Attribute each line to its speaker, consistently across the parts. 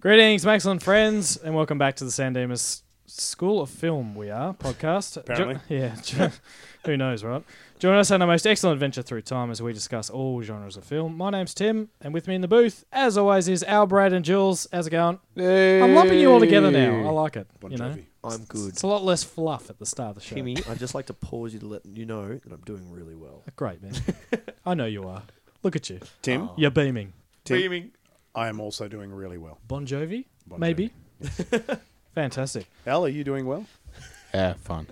Speaker 1: Greetings, my excellent friends, and welcome back to the San Dimas School of Film. We are podcast. Jo-
Speaker 2: Apparently.
Speaker 1: yeah. jo- who knows, right? Join us on our most excellent adventure through time as we discuss all genres of film. My name's Tim, and with me in the booth, as always, is our Brad and Jules. How's it going? I'm lumping you all together now. I like it.
Speaker 2: Bon
Speaker 1: you know,
Speaker 2: Jovi.
Speaker 3: I'm good.
Speaker 1: it's a lot less fluff at the start of the show.
Speaker 3: Timmy, I'd just like to pause you to let you know that I'm doing really well.
Speaker 1: Great man. I know you are. Look at you.
Speaker 2: Tim,
Speaker 1: You're beaming.
Speaker 2: Tim,
Speaker 3: Beaming.
Speaker 2: I am also doing really well.
Speaker 1: Bon Jovi,
Speaker 2: Bon
Speaker 1: maybe. Fantastic.
Speaker 2: Al, are you doing well?
Speaker 4: Yeah, fun.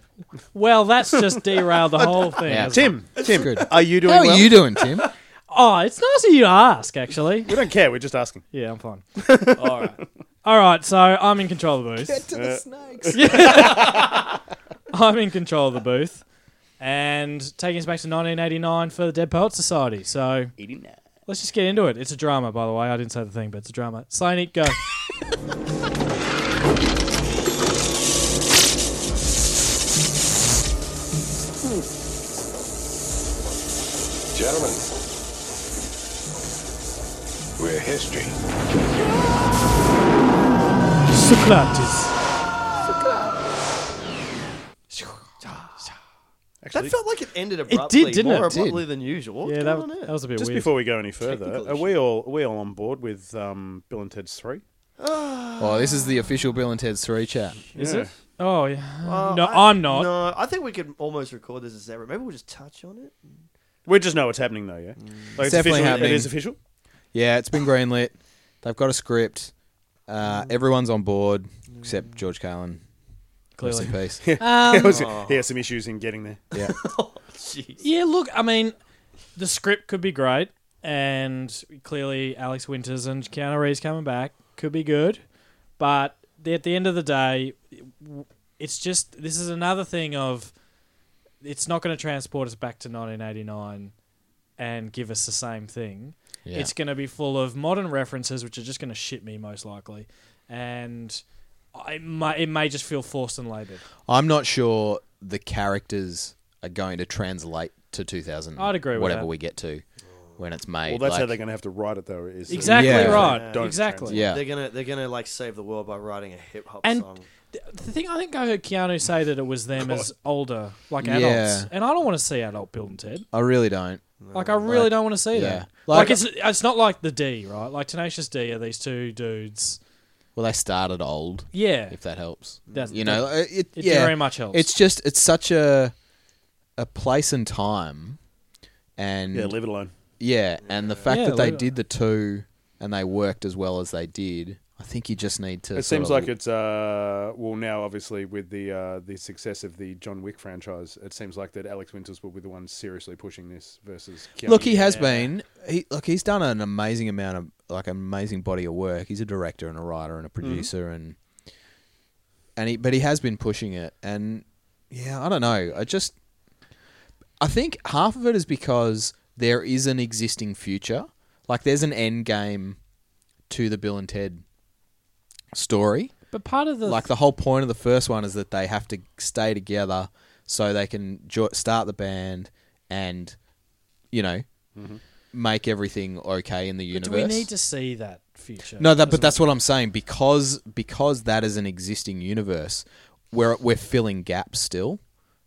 Speaker 1: Well, that's just derailed the whole thing.
Speaker 4: Yeah.
Speaker 1: hasn't it?
Speaker 2: Tim, Tim,
Speaker 4: Good.
Speaker 2: are you doing
Speaker 4: How are
Speaker 2: well?
Speaker 4: you doing, Tim?
Speaker 1: Oh, it's nice of you to ask, actually.
Speaker 2: we don't care. We're just asking.
Speaker 1: Yeah, I'm fine. All right. All right, so I'm in control of the booth.
Speaker 3: to the snakes.
Speaker 1: I'm in control of the booth. And taking us back to 1989 for the Dead Poets Society. So let's just get into it. It's a drama, by the way. I didn't say the thing, but it's a drama. Sonic, go.
Speaker 5: Gentlemen, we're history.
Speaker 1: Socrates.
Speaker 2: Actually,
Speaker 3: That felt like it ended
Speaker 1: did,
Speaker 3: abruptly.
Speaker 1: didn't
Speaker 3: more
Speaker 1: it? It
Speaker 4: did.
Speaker 3: abruptly than usual. What's
Speaker 1: Yeah,
Speaker 3: going
Speaker 1: that,
Speaker 3: on there?
Speaker 1: that was a bit
Speaker 2: just
Speaker 1: weird.
Speaker 2: before we go any further,
Speaker 3: Technical
Speaker 2: are we all are we all on board with um, Bill and Ted's three?
Speaker 4: oh, this is the official Bill and Ted's three chat.
Speaker 1: Is
Speaker 2: Yeah.
Speaker 1: it? Oh, yeah.
Speaker 3: Uh,
Speaker 1: no,
Speaker 3: I,
Speaker 1: I, am not.
Speaker 3: No, I think we could almost record this as separate. Maybe we'll just touch on it.
Speaker 2: We just know what's happening though, yeah. Like,
Speaker 4: It's definitely
Speaker 2: official,
Speaker 4: happening.
Speaker 2: It is official.
Speaker 4: Yeah, it's been greenlit. They've got a script. Uh, everyone's on board except George Carlin. Rest
Speaker 1: Clearly.
Speaker 4: in peace.
Speaker 2: That was- he has some issues in getting there.
Speaker 4: yeah.
Speaker 3: Jeez.
Speaker 1: Yeah, look, I mean, the script could be great, and clearly Alex Winters and Keanu Reeves coming back could be good, but at the end of the day, it's just this is another thing of it's not going to transport us back to 1989 and give us the same thing.
Speaker 4: Yeah.
Speaker 1: It's going to be full of modern references, which are just going to shit me most likely, and I may, it may just feel forced and laboured.
Speaker 4: I'm not sure the characters are going to translate to 2000.
Speaker 1: I'd agree with
Speaker 4: Whatever
Speaker 1: that.
Speaker 4: we get to when it's made.
Speaker 2: Well, that's how
Speaker 4: like-
Speaker 2: they're going to have to write it though. Is
Speaker 1: Exactly
Speaker 4: Yeah.
Speaker 1: right.
Speaker 2: Don't
Speaker 1: exactly.
Speaker 4: Yeah.
Speaker 3: They're gonna they're gonna like save the world by writing a hip hop
Speaker 1: And-
Speaker 3: song.
Speaker 1: The thing I think I heard Keanu say that it was them as older, like
Speaker 4: Yeah.
Speaker 1: adults, and I don't want to see adult Bill and Ted.
Speaker 4: I really don't.
Speaker 1: Like I really
Speaker 4: Like-
Speaker 1: don't want to see
Speaker 4: yeah.
Speaker 1: that. Like,
Speaker 4: Like-
Speaker 1: it's it's not like the D, right? Like Tenacious D are these two dudes.
Speaker 4: Well, they started old,
Speaker 1: Yeah,
Speaker 4: if that helps.
Speaker 1: That's-
Speaker 4: you know, it, it,
Speaker 1: it
Speaker 4: yeah.
Speaker 1: very much helps.
Speaker 4: It's just it's such a a place and time, and
Speaker 2: yeah, leave it alone.
Speaker 4: yeah, and the fact
Speaker 1: Yeah,
Speaker 4: that they
Speaker 1: leave it.
Speaker 4: did the two and they worked as well as they did, I think you just need to.
Speaker 2: It
Speaker 4: sort
Speaker 2: seems
Speaker 4: of-
Speaker 2: like it's uh, well now obviously with the uh, the success of the John Wick franchise, it seems like that Alex Winters will be the one seriously pushing this versus. Keanu.
Speaker 4: Look, he has been. He look, he's done an amazing amount of like an amazing body of work. He's a director and a writer and a producer and and he but he has been pushing it and yeah, I don't know. I just I think half of it is because there is an existing future. Like there's an end game to the Bill and Ted story
Speaker 1: but part of the
Speaker 4: like the whole point of the first one is that they have to stay together so they can jo- start the band and you know make everything okay in the
Speaker 1: but
Speaker 4: universe.
Speaker 1: do we need to see that future?
Speaker 4: no, that
Speaker 1: as
Speaker 4: but that's what I'm saying because because that is an existing universe where we're filling gaps still.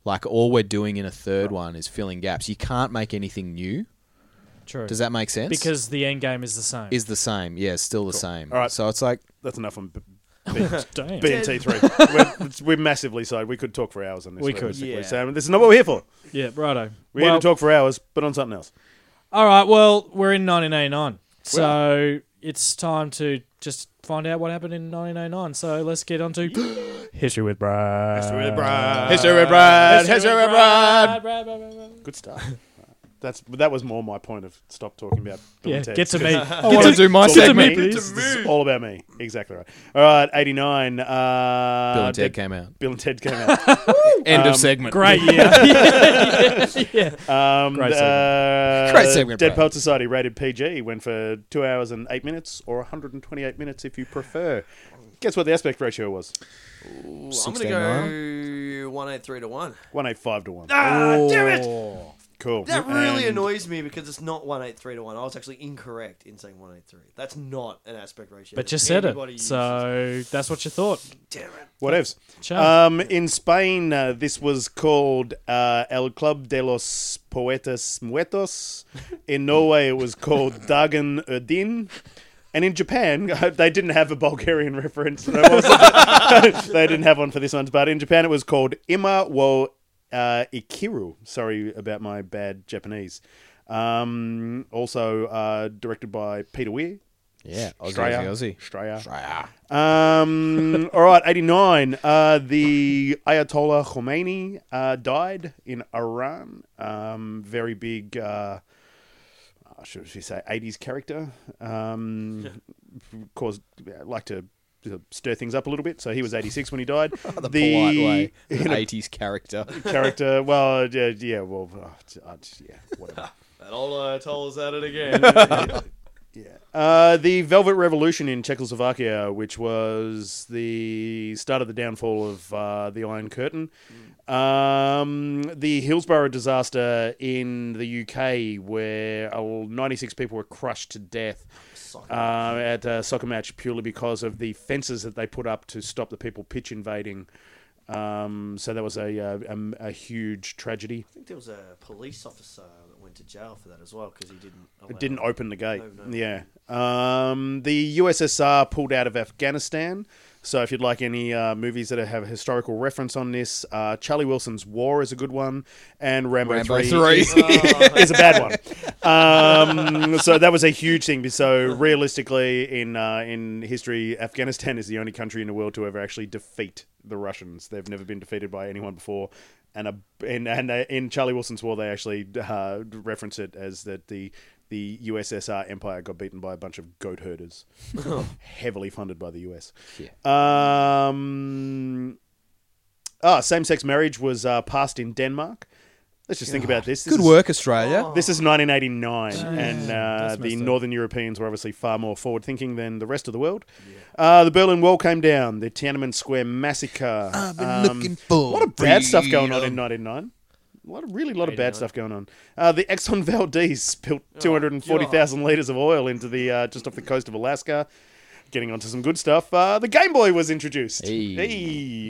Speaker 4: Like all we're doing in a third one is filling gaps. You can't make anything new.
Speaker 1: well? true.
Speaker 4: Does that make sense?
Speaker 1: because the end game is the same?
Speaker 4: is the same. Yeah, it's still the same.
Speaker 2: All right.
Speaker 4: So it's like
Speaker 2: That's enough on B- B-
Speaker 1: Damn.
Speaker 2: BNT three. we're, we're massively side. We could talk for hours on this.
Speaker 1: We could.
Speaker 2: realistically.
Speaker 3: Yeah.
Speaker 2: So this is not what we're here for.
Speaker 1: yeah, righto.
Speaker 2: We're
Speaker 1: Well,
Speaker 2: here to talk for hours, but on something else.
Speaker 1: All right. Well, we're in 1989, so it's time to just find out what happened in 1989. So let's get on to history with Brad.
Speaker 2: History, Brad.
Speaker 1: Brad, Brad, Brad, Brad, Brad.
Speaker 2: Good stuff. That's that was more my point of stop talking about. Bill
Speaker 1: Yeah,
Speaker 2: and Ted's,
Speaker 1: get to
Speaker 2: 'cause
Speaker 1: me.
Speaker 2: I
Speaker 1: Get
Speaker 2: wanna
Speaker 1: to,
Speaker 4: do my
Speaker 1: get to me,
Speaker 4: segment.
Speaker 1: please.
Speaker 2: This is all about me. Exactly right. All right, eighty nine. Uh,
Speaker 4: Bill and Ted
Speaker 2: that-
Speaker 4: came out. Um,
Speaker 2: Bill and Ted came out.
Speaker 4: End of segment.
Speaker 1: Great year. yeah, yeah, yeah.
Speaker 2: Um,
Speaker 1: Great
Speaker 2: uh,
Speaker 4: Great segment,
Speaker 2: Dead
Speaker 4: Brad.
Speaker 2: Poet Society rated PG went for two hours and eight minutes, or one hundred and twenty eight minutes if you prefer. Guess what the aspect ratio was?
Speaker 3: Ooh, I'm
Speaker 4: 16
Speaker 3: gonna go one eight three to one.
Speaker 2: One eight five to one.
Speaker 3: Ah, damn it!
Speaker 2: Cool.
Speaker 3: That really
Speaker 2: And-
Speaker 3: annoys me because it's not 183 to 1. I was actually incorrect in saying 183. That's not an aspect ratio.
Speaker 1: But
Speaker 3: that
Speaker 1: you said
Speaker 3: anybody
Speaker 1: it,
Speaker 3: uses.
Speaker 1: so that's what you thought.
Speaker 3: Damn it.
Speaker 2: Whatevs.
Speaker 1: Sure.
Speaker 2: Um, in Spain, uh, this was called uh, El Club de los Poetas Muertos. In Norway, it was called Dagen Erdin. And in Japan, they didn't have a Bulgarian reference. so there wasn't- they didn't have one for this one. But in Japan, it was called Ima wo uh, Ikiru. Sorry about my bad Japanese. Um, also uh, directed by Peter Weir.
Speaker 4: Yeah, Aussie,
Speaker 2: Strayer.
Speaker 4: Aussie,
Speaker 2: Strayer.
Speaker 4: Aussie. Strayer.
Speaker 2: Um, all right, 89. Uh, the Ayatollah Khomeini uh, died in Iran. Um, very big, uh, uh, should we say, 80s character. Um, caused, like to uh, stir things up a little bit. So he was 86 when he died.
Speaker 4: The, polite way, eighties character.
Speaker 2: character, well, uh, yeah, well, uh, uh, yeah, whatever.
Speaker 3: That old Ayatollah's at it again.
Speaker 2: Uh, the Velvet Revolution in Czechoslovakia, which was the start of the downfall of uh, the Iron Curtain. Um, the Hillsborough disaster in the UK, where uh, 96 people were crushed to death
Speaker 3: Soccer.
Speaker 2: uh, at a soccer match purely because of the fences that they put up to stop the people pitch invading. Um, so that was a, uh, a, a huge tragedy.
Speaker 3: I think there was a police officer that went to jail for that as well because he didn't. allow-
Speaker 2: It didn't open the gate.
Speaker 3: No, no.
Speaker 2: Yeah. Um, the USSR pulled out of Afghanistan. So if you'd like any uh, movies that have a historical reference on this, uh, Charlie Wilson's War is a good one, and Rambo,
Speaker 4: Rambo
Speaker 2: 3,
Speaker 4: three.
Speaker 2: Is, is a bad one. Um, so that was a huge thing. So realistically, in uh, in history, Afghanistan is the only country in the world to ever actually defeat the Russians. They've never been defeated by anyone before. And a, and, and uh in Charlie Wilson's War, they actually uh, reference it as that the the USSR empire got beaten by a bunch of goat herders, heavily funded by the US. Um, ah, same-sex marriage was uh, passed in Denmark. Let's just think about this. this
Speaker 4: Good
Speaker 2: is-
Speaker 4: work, Australia.
Speaker 2: this is 1989, and uh,
Speaker 1: That's
Speaker 2: the
Speaker 1: messed up.
Speaker 2: Northern Europeans were obviously far more forward thinking than the rest of the world. Uh, the Berlin Wall came down, the Tiananmen Square massacre.
Speaker 4: I've been
Speaker 2: Um,
Speaker 4: looking for um,
Speaker 2: a lot of bad stuff going on in
Speaker 4: freedom.
Speaker 2: 1999. A lot of really lot of bad stuff going on. Uh, the Exxon Valdez spilled
Speaker 1: Oh,
Speaker 2: 240,000 litres of oil into the uh, just off the coast of Alaska. Getting onto some good stuff. Uh, the Game Boy was introduced.
Speaker 4: Hey.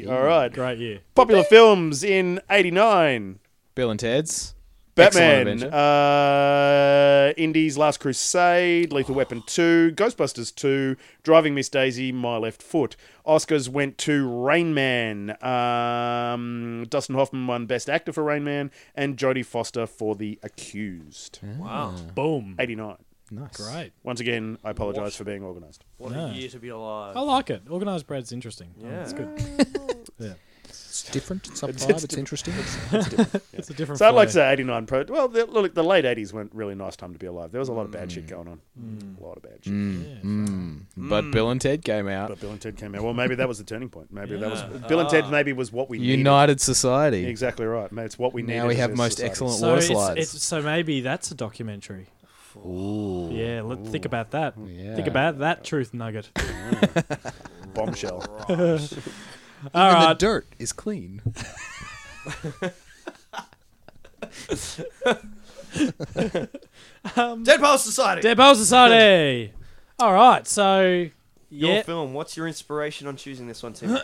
Speaker 2: Hey, All right.
Speaker 1: Great year.
Speaker 2: Popular films in 89.
Speaker 4: Bill and Ted's.
Speaker 2: Batman,
Speaker 4: Excellent adventure.
Speaker 2: uh, Indies, Last Crusade, Lethal Weapon 2, Ghostbusters 2, Driving Miss Daisy, My Left Foot. Oscars went to Rain Man. Um, Dustin Hoffman won Best Actor for Rain Man, and Jodie Foster for The Accused.
Speaker 4: Hmm?
Speaker 3: Wow.
Speaker 1: Boom.
Speaker 2: 89.
Speaker 4: Nice.
Speaker 1: Great.
Speaker 2: Once again, I apologise for being organised.
Speaker 3: What
Speaker 1: Yeah. Oh,
Speaker 3: a year to be alive.
Speaker 1: I like it. Organized bread's interesting. Yeah.
Speaker 3: Yeah.
Speaker 1: It's good. yeah.
Speaker 4: It's different. It's up
Speaker 2: It's-
Speaker 4: vibe.
Speaker 2: it's
Speaker 4: It's, interesting.
Speaker 1: It's a different
Speaker 2: So I'd like to
Speaker 1: flavour.
Speaker 2: say 89 pro. Well, the, look, the late 80s went really nice time to be alive. There was a lot of bad
Speaker 4: Hmm.
Speaker 2: shit going on. A lot of bad shit.
Speaker 4: Mm.
Speaker 1: Mm,
Speaker 4: But Bill and Ted came out.
Speaker 2: But Bill and Ted came out. Well, maybe that was the turning point. Maybe that was Bill and
Speaker 3: Oh.
Speaker 2: Ted. Maybe was what we needed.
Speaker 4: United Society.
Speaker 2: Exactly right. Mate, it's what we need.
Speaker 4: Now we have most excellent
Speaker 1: So,
Speaker 4: war
Speaker 1: it's-
Speaker 4: slides.
Speaker 1: it's- so maybe that's a documentary. Yeah, let's think about that. Think
Speaker 4: Yeah.
Speaker 1: about that truth nugget.
Speaker 2: bombshell.
Speaker 1: All
Speaker 4: Even
Speaker 1: right.
Speaker 4: the dirt is clean.
Speaker 3: Deadpool Society.
Speaker 1: um, Dead Bowl Society. All right. So,
Speaker 3: Your
Speaker 1: yeah.
Speaker 3: film. What's your inspiration on choosing this one, Tim?
Speaker 1: Um,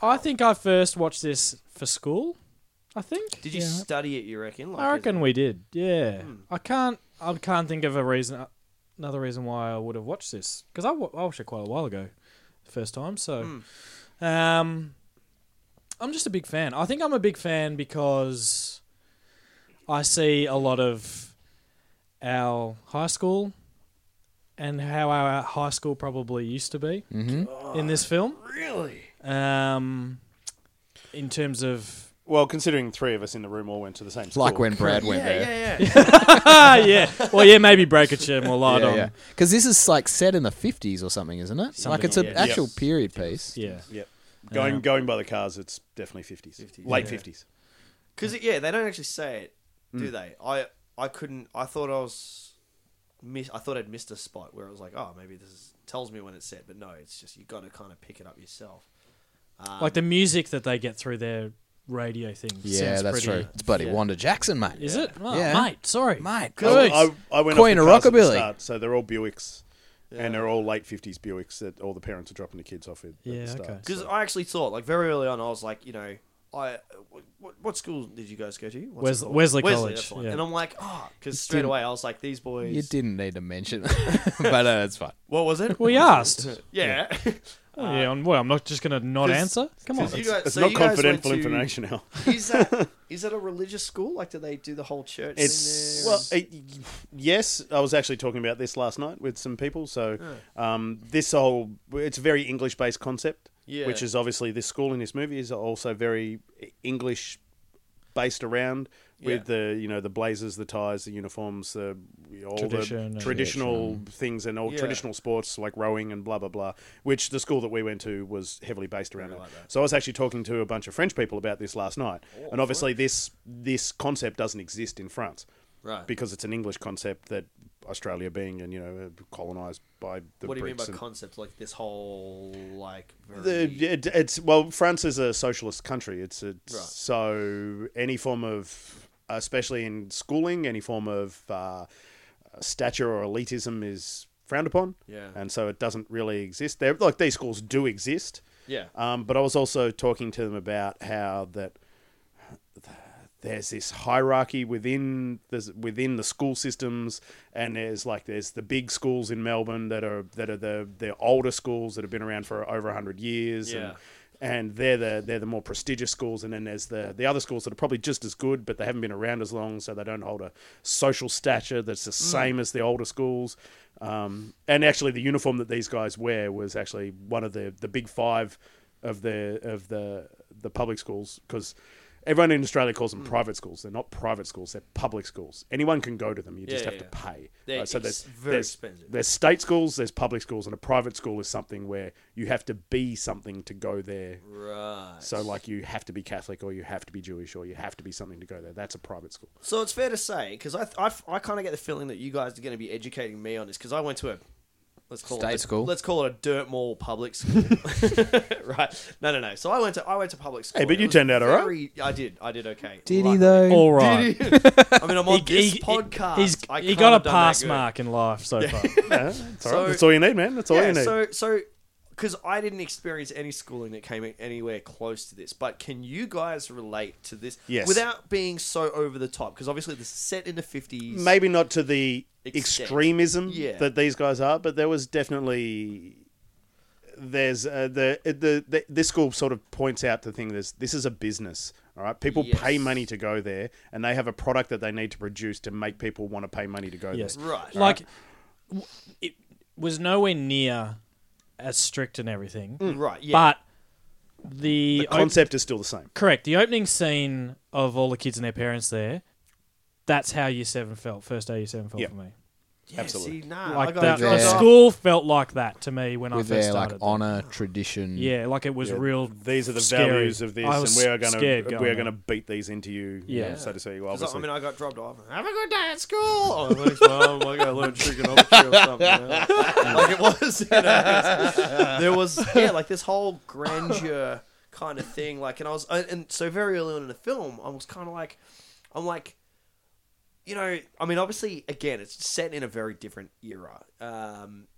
Speaker 1: I think I first watched this for school. I think.
Speaker 3: Did you
Speaker 1: Yeah.
Speaker 3: study it? You reckon? Like,
Speaker 1: I
Speaker 3: is it- Hmm.
Speaker 1: reckon we did. Yeah. I can't. I can't think of a reason. Another reason why I would have watched this because I, wa- I watched it quite a while ago, the first time. So,
Speaker 3: Hmm.
Speaker 1: um, I'm just a big fan. I think I'm a big fan because I see a lot of our high school and how our high school probably used to be in this film.
Speaker 3: Really?
Speaker 1: Um, in terms of
Speaker 2: well, considering three of us in the room all went to the same school.
Speaker 4: Like when Brad went
Speaker 3: Yeah,
Speaker 4: there.
Speaker 3: yeah, yeah.
Speaker 1: ah yeah, well yeah maybe Breakage more light on.
Speaker 4: Because this is like set in the 50s or something, isn't it? like it's an
Speaker 1: like
Speaker 2: that.
Speaker 4: actual
Speaker 2: Yes.
Speaker 4: period piece.
Speaker 1: Yeah.
Speaker 2: Yep. Going going by the cars, it's definitely fifties, late fifties.
Speaker 3: Because yeah, they don't actually say it,
Speaker 1: Mm.
Speaker 3: do they? I I couldn't. I thought I was. Miss, I thought I'd missed a spot where it was like, oh, maybe this is, tells me when it's set, but no, it's just you got to kind of pick it up yourself.
Speaker 1: like the music that they get through their radio thing.
Speaker 4: Yeah,
Speaker 1: sounds
Speaker 4: that's
Speaker 1: pretty,
Speaker 4: true. It's bloody
Speaker 3: yeah.
Speaker 4: Wanda Jackson, mate.
Speaker 1: Is it? Oh,
Speaker 4: Yeah.
Speaker 1: Mate, sorry.
Speaker 4: Mate,
Speaker 1: Good.
Speaker 2: I, I, I went
Speaker 4: Queen
Speaker 2: off the
Speaker 4: of
Speaker 2: cars at the
Speaker 4: rockabilly.
Speaker 2: start, so they're all Buicks,
Speaker 3: Yeah.
Speaker 2: and they're all late fifties Buicks that all the parents are dropping the kids off in.
Speaker 1: Yeah,
Speaker 2: at the start.
Speaker 1: okay.
Speaker 3: Because I actually thought, like very early on, I was like, you know, I what, what school did you guys go to? What's it
Speaker 1: Wes-
Speaker 3: called?
Speaker 1: Wesley College,
Speaker 3: that's the one.
Speaker 1: yeah.
Speaker 3: And I'm like, oh, because straight
Speaker 4: didn't-
Speaker 3: away I was like, these boys.
Speaker 4: you didn't need to mention, it. but uh, that's fine.
Speaker 3: What was it?
Speaker 1: We asked.
Speaker 3: yeah.
Speaker 1: Oh, yeah, I'm, well, I'm not just going to not
Speaker 3: 'cause-
Speaker 1: answer. Come on.
Speaker 3: You guys-
Speaker 2: It's
Speaker 3: so
Speaker 2: not
Speaker 3: you guys
Speaker 2: confidential
Speaker 3: went to-
Speaker 2: information, Al.
Speaker 3: is that is that a religious school? Like, do they do the whole church?
Speaker 2: It's
Speaker 3: thing there?
Speaker 2: well, it, yes. I was actually talking about this last night with some people. So, um, this whole it's a very English-based concept,
Speaker 3: Yeah.
Speaker 2: which is obviously this school in this movie is also very English based around with the you know the blazers, the ties, the uniforms, the all
Speaker 1: Tradition
Speaker 2: the
Speaker 1: and-
Speaker 2: traditional things and all
Speaker 3: Yeah.
Speaker 2: traditional sports like rowing and blah blah blah. Which the school that we went to was heavily based around.
Speaker 3: Really
Speaker 2: that.
Speaker 3: like that.
Speaker 2: So I was actually talking to a bunch of French people about this last night, and obviously this this concept doesn't exist in France
Speaker 3: right.
Speaker 2: because it's an English concept that Australia being and you know colonized by the
Speaker 3: what do you mean by
Speaker 2: Brits and-
Speaker 3: concept? Like this whole like very-
Speaker 2: the, it, it's well, France is a socialist country. It's a, so any form of, especially in schooling, any form of uh, stature or elitism is frowned upon.
Speaker 3: Yeah.
Speaker 2: and so it doesn't really exist there. Like these schools do exist.
Speaker 3: yeah.
Speaker 2: Um, but I was also talking to them about how that there's this hierarchy within the within the school systems, and there's like there's the big schools in Melbourne that are that are the the older schools that have been around for over hundred years,
Speaker 3: Yeah.
Speaker 2: and and they're the they're the more prestigious schools, and then there's the the other schools that are probably just as good, but they haven't been around as long, so they don't hold a social stature that's
Speaker 3: Mm.
Speaker 2: the same as the older schools. Um, and actually, the uniform that these guys wear was actually one of the the big five of the of the the public schools because everyone in Australia calls
Speaker 3: Mm.
Speaker 2: them private schools. They're not private schools; they're public schools. Anyone can go to them. You just
Speaker 3: Yeah,
Speaker 2: have
Speaker 3: yeah,
Speaker 2: to pay.
Speaker 3: They're
Speaker 2: so
Speaker 3: ex-
Speaker 2: there's
Speaker 3: very
Speaker 2: there's,
Speaker 3: expensive.
Speaker 2: There's state schools, there's public schools, and a private school is something where you have to be something to go there.
Speaker 3: Right.
Speaker 2: So like you have to be Catholic or you have to be Jewish or you have to be something to go there. That's a private school.
Speaker 3: So it's fair to say, because I, I, kind of get the feeling that you guys are going to be educating me on this, because I went to a let's call
Speaker 4: State
Speaker 3: it,
Speaker 4: school?
Speaker 3: Let's call it a dirt mall public school, right? No, no, no. So I went to I went to public school.
Speaker 2: Hey, but
Speaker 3: It
Speaker 2: you
Speaker 3: was
Speaker 2: turned out all right.
Speaker 3: very- I did. I did okay.
Speaker 4: Did he
Speaker 3: Luckily.
Speaker 4: though?
Speaker 1: All right.
Speaker 3: Did he? I mean, I'm on
Speaker 1: He-
Speaker 3: this
Speaker 1: he-
Speaker 3: podcast.
Speaker 1: He's,
Speaker 3: I
Speaker 1: he
Speaker 3: can't
Speaker 1: got a
Speaker 3: have done that
Speaker 1: pass
Speaker 3: good.
Speaker 1: mark in life so far.
Speaker 2: Yeah, that's all
Speaker 3: So-
Speaker 2: right. That's all you need, man. That's all
Speaker 3: yeah.
Speaker 2: you need.
Speaker 3: So so because I didn't experience any schooling that came anywhere close to this, but can you guys relate to this?
Speaker 2: Yes.
Speaker 3: Without being so over the top, because obviously this is set in the fifties.
Speaker 2: Maybe not to the
Speaker 3: Extent.
Speaker 2: extremism
Speaker 3: Yeah.
Speaker 2: that these guys are, but there was definitely there's uh, the, the the this school sort of points out the thing this this is a business. All right, people
Speaker 3: Yes.
Speaker 2: pay money to go there, and they have a product that they need to produce to make people want to pay money to go
Speaker 1: Yes.
Speaker 2: there.
Speaker 3: Right.
Speaker 1: Like, w- it was nowhere near as strict and everything,
Speaker 3: Right. Mm. Yeah.
Speaker 1: but the,
Speaker 2: The
Speaker 1: op-
Speaker 2: concept is still the same.
Speaker 1: correct the opening scene of all the kids and their parents there. That's how Year Seven felt. First day Year Seven felt
Speaker 2: Yeah.
Speaker 1: for me.
Speaker 3: Yeah,
Speaker 2: Absolutely.
Speaker 3: See, nah, I
Speaker 1: Like
Speaker 3: got
Speaker 1: that,
Speaker 4: Yeah.
Speaker 1: the
Speaker 3: uh,
Speaker 4: off.
Speaker 1: school felt like that to me when
Speaker 4: With
Speaker 1: I first
Speaker 4: their like
Speaker 1: started. there.
Speaker 4: honor, tradition.
Speaker 1: yeah, like it was
Speaker 2: Yeah,
Speaker 1: real.
Speaker 2: These are the
Speaker 1: scary.
Speaker 2: values of this,
Speaker 1: I was
Speaker 2: and we are going
Speaker 1: scared
Speaker 2: to we
Speaker 1: going
Speaker 2: are going to
Speaker 1: in.
Speaker 2: beat these into you,
Speaker 1: Yeah.
Speaker 2: yeah. so to speak. Well,
Speaker 3: Because I
Speaker 2: obviously,
Speaker 3: mean, I got dropped off. Have a good day at school. Oh, thanks, mom. I got a little trigonometry or something. you know? like it was, you know, there was yeah, like this whole grandeur kind of thing. Like, and I was, and- and so very early on in the film, I was kind of like, I'm like, you know, I mean, obviously, again, it's set in a very different era. Um,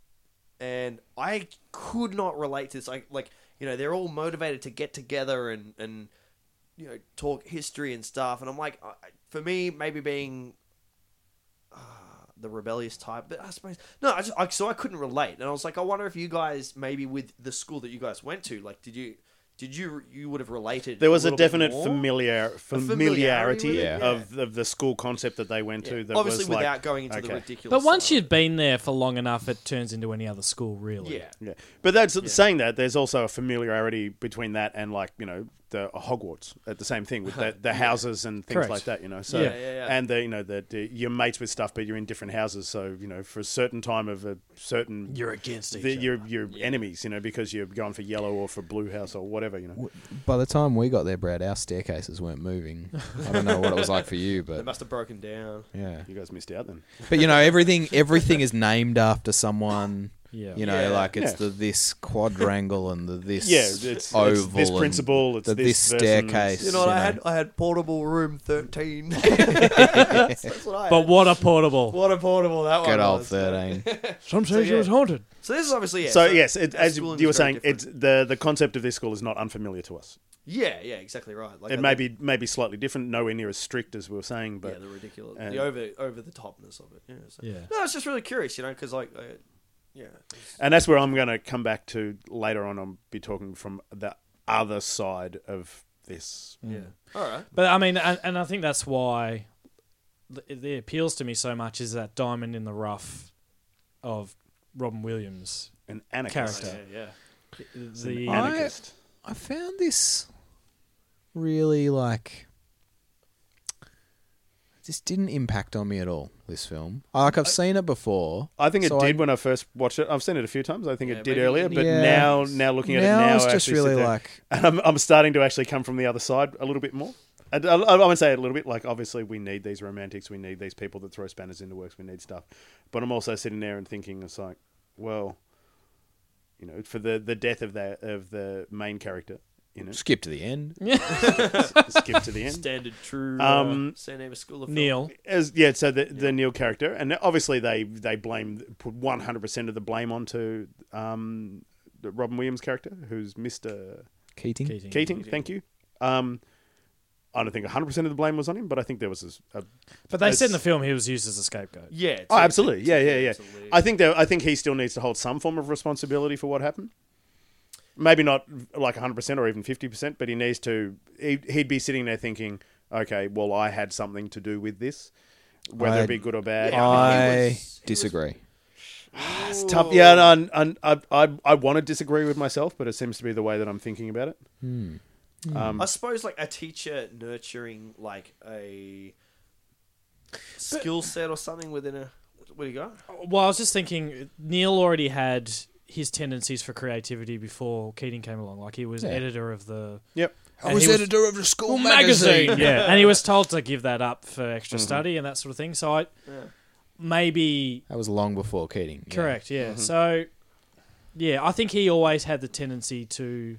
Speaker 3: and I could not relate to this. Like, like you know, they're all motivated to get together and and you know talk history and stuff. And I'm like, I- I- for me, maybe being uh, the rebellious type, but I suppose no. I just I, so I couldn't relate, and I was like, I wonder if you guys maybe with the school that you guys went to, like, did you did you you would have related?
Speaker 2: there was a
Speaker 3: little bit
Speaker 2: definite
Speaker 3: more?
Speaker 2: familiar
Speaker 3: familiarity
Speaker 2: familiarity
Speaker 3: with it,
Speaker 2: of, of the school concept that they went
Speaker 3: Yeah.
Speaker 2: to. That
Speaker 3: Obviously,
Speaker 2: was like-
Speaker 3: without going into the
Speaker 2: okay.
Speaker 3: ridiculous.
Speaker 1: But once
Speaker 3: side of
Speaker 1: you'd been there for long enough, it turns into any other school,
Speaker 3: it.
Speaker 1: really.
Speaker 3: yeah,
Speaker 2: Yeah, but that's saying that there's also a familiarity between that and like you know the Hogwarts at the same thing with the, the houses and things
Speaker 1: Correct.
Speaker 2: like that. You know, so
Speaker 1: Yeah,
Speaker 3: yeah, yeah.
Speaker 2: and the you know that you're mates with stuff, but you're in different houses. So you know, for a certain time of a certain,
Speaker 1: You're against each
Speaker 2: the,
Speaker 1: other.
Speaker 2: you're you're enemies. You know, because you're going for yellow or for blue house or whatever. You know,
Speaker 4: By the time we got there, Brad, our staircases weren't moving. I don't know what it was like for you,
Speaker 3: they
Speaker 4: but
Speaker 3: must have broken down.
Speaker 4: yeah.
Speaker 2: you guys missed out then.
Speaker 4: But you know, everything everything is named after someone.
Speaker 1: Yeah.
Speaker 4: You know,
Speaker 3: Yeah.
Speaker 4: like it's
Speaker 2: Yeah.
Speaker 4: the this quadrangle and the this
Speaker 2: Yeah, it's- it's
Speaker 4: oval
Speaker 2: this
Speaker 4: and
Speaker 2: principle, it's
Speaker 4: the
Speaker 2: this
Speaker 4: this
Speaker 2: version.
Speaker 4: staircase.
Speaker 3: You know, what I had I had portable room thirteen. That's what I
Speaker 1: But
Speaker 3: had.
Speaker 1: what a portable.
Speaker 3: what a portable that
Speaker 4: good
Speaker 3: one
Speaker 4: old
Speaker 3: Oh, was. uh,
Speaker 4: thirteen.
Speaker 1: Some say
Speaker 3: So,
Speaker 1: she
Speaker 3: yeah.
Speaker 1: was haunted.
Speaker 3: So this is obviously yeah,
Speaker 2: so yes, it,
Speaker 3: our
Speaker 2: as you
Speaker 3: schooling
Speaker 2: you were
Speaker 3: was very
Speaker 2: saying, it's the the concept of this school is not unfamiliar to us.
Speaker 3: yeah, yeah, exactly right. Like
Speaker 2: It
Speaker 3: I
Speaker 2: may
Speaker 3: think-
Speaker 2: be maybe slightly different, nowhere near as strict as we were saying, but
Speaker 3: yeah, the ridiculous,
Speaker 2: and-
Speaker 3: the over over the topness of it. Yeah, so.
Speaker 1: Yeah.
Speaker 3: No, it's just really curious, you know, because like, uh, yeah, it's-
Speaker 2: and that's where I'm going to come back to later on. I'll be talking from the other side of this.
Speaker 3: yeah. All right.
Speaker 1: But I mean, and, and I think that's why th- it, it appeals to me so much is that diamond in the rough of Robin Williams.
Speaker 2: An anarchist.
Speaker 1: Character.
Speaker 3: Yeah, yeah.
Speaker 1: The
Speaker 4: I-
Speaker 2: Anarchist.
Speaker 4: I found this really like this didn't impact on me at all. This film, like I've seen it before.
Speaker 2: I think it
Speaker 4: so
Speaker 2: did when I first watched it. I've seen it a few times. I think
Speaker 3: Yeah,
Speaker 2: it did
Speaker 3: maybe
Speaker 2: earlier,
Speaker 3: we
Speaker 2: but
Speaker 4: need-
Speaker 2: now,
Speaker 3: Yeah.
Speaker 2: now looking at
Speaker 4: Now
Speaker 2: it now,
Speaker 4: it's
Speaker 2: I
Speaker 4: just
Speaker 2: actually sit
Speaker 4: really
Speaker 2: there-
Speaker 4: like-
Speaker 2: and I'm, I'm starting to actually come from the other side a little bit more. I, I, I would say a little bit. Like obviously, we need these romantics. We need these people that throw spanners into works. We need stuff. But I'm also sitting there and thinking, it's like, well, you know, for the the death of that of the main character, you know,
Speaker 4: skip to the end.
Speaker 2: skip to the end.
Speaker 3: Standard true.
Speaker 2: Um,
Speaker 3: uh, San Diego School of
Speaker 1: Neil.
Speaker 2: as yeah, so the, the Neil character, and obviously they they blame put one hundred percent of the blame onto um, the Robin Williams character, who's Mister
Speaker 4: Keating.
Speaker 1: Keating.
Speaker 2: Keating. Thank you. Um, I don't think one hundred percent of the blame was on him, but I think there was a, a
Speaker 1: But they
Speaker 2: a
Speaker 1: said in the film he was used as a scapegoat.
Speaker 3: Yeah. it's-
Speaker 2: oh absolutely yeah yeah yeah.
Speaker 3: absolutely.
Speaker 2: I think there, I think he still needs to hold some form of responsibility for what happened. Maybe not like one hundred percent or even fifty percent, but he needs to. He, he'd be sitting there thinking, okay, well I had something to do with this. Whether
Speaker 4: I-
Speaker 2: it be good or bad,
Speaker 3: Yeah, I mean, he
Speaker 4: I
Speaker 3: was- he was-
Speaker 4: disagree.
Speaker 2: It's tough. Yeah, and, and, and I, I, I want to disagree with myself, but it seems to be the way that I'm thinking about it.
Speaker 3: I suppose like a teacher nurturing like a skill set or something within a. Where do you go?
Speaker 1: Well, I was just thinking Neil already had his tendencies for creativity before Keating came along. Like he was
Speaker 4: Yeah.
Speaker 1: editor of the
Speaker 2: Yep.
Speaker 1: And he was-
Speaker 4: of the school
Speaker 1: yeah. And he was told to give that up for extra
Speaker 4: Mm-hmm.
Speaker 1: study and that sort of thing. So I
Speaker 3: Yeah.
Speaker 1: maybe
Speaker 4: That was long before Keating. yeah. Mm-hmm.
Speaker 1: correct, yeah. So yeah, I think he always had the tendency to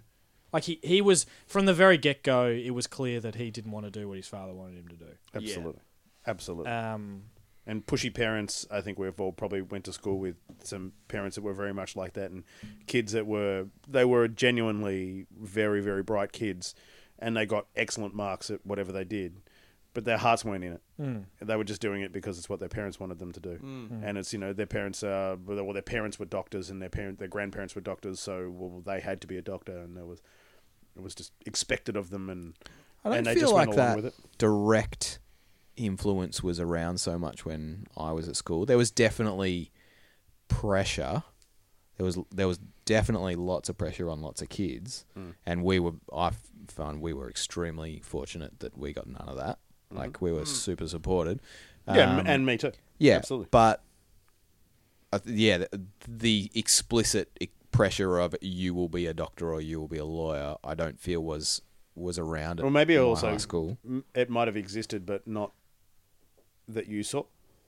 Speaker 1: like he, he was from the very get go, it was clear that he didn't want to do what his father wanted him to do.
Speaker 2: Absolutely. Absolutely.
Speaker 1: Um
Speaker 2: and pushy parents, I think we've all probably went to school with some parents that were very much like that and kids that were, they were genuinely very, very bright kids and they got excellent marks at whatever they did, but their hearts weren't in it.
Speaker 4: Hmm.
Speaker 2: Mm. They were just doing it because it's what their parents wanted them to do. And it's, you know, their parents, uh, well, their parents were doctors and their parent, their grandparents were doctors. So, well, they had to be a doctor and there was, it was just expected of them and,
Speaker 4: I don't
Speaker 2: and
Speaker 4: feel
Speaker 2: they just
Speaker 4: like
Speaker 2: went along
Speaker 4: that
Speaker 2: with it.
Speaker 4: direct influence was around so much when I was at school. There was definitely pressure. There was there was definitely lots of pressure on lots of kids,
Speaker 2: Mm.
Speaker 4: and we were. I found we were extremely fortunate that we got none of that. Like we were super supported.
Speaker 2: Mm. Yeah,
Speaker 4: Um,
Speaker 2: m and me too.
Speaker 4: Yeah,
Speaker 2: absolutely.
Speaker 4: But I th- yeah, the, the explicit i- pressure of you will be a doctor or you will be a lawyer, I don't feel was was around. at
Speaker 2: Well, maybe
Speaker 4: my
Speaker 2: also
Speaker 4: high school.
Speaker 2: m- it might have existed, but not that you saw.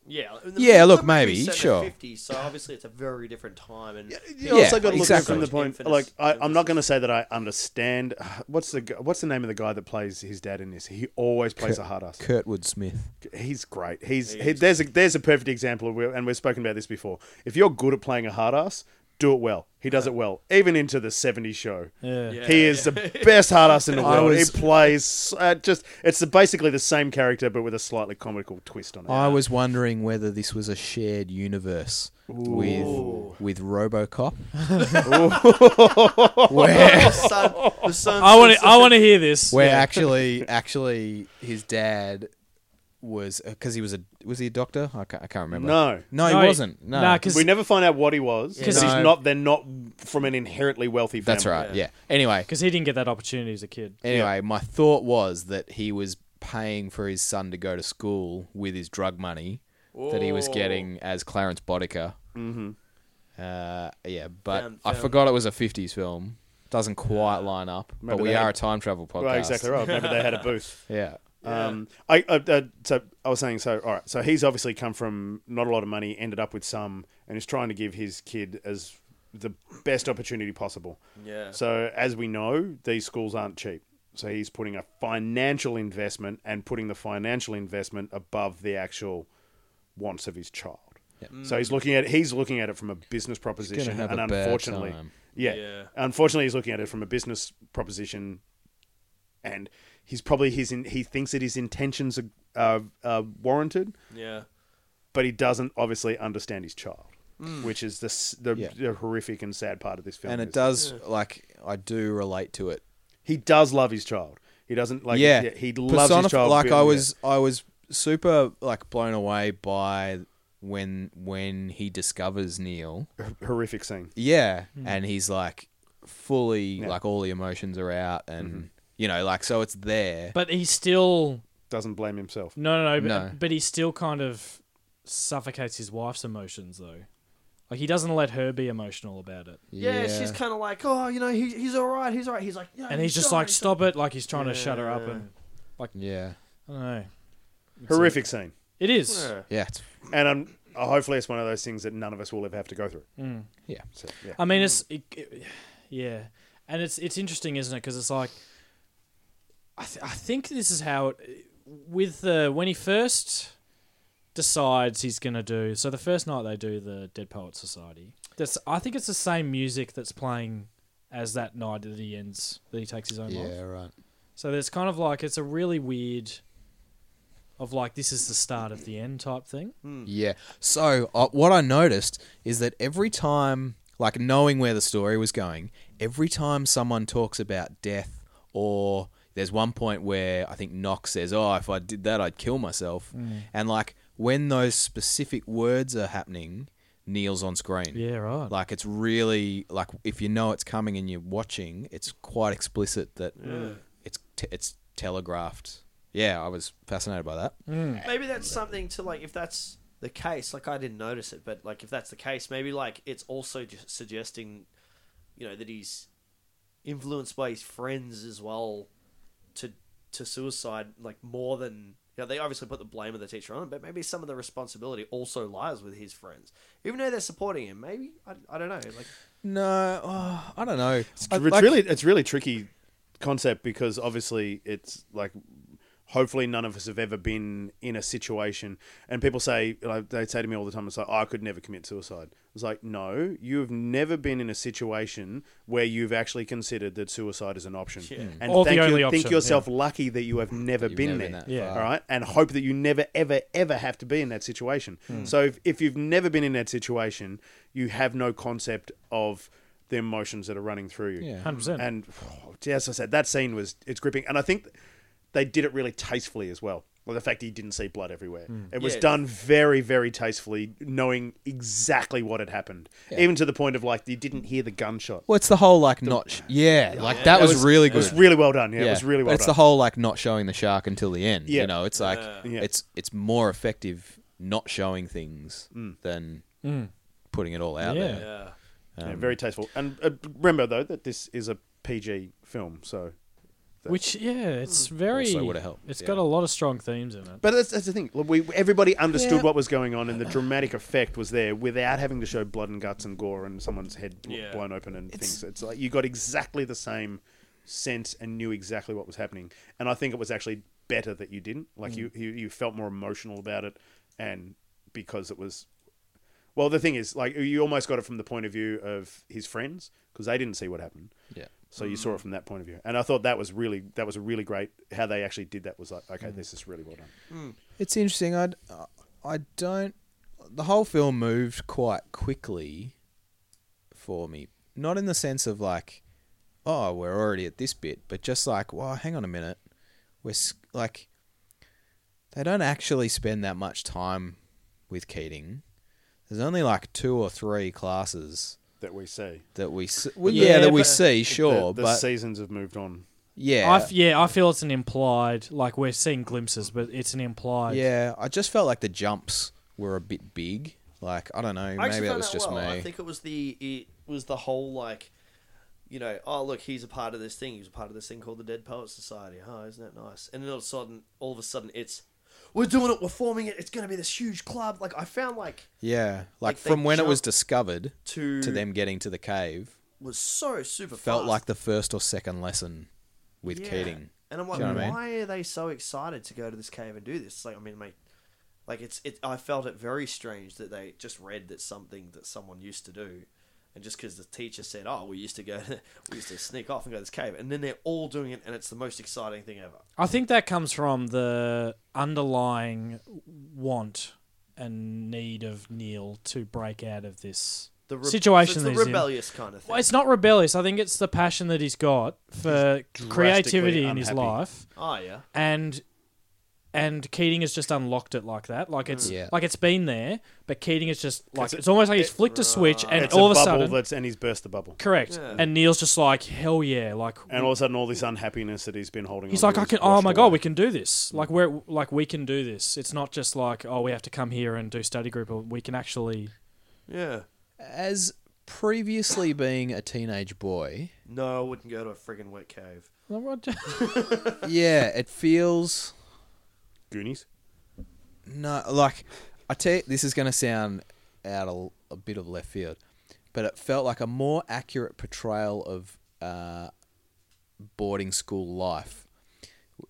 Speaker 3: Yeah. and
Speaker 4: Yeah, look, maybe,
Speaker 3: set in the
Speaker 4: sure.
Speaker 3: 50s, so obviously it's a very different time and
Speaker 2: You
Speaker 4: Yeah,
Speaker 2: also got to look at it
Speaker 4: exactly.
Speaker 2: from the point.
Speaker 3: Infinite-
Speaker 2: Like, I, I'm not going to say that I understand. What's the gu- What's the name of the guy that plays his dad in this? He always plays a hard ass.
Speaker 4: Kurtwood Smith.
Speaker 2: He's great. He's he, there's a there's a perfect example, of where, and we've spoken about this before. If you're good at playing a hard ass, do it well. He does it well, even into the '70s show.
Speaker 1: yeah.
Speaker 3: Yeah.
Speaker 2: He is the best hard ass in the
Speaker 4: I
Speaker 2: world.
Speaker 4: was-
Speaker 2: he plays uh, just it's the, basically the same character, but with a slightly comical twist on it.
Speaker 4: I was wondering whether this was a shared universe with with RoboCop. where
Speaker 3: the sun, the sun
Speaker 1: I want to. I want to hear this.
Speaker 4: where actually actually his dad was because he was a was he a doctor? I can't, I can't remember.
Speaker 2: No.
Speaker 4: no, he
Speaker 1: No, he-
Speaker 4: wasn't. No,
Speaker 1: nah, 'cause-
Speaker 2: We never find out what he was
Speaker 1: Yeah.
Speaker 2: because he's
Speaker 4: No.
Speaker 2: not. They're not from an inherently wealthy family.
Speaker 4: that's right.
Speaker 3: Yeah.
Speaker 4: Yeah. Anyway,
Speaker 1: Because he didn't get that opportunity as a kid.
Speaker 4: anyway, my thought was that he was paying for his son to go to school with his drug money that he was
Speaker 3: Whoa.
Speaker 4: getting as Clarence Boddicker. Mm-hmm. Uh, yeah, but
Speaker 3: Found-
Speaker 4: I
Speaker 3: found-
Speaker 4: forgot it was a '50s film. Doesn't quite line up, but
Speaker 2: Remember
Speaker 4: we
Speaker 2: they
Speaker 4: are
Speaker 2: had-
Speaker 4: a time travel podcast.
Speaker 2: Right, exactly right. Remember they had a booth.
Speaker 4: Yeah.
Speaker 2: Um, I, I, I so I was saying so. All right, so he's obviously come from not a lot of money, ended up with some, and is trying to give his kid as the best opportunity possible.
Speaker 3: Yeah.
Speaker 2: So as we know, these schools aren't cheap. So he's putting a financial investment and putting the financial investment above the actual wants of his child. So he's looking at he's looking at it from a business proposition,
Speaker 4: have
Speaker 2: and
Speaker 4: a bad
Speaker 2: unfortunately,
Speaker 4: time.
Speaker 2: yeah,
Speaker 3: Yeah.
Speaker 2: unfortunately, he's looking at it from a business proposition and he's probably his in, he thinks that his intentions are, are, are warranted,
Speaker 3: Yeah.
Speaker 2: but he doesn't obviously understand his child, which is the s- the,
Speaker 4: Yeah.
Speaker 2: the horrific and sad part of this film.
Speaker 4: and it
Speaker 2: is
Speaker 4: does like I do relate to it.
Speaker 2: he does love his child. He doesn't like
Speaker 4: yeah,
Speaker 2: yeah, he loves
Speaker 4: Personif-
Speaker 2: his child.
Speaker 4: Like
Speaker 2: but-
Speaker 4: I was, I was super like blown away by when when he discovers Neil.
Speaker 2: yeah, h- horrific scene.
Speaker 4: Yeah,
Speaker 3: Hmm.
Speaker 4: and he's like fully
Speaker 2: Yeah.
Speaker 4: like all the emotions are out, and
Speaker 3: Mm-hmm.
Speaker 4: you know, like so it's there.
Speaker 1: But he still
Speaker 2: Doesn't blame himself.
Speaker 1: no no no,
Speaker 4: No.
Speaker 1: But, but he still kind of suffocates his wife's emotions though. Like he doesn't let her be emotional about it,
Speaker 3: Yeah, she's kind of like, oh, you know, he, he's all right, he's all right. He's like, no,
Speaker 1: and he's just
Speaker 3: all
Speaker 1: like,
Speaker 3: right,
Speaker 1: "Stop it!" Like he's trying to shut her up,
Speaker 3: Yeah.
Speaker 1: and
Speaker 4: yeah,
Speaker 1: I don't know.
Speaker 2: horrific scene.
Speaker 1: It is.
Speaker 3: all right."
Speaker 4: yeah. It's
Speaker 2: And um, uh, hopefully it's one of those things that none of us will ever have to go through.
Speaker 4: yeah.
Speaker 2: So, yeah.
Speaker 1: I mean, it's it, it- yeah, and it's it's interesting, isn't it? Because it's like I, th- I think this is how it with the when he first decides he's gonna do. So the first night they do the Dead Poet Society. That's I think it's the same music that's playing as that night that he ends that he takes his own life.
Speaker 4: Yeah, right.
Speaker 1: So there's kind of like it's a really weird of like this is the start of the end type thing.
Speaker 3: hmm.
Speaker 4: Yeah. So uh, what I noticed is that every time, like knowing where the story was going, every time someone talks about death, or there's one point where I think Knox says, "Oh, if I did that, I'd kill myself,"
Speaker 3: Mm.
Speaker 4: and like when those specific words are happening, Neil's on screen.
Speaker 1: Yeah, right.
Speaker 4: Like it's really like if you know it's coming and you're watching, it's quite explicit that it's t- it's telegraphed. Yeah, I was fascinated by that.
Speaker 3: Maybe that's something to like, if that's the case, like I didn't notice it, but like if that's the case, maybe like it's also just suggesting, you know, that he's influenced by his friends as well to to suicide, like more than. You know, they obviously put the blame of the teacher on him, but maybe some of the responsibility also lies with his friends, even though they're supporting him. Maybe I, I don't know. Like
Speaker 4: No, oh, I don't know. I-
Speaker 2: it's
Speaker 4: like-
Speaker 2: really it's really tricky concept because obviously it's like hopefully none of us have ever been in a situation and people say like they say to me all the time it's like "Oh, I could never commit suicide it's like no you've never been in a situation where you've actually considered that suicide is an option and
Speaker 1: Or the
Speaker 2: thank you,
Speaker 1: only
Speaker 2: think
Speaker 1: option,
Speaker 2: yourself lucky that you have never
Speaker 4: You've
Speaker 2: been
Speaker 4: never been
Speaker 2: there
Speaker 4: that
Speaker 1: Yeah.
Speaker 4: far.
Speaker 2: all right and hope that you never ever ever have to be in that situation
Speaker 4: Hmm.
Speaker 2: so if, if you've never been in that situation you have no concept of the emotions that are running through you
Speaker 4: Yeah.
Speaker 1: Hundred percent.
Speaker 2: and oh, gee, as I said, that scene was it's gripping, and I think they did it really tastefully as well. Well, the fact he didn't see blood everywhere,
Speaker 4: Hmm.
Speaker 2: it was
Speaker 3: Yeah.
Speaker 2: done very, very tastefully, knowing exactly what had happened, even to the point of like you didn't hear the gunshot.
Speaker 4: Well, it's the whole like not. Sh- yeah, like that, was, really
Speaker 2: It
Speaker 4: good.
Speaker 2: was really well done. Yeah,
Speaker 4: Yeah.
Speaker 2: it was really
Speaker 4: But
Speaker 2: well
Speaker 4: It's
Speaker 2: done.
Speaker 4: the whole like not showing the shark until the end.
Speaker 2: Yeah.
Speaker 4: You know, it's like
Speaker 2: Yeah.
Speaker 4: it's it's more effective not showing things
Speaker 2: Mm.
Speaker 4: than putting it all out
Speaker 1: Yeah.
Speaker 4: there.
Speaker 3: yeah.
Speaker 2: Yeah, very tasteful. And uh, remember though that this is a PG film, so.
Speaker 1: Which yeah, it's very.
Speaker 4: Hmm. Also would've helped,
Speaker 1: It's
Speaker 4: yeah.
Speaker 1: got a lot of strong themes in it.
Speaker 2: But that's, that's the thing. Look, we everybody understood what was going on, and the dramatic effect was there without having to show blood and guts and gore and someone's head bl-
Speaker 3: Yeah.
Speaker 2: blown open and things. It's like you got exactly the same sense and knew exactly what was happening. And I think it was actually better that you didn't. Like you, you, you felt more emotional about it, and because it was. Well, the thing is, like you almost got it from the point of view of his friends because they didn't see what happened.
Speaker 4: Yeah.
Speaker 2: So you
Speaker 1: Mm.
Speaker 2: saw it from that point of view, and I thought that was really that was a really great how they actually did that was like okay,
Speaker 1: Mm.
Speaker 2: this is really well done.
Speaker 4: It's interesting. I I don't. The whole film moved quite quickly for me. Not in the sense of like, oh, we're already at this bit, but just like, well, hang on a minute. We're s- like, they don't actually spend that much time with Keating. There's only like two or three classes
Speaker 2: that we see.
Speaker 4: that we see. Well,
Speaker 1: Yeah,
Speaker 4: yeah, that we
Speaker 1: but-
Speaker 4: see, sure,
Speaker 2: the, the
Speaker 4: but
Speaker 2: seasons have moved on.
Speaker 4: yeah,
Speaker 1: I f- yeah, I feel it's an implied. Like we're seeing glimpses, but it's an implied.
Speaker 4: yeah. I just felt like the jumps were a bit big. Like I don't know,
Speaker 3: I actually
Speaker 4: maybe that
Speaker 3: found
Speaker 4: was
Speaker 3: out
Speaker 4: just
Speaker 3: well.
Speaker 4: me.
Speaker 3: I think it was the it was the whole like you know, oh look, he's a part of this thing. He was a part of this thing called the Dead Poets Society. Oh, isn't that nice? And then all of a sudden, all of a sudden, it's we're doing it. We're forming it. It's going to be this huge club. Like I found, like
Speaker 4: Yeah, like,
Speaker 3: Like, they
Speaker 4: from when it was
Speaker 3: jumped
Speaker 4: discovered
Speaker 3: to,
Speaker 4: to them getting to the cave,
Speaker 3: was so super
Speaker 4: felt
Speaker 3: fast.
Speaker 4: like the first or second lesson with
Speaker 3: Yeah.
Speaker 4: Keating.
Speaker 3: And I'm like,
Speaker 4: Do you know what I
Speaker 3: why
Speaker 4: mean?
Speaker 3: are they so excited to go to this cave and do this? It's like, I mean, mate, like it's it. I felt it very strange that they just read that something that someone used to do, and just because the teacher said, "Oh, we used to go, to, we used to sneak off and go to this cave," and then they're all doing it, and it's the most exciting thing ever.
Speaker 1: I think that comes from the underlying want and need of Neil to break out of this
Speaker 3: The re-
Speaker 1: situation.
Speaker 3: so
Speaker 1: that he's
Speaker 3: it's the
Speaker 1: in.
Speaker 3: rebellious kind of thing.
Speaker 1: Well, it's not rebellious. I think it's the passion that he's got for creativity in his
Speaker 2: unhappy.
Speaker 1: life,
Speaker 3: oh yeah,
Speaker 1: and and Keating has just unlocked it like that.
Speaker 3: Mm.
Speaker 1: Like it's
Speaker 4: Yeah.
Speaker 1: like it's been there, but Keating is just like
Speaker 2: It's a-
Speaker 1: it's almost like he's flicked a switch, and
Speaker 2: it's
Speaker 1: all of
Speaker 2: a
Speaker 1: a
Speaker 2: bubble
Speaker 1: sudden,
Speaker 2: that's and he's burst the bubble.
Speaker 1: correct.
Speaker 3: Yeah.
Speaker 1: And Neil's just like, hell yeah, like.
Speaker 2: And all of a sudden, all this unhappiness that he's been holding.
Speaker 1: He's like,
Speaker 2: onto
Speaker 1: I
Speaker 2: is
Speaker 1: can. Oh
Speaker 2: washed
Speaker 1: my god,
Speaker 2: away.
Speaker 1: we can do this. Like we're like we can do this. It's not just like oh we have to come here and do study group. Or we can actually.
Speaker 3: yeah.
Speaker 4: As previously being a teenage boy,
Speaker 3: No, I wouldn't go to a friggin' wet cave.
Speaker 4: yeah, it feels
Speaker 2: Goonies.
Speaker 4: no like I tell you, this is going to sound out a, a bit of left field, but it felt like a more accurate portrayal of uh, boarding school life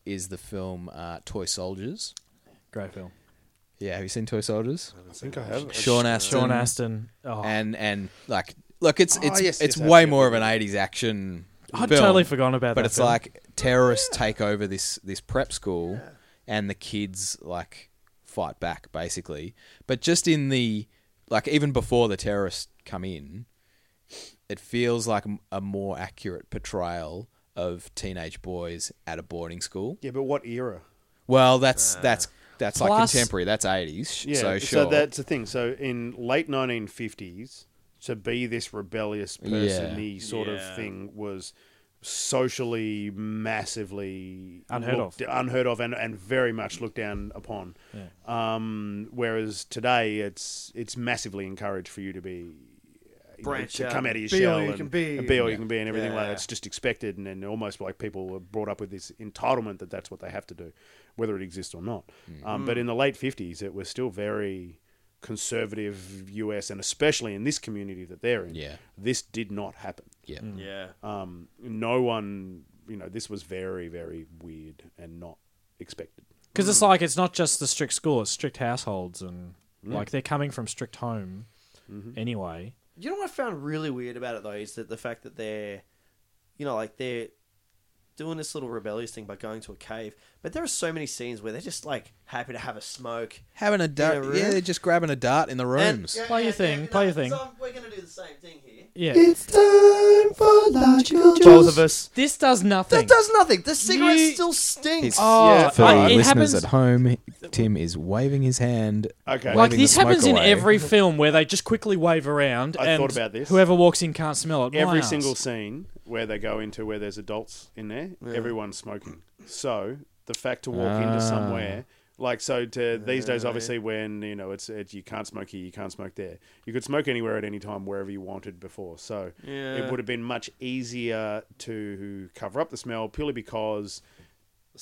Speaker 4: is the film uh, Toy Soldiers.
Speaker 1: Great film.
Speaker 4: Yeah, have you seen Toy Soldiers?
Speaker 2: I think I have.
Speaker 4: Sean Astin.
Speaker 1: Sean Astin. Oh,
Speaker 4: and and like look, it's it's
Speaker 2: yes, yes,
Speaker 4: it's way
Speaker 2: absolutely.
Speaker 4: more of an '80s action.
Speaker 1: I'd
Speaker 4: film,
Speaker 1: totally forgotten about that.
Speaker 4: But it's
Speaker 1: film.
Speaker 4: like terrorists take over this this prep school, and the kids like fight back basically. But just in the like even before the terrorists come in, it feels like m- a more accurate portrayal of teenage boys at a boarding school.
Speaker 2: Yeah, but what era?
Speaker 4: Well, that's
Speaker 1: Ah.
Speaker 4: that's that's like
Speaker 1: Plus-
Speaker 4: contemporary. That's '80s.
Speaker 2: Yeah,
Speaker 4: so sure.
Speaker 2: that's the thing. So in late 1950s, to be this rebellious person y sort
Speaker 3: Yeah.
Speaker 2: of thing was socially massively
Speaker 1: Unheard
Speaker 2: looked-
Speaker 1: of.
Speaker 2: unheard of, and, and very much looked down upon. Um, whereas today, it's it's massively encouraged for you to be you know,
Speaker 3: Branch
Speaker 2: to
Speaker 3: out,
Speaker 2: come out of your
Speaker 3: be
Speaker 2: shell
Speaker 3: all you
Speaker 2: and,
Speaker 3: can be.
Speaker 2: and be all you can be, and everything like
Speaker 3: Yeah.
Speaker 2: that. It's just expected, and, and almost like people were brought up with this entitlement that that's what they have to do, whether it exists or not. Um, but in the late fifties, it was still very conservative U.S. and especially in this community that they're in.
Speaker 4: Yeah.
Speaker 2: this did not happen.
Speaker 4: yeah.
Speaker 3: Yeah.
Speaker 2: Um, no one, you know, this was very very weird and not expected.
Speaker 1: Because it's like it's not just the strict school; it's strict households, and like they're coming from strict home
Speaker 4: Mm-hmm.
Speaker 1: anyway.
Speaker 3: You know what I found really weird about it though is that the fact that they're, you know, like they're doing this little rebellious thing by going to a cave, but there are so many scenes where they're just like happy to have a smoke.
Speaker 4: Having a dart,
Speaker 3: room.
Speaker 4: yeah, they're just grabbing a dart in the rooms.
Speaker 1: Play your thing, play your thing.
Speaker 3: we're gonna do the same thing here.
Speaker 1: Yeah,
Speaker 3: Both of us.
Speaker 1: this does nothing.
Speaker 3: That does nothing. The cigarette
Speaker 1: You-
Speaker 3: still stinks.
Speaker 1: Oh, yeah,
Speaker 4: for
Speaker 1: I-
Speaker 4: our
Speaker 1: it
Speaker 4: listeners
Speaker 1: happens-
Speaker 4: at home, Tim is waving his hand.
Speaker 2: Okay.
Speaker 1: like
Speaker 4: waving the
Speaker 1: this happens
Speaker 4: smoke
Speaker 1: in
Speaker 4: away.
Speaker 1: every film where they just quickly wave around.
Speaker 2: I
Speaker 1: and
Speaker 2: thought about this.
Speaker 1: Whoever walks in can't smell it. My
Speaker 2: every
Speaker 1: ass.
Speaker 2: single scene where they go into where there's adults in there, everyone's smoking. So the fact to walk
Speaker 4: Ah.
Speaker 2: into somewhere like so to these days obviously when you know it's it, you can't smoke here you can't smoke there you could smoke anywhere at any time wherever you wanted before so
Speaker 3: Yeah.
Speaker 2: it would have been much easier to cover up the smell purely because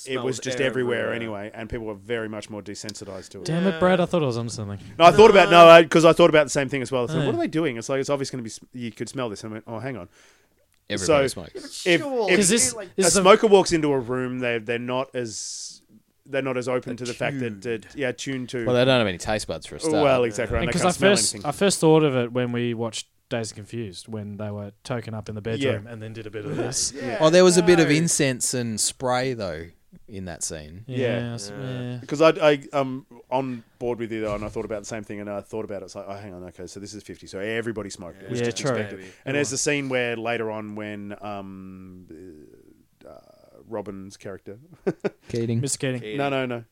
Speaker 2: it was just everywhere, anyway and people were very much more desensitized to it
Speaker 1: Damn it, Brad! I thought I was onto something.
Speaker 2: no, I thought about no because I thought about the same thing as well I thought,
Speaker 1: Yeah.
Speaker 2: what are they doing it's like it's obviously going to be s- you could smell this and I went oh hang on So-
Speaker 4: Everybody smokes.
Speaker 2: if,
Speaker 3: Sure.
Speaker 2: if-
Speaker 1: 'Cause this-
Speaker 3: like-
Speaker 1: this
Speaker 2: a
Speaker 1: is a-
Speaker 2: smoker walks into a room, they they're not as they're not as open to the fact that uh, yeah, tuned to
Speaker 4: Well, they don't have any taste buds for a start.
Speaker 2: well exactly right. and they
Speaker 1: Because
Speaker 2: can't
Speaker 1: I
Speaker 2: smell
Speaker 1: first
Speaker 2: anything.
Speaker 1: I first thought of it when we watched Days and Confused when they were token up in the bedroom and then did a bit of this. yeah.
Speaker 4: oh, there was a bit of incense and spray though in that scene.
Speaker 1: Yeah, s- yeah.
Speaker 2: because I, I um on board with you though, and I thought about the same thing, and I thought about it. It's like, oh, hang on, okay, so this is fifty, so everybody smoked. It was
Speaker 1: Yeah,
Speaker 2: just
Speaker 1: true.
Speaker 2: expected.
Speaker 1: Maybe.
Speaker 2: And there's the scene where later on when um, uh, Robin's character,
Speaker 4: Keating.
Speaker 1: Mr. Keating.
Speaker 3: Keating.
Speaker 2: no, no, no,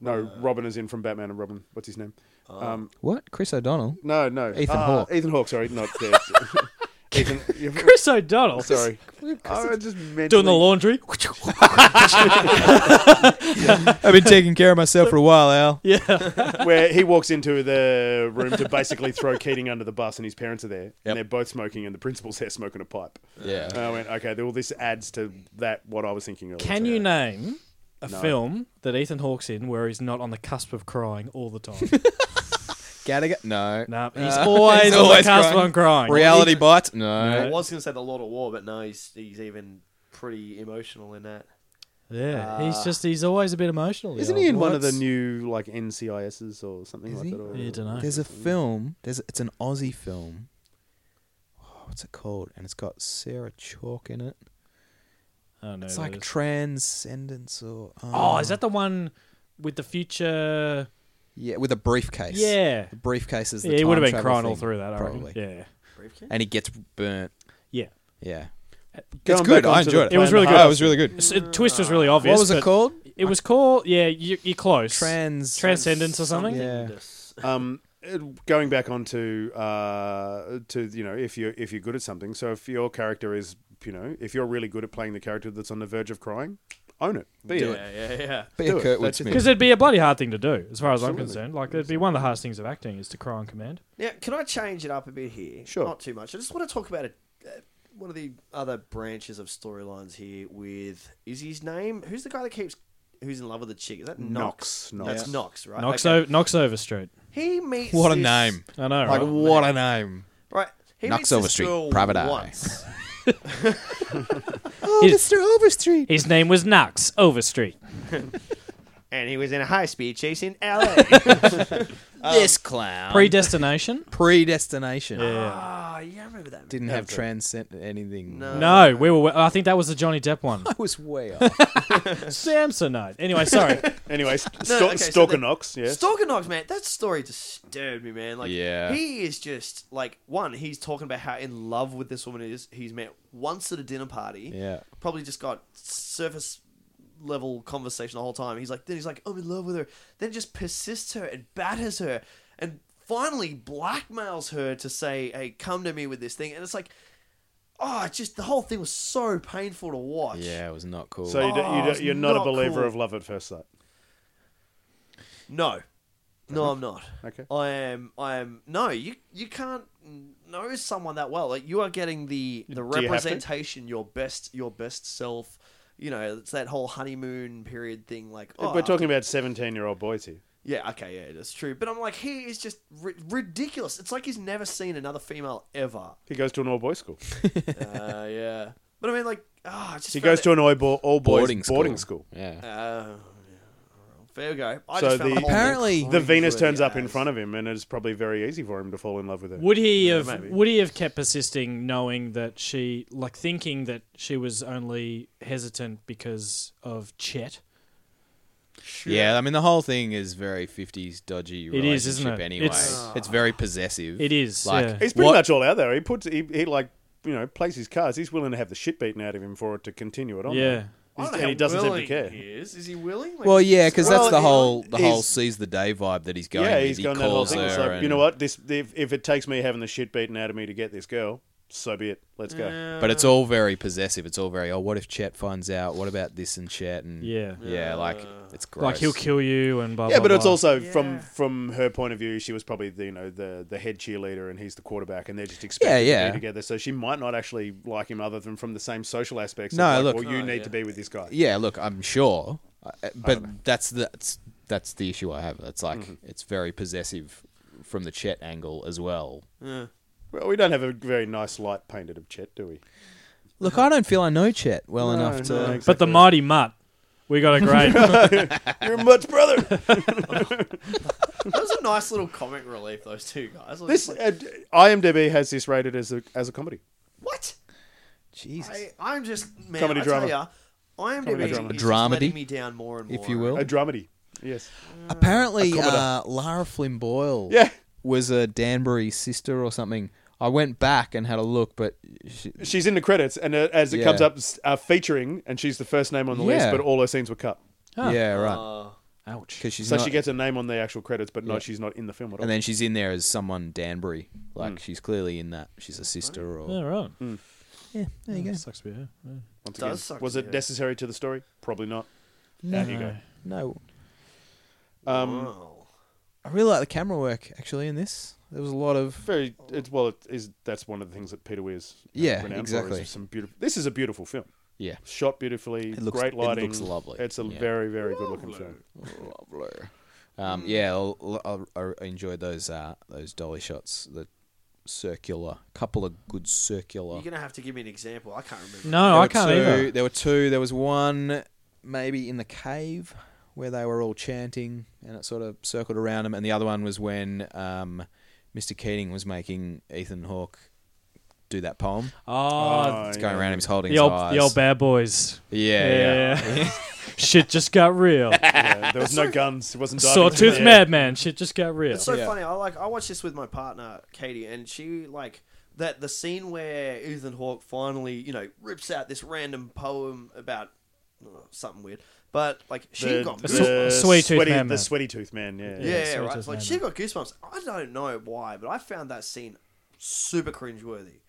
Speaker 2: no,
Speaker 4: Uh,
Speaker 2: Robin is in from Batman and Robin. What's his name? Um,
Speaker 4: What? Chris O'Donnell?
Speaker 2: No, no.
Speaker 4: Uh, Ethan
Speaker 2: Ah,
Speaker 4: Hawke.
Speaker 2: Ethan Hawke, sorry, not uh, Ethan. you-
Speaker 1: Chris O'Donnell.
Speaker 2: Sorry. I was just mentally,
Speaker 1: Doing the laundry.
Speaker 4: I've been taking care of myself for a while, Al.
Speaker 2: Oh,
Speaker 1: Yeah.
Speaker 2: where he walks into the room to basically throw Keating under the bus, and his parents are there,
Speaker 4: Yep.
Speaker 2: and they're both smoking, and the principal's there smoking a pipe.
Speaker 4: Yeah.
Speaker 2: And I went, okay, well, this adds to that what I was thinking earlier.
Speaker 1: Can
Speaker 2: today.
Speaker 1: you name a
Speaker 2: No.
Speaker 1: film that Ethan Hawke's in where he's not on the cusp of crying all the time?
Speaker 4: Gotta get no.
Speaker 1: no,
Speaker 2: Uh,
Speaker 1: he's always
Speaker 4: he's
Speaker 1: on
Speaker 4: always
Speaker 1: the cusp
Speaker 4: crying.
Speaker 1: on crying.
Speaker 4: Reality bites.
Speaker 3: I
Speaker 4: No.
Speaker 3: was gonna say the Lord of War, but no, he's he's even pretty emotional in that.
Speaker 1: Yeah,
Speaker 3: Ah.
Speaker 4: Uh,
Speaker 1: he's just he's always a bit emotional. the
Speaker 2: Isn't
Speaker 1: old
Speaker 2: he in one of the
Speaker 4: What's-
Speaker 2: new like NCISs or something
Speaker 4: Is
Speaker 2: like
Speaker 4: he?
Speaker 2: that? Or...
Speaker 1: Yeah, dunno.
Speaker 4: There's a film. There's it's an Aussie film. Oh, what's it called? And it's got Sarah Chalk in it.
Speaker 1: I don't know.
Speaker 4: It's
Speaker 1: who
Speaker 4: like
Speaker 1: it is.
Speaker 4: transcendence or um,
Speaker 1: oh, is that the one with the future?
Speaker 4: yeah with a briefcase?
Speaker 1: Yeah,
Speaker 4: the briefcase is the
Speaker 1: yeah. He
Speaker 4: time
Speaker 1: would have been
Speaker 4: travel
Speaker 1: crying all
Speaker 4: thing,
Speaker 1: through that. I reckon.
Speaker 4: probably.
Speaker 1: Yeah,
Speaker 3: Briefcase?
Speaker 4: And he gets burnt.
Speaker 1: yeah.
Speaker 4: Yeah,
Speaker 2: Going
Speaker 4: it's good.
Speaker 2: back
Speaker 4: I
Speaker 2: onto the
Speaker 4: enjoyed it.
Speaker 1: It was
Speaker 2: plan
Speaker 1: really good.
Speaker 2: to have-
Speaker 4: Oh, it was really good.
Speaker 1: So, twist was really obvious.
Speaker 4: what was it
Speaker 1: but
Speaker 4: called?
Speaker 1: It was called. Yeah, you, you're close.
Speaker 4: Trans.
Speaker 1: Transcendence or something.
Speaker 4: Yeah.
Speaker 3: Dis-
Speaker 2: Um, it- going back onto uh, to you know if you are if you're good at something. So if your character is you know if you're really good at playing the character that's on the verge of crying, own it. Be
Speaker 4: Do
Speaker 2: it.
Speaker 3: Yeah, yeah, yeah.
Speaker 4: Be a
Speaker 2: Do it.
Speaker 4: Kurtwood
Speaker 2: That's it.
Speaker 4: Smith.
Speaker 1: Because it'd be a bloody hard thing to do, as far as I'm
Speaker 2: Absolutely.
Speaker 1: concerned. Like, it'd be one of the hardest things of acting is to cry on command.
Speaker 3: Now, can I change it up a bit here?
Speaker 2: Sure.
Speaker 3: Not too much. I just want to talk about a, uh, one of the other branches of storylines here with is his name? Who's the guy that keeps who's in love with the chick? Is that
Speaker 2: Knox,
Speaker 3: Knox?
Speaker 2: Knox.
Speaker 3: That's
Speaker 2: Yeah.
Speaker 3: Knox, right?
Speaker 1: Knox,
Speaker 3: Okay.
Speaker 1: o- Knox Overstreet.
Speaker 3: He meets
Speaker 4: What a
Speaker 3: this-
Speaker 4: name!
Speaker 1: I know,
Speaker 4: Like
Speaker 1: right?
Speaker 4: what a name!
Speaker 3: Right. He
Speaker 4: Knox
Speaker 3: meets this
Speaker 4: Overstreet,
Speaker 3: girl
Speaker 4: private eye.
Speaker 3: once.
Speaker 4: Oh,
Speaker 1: He's-
Speaker 4: Overstreet.
Speaker 1: His name was Knox Overstreet.
Speaker 3: and he was in a high speed chase in LA.
Speaker 1: Oh.
Speaker 4: this clown.
Speaker 1: Predestination?
Speaker 4: predestination.
Speaker 1: yeah.
Speaker 3: Ah, yeah, I remember that.
Speaker 4: Didn't have transcend anything.
Speaker 3: No.
Speaker 1: No, we were. I think that was the Johnny Depp one.
Speaker 4: I was way off.
Speaker 1: Samsonite. Anyway, sorry.
Speaker 2: Anyway, st-
Speaker 3: No,
Speaker 2: sto-
Speaker 3: okay, so
Speaker 2: Stalker
Speaker 3: the-
Speaker 2: Knox. Yeah.
Speaker 3: Stalker Knox, man, that story disturbed me, man. Like,
Speaker 4: Yeah.
Speaker 3: he is just like one. He's talking about how in love with this woman he is. He's met once at a dinner party.
Speaker 4: Yeah.
Speaker 3: probably just got surface level conversation the whole time. He's like, then he's like, I'm in love with her. Then just persists her and batters her, and finally blackmails her to say, "Hey, come to me with this thing." And it's like, oh, it's just the whole thing was so painful to watch.
Speaker 4: Yeah, it was not cool.
Speaker 2: So you do,
Speaker 3: Oh,
Speaker 2: you
Speaker 3: it's
Speaker 2: do, you're not,
Speaker 3: not
Speaker 2: a believer
Speaker 3: cool.
Speaker 2: of love at first sight.
Speaker 3: No, no, I'm not.
Speaker 2: Okay.
Speaker 3: I am. I am. No, you you can't know someone that well. Like you are getting the the
Speaker 2: Do you have to?
Speaker 3: representation, your best your best self. You know, it's that whole honeymoon period thing. Like oh,
Speaker 2: We're talking about 17 year old boys here.
Speaker 3: Yeah, okay, yeah, that's true. But I'm like, he is just ri- ridiculous. It's like he's never seen another female ever.
Speaker 2: He goes to an all boys school.
Speaker 3: Uh, yeah, but I mean, like, ah, oh, just
Speaker 2: He
Speaker 3: found
Speaker 2: goes to
Speaker 3: it-
Speaker 2: an all, bo- all boys
Speaker 4: boarding school.
Speaker 2: Boarding school.
Speaker 4: Yeah.
Speaker 3: Oh, yeah. fair go. I
Speaker 2: So
Speaker 3: just found
Speaker 2: the-
Speaker 3: the whole
Speaker 4: Apparently-
Speaker 3: thing
Speaker 2: The
Speaker 3: cringeworthy
Speaker 2: Venus turns up in
Speaker 3: as-
Speaker 2: front of him, and it's probably very easy for him to fall in love with her.
Speaker 1: Would he have?
Speaker 2: maybe.
Speaker 1: Would he have kept persisting, knowing that she, like, thinking that she was only hesitant because of Chet?
Speaker 4: Yeah, I mean the whole thing is very fifties dodgy
Speaker 1: It
Speaker 4: relationship
Speaker 1: is, isn't it?
Speaker 4: anyway. It's,
Speaker 1: It's-
Speaker 4: very possessive.
Speaker 1: It is,
Speaker 4: Like
Speaker 1: yeah.
Speaker 2: He's Ah. pretty
Speaker 4: what-
Speaker 2: much all out there. He puts he, he like you know plays his cards. He's willing to have the shit beaten out of him for it to continue it on.
Speaker 1: Yeah.
Speaker 3: I
Speaker 2: He's-
Speaker 3: don't know
Speaker 2: and he
Speaker 3: how
Speaker 2: doesn't seem to
Speaker 3: willing
Speaker 2: care.
Speaker 3: He is. Is he willing? Like,
Speaker 4: Well, yeah, because
Speaker 2: Well,
Speaker 4: that's the
Speaker 2: he-
Speaker 4: whole the whole
Speaker 2: he's-
Speaker 4: sees the day vibe that he's going.
Speaker 2: yeah,
Speaker 4: with.
Speaker 2: he's
Speaker 4: he
Speaker 2: gone that whole
Speaker 4: calls
Speaker 2: thing. It's
Speaker 4: her
Speaker 2: like
Speaker 4: and-
Speaker 2: you know what? This if, if it takes me having the shit beaten out of me to get this girl, so be it. Let's go.
Speaker 4: But it's all very possessive. It's all very oh, what if Chet finds out? What about this and Chet and
Speaker 1: Yeah.
Speaker 4: yeah, like it's gross.
Speaker 1: Like he'll kill you and blah.
Speaker 2: Yeah,
Speaker 1: blah,
Speaker 2: but it's
Speaker 1: blah.
Speaker 2: also
Speaker 3: Yeah.
Speaker 2: from from her point of view, she was probably the, you know the the head cheerleader, and he's the quarterback, and they're just expected
Speaker 4: Yeah, yeah.
Speaker 2: to be together. So she might not actually like him other than from the same social aspects. of
Speaker 4: No,
Speaker 2: like,
Speaker 4: look-
Speaker 2: well, you
Speaker 3: No,
Speaker 2: need
Speaker 3: yeah.
Speaker 2: to be with this guy.
Speaker 4: Yeah, look, I'm sure, uh,
Speaker 2: Um,
Speaker 4: but that's the, that's that's the issue I have. It's like
Speaker 2: Mm-hmm.
Speaker 4: it's very possessive from the Chet angle as well.
Speaker 2: Well, we don't have a very nice light painted of Chet, do we?
Speaker 4: Look, I don't feel I know Chet well
Speaker 2: Mm-hmm. No,
Speaker 4: enough to.
Speaker 2: no,
Speaker 1: But the
Speaker 2: exactly.
Speaker 1: mighty mutt, we got a great.
Speaker 2: You're much brother.
Speaker 3: that was a nice little comic relief. Those two guys. I was
Speaker 2: This
Speaker 3: like,
Speaker 2: uh, IMDb has this rated as a as a comedy.
Speaker 3: what?
Speaker 4: Jesus.
Speaker 3: I, I'm just man,
Speaker 2: Comedy
Speaker 3: I
Speaker 2: drama.
Speaker 3: Tell ya, IMDb
Speaker 2: Comedy
Speaker 3: is
Speaker 2: drama.
Speaker 3: just
Speaker 4: Dramedy,
Speaker 3: letting me down more and more.
Speaker 4: if you will.
Speaker 2: A dramedy. Yes.
Speaker 4: Apparently, uh, Lara Flynn Boyle
Speaker 2: Yeah.
Speaker 4: was a Danbury sister or something. I went back and had a look, but she,
Speaker 2: She's in the credits, and uh, as it
Speaker 4: Yeah.
Speaker 2: comes up, s- uh, featuring, and she's the first name on the list,
Speaker 4: Yeah.
Speaker 2: but all her scenes were cut.
Speaker 4: yeah, right.
Speaker 3: Uh,
Speaker 1: Ouch.
Speaker 4: Because she's
Speaker 2: So
Speaker 4: not,
Speaker 2: she gets a name on the actual credits, but
Speaker 4: Yeah.
Speaker 2: no, she's not in the film at all.
Speaker 4: and then she's in there as someone Danbury.
Speaker 2: Hmm.
Speaker 4: Like she's clearly in that. She's a sister or
Speaker 1: Yeah, right.
Speaker 2: Mm.
Speaker 4: yeah. There you go.
Speaker 1: Sucks to be her.
Speaker 2: Once
Speaker 3: Does
Speaker 2: again,
Speaker 3: suck
Speaker 2: was
Speaker 3: to
Speaker 2: it
Speaker 3: hear.
Speaker 2: necessary to the story? Probably not.
Speaker 1: No.
Speaker 2: There you go.
Speaker 4: No,
Speaker 2: Um,
Speaker 3: Wow.
Speaker 4: I really like the camera work actually in this. There was a lot of
Speaker 2: very it's well it is that's one of the things that Peter Weir's uh,
Speaker 4: Yeah,
Speaker 2: renowned for
Speaker 4: exactly.
Speaker 2: is some beautiful this is a beautiful film
Speaker 4: yeah,
Speaker 2: shot beautifully
Speaker 4: It looks-
Speaker 2: great
Speaker 4: it
Speaker 2: lighting
Speaker 4: looks lovely.
Speaker 2: it's a
Speaker 4: Yeah.
Speaker 2: very very good looking film
Speaker 4: lovely. Um, yeah, I'll- I'll- I, I enjoyed those uh, those dolly shots. The circular, couple of good circular.
Speaker 3: You're gonna have to give me an example. I can't remember.
Speaker 1: No,
Speaker 4: There
Speaker 1: Oh, I
Speaker 4: were
Speaker 1: can't
Speaker 4: two,
Speaker 1: either.
Speaker 4: There were two. There was one maybe in the cave where they were all chanting, and it sort of circled around them. And the other one was when um, Mr. Keating was making Ethan Hawke do that poem.
Speaker 1: Oh,
Speaker 2: Oh,
Speaker 4: It's going
Speaker 2: yeah.
Speaker 4: around. Him, he's holding
Speaker 1: the
Speaker 4: his
Speaker 1: old
Speaker 4: eyes.
Speaker 1: the old bad boys.
Speaker 4: yeah, yeah.
Speaker 1: Yeah. Shit just got real.
Speaker 2: Yeah, there was no guns it wasn't diving into
Speaker 1: Sawtooth
Speaker 2: the air.
Speaker 1: madman. Shit just got real.
Speaker 3: It's so
Speaker 4: Yeah.
Speaker 3: funny. I like I watched this with my partner Katie, and she like that the scene where Ethan Hawke finally you know rips out this random poem about uh, something weird, but like she
Speaker 2: the,
Speaker 3: got
Speaker 2: the
Speaker 1: sw-
Speaker 3: goosebumps.
Speaker 1: sweaty tooth
Speaker 2: sweaty,
Speaker 1: man,
Speaker 2: the
Speaker 1: man.
Speaker 2: sweaty tooth man yeah
Speaker 3: yeah,
Speaker 1: so it
Speaker 3: right.
Speaker 1: doesn't
Speaker 3: Like she got goosebumps. I don't know why, but I found that scene super cringeworthy.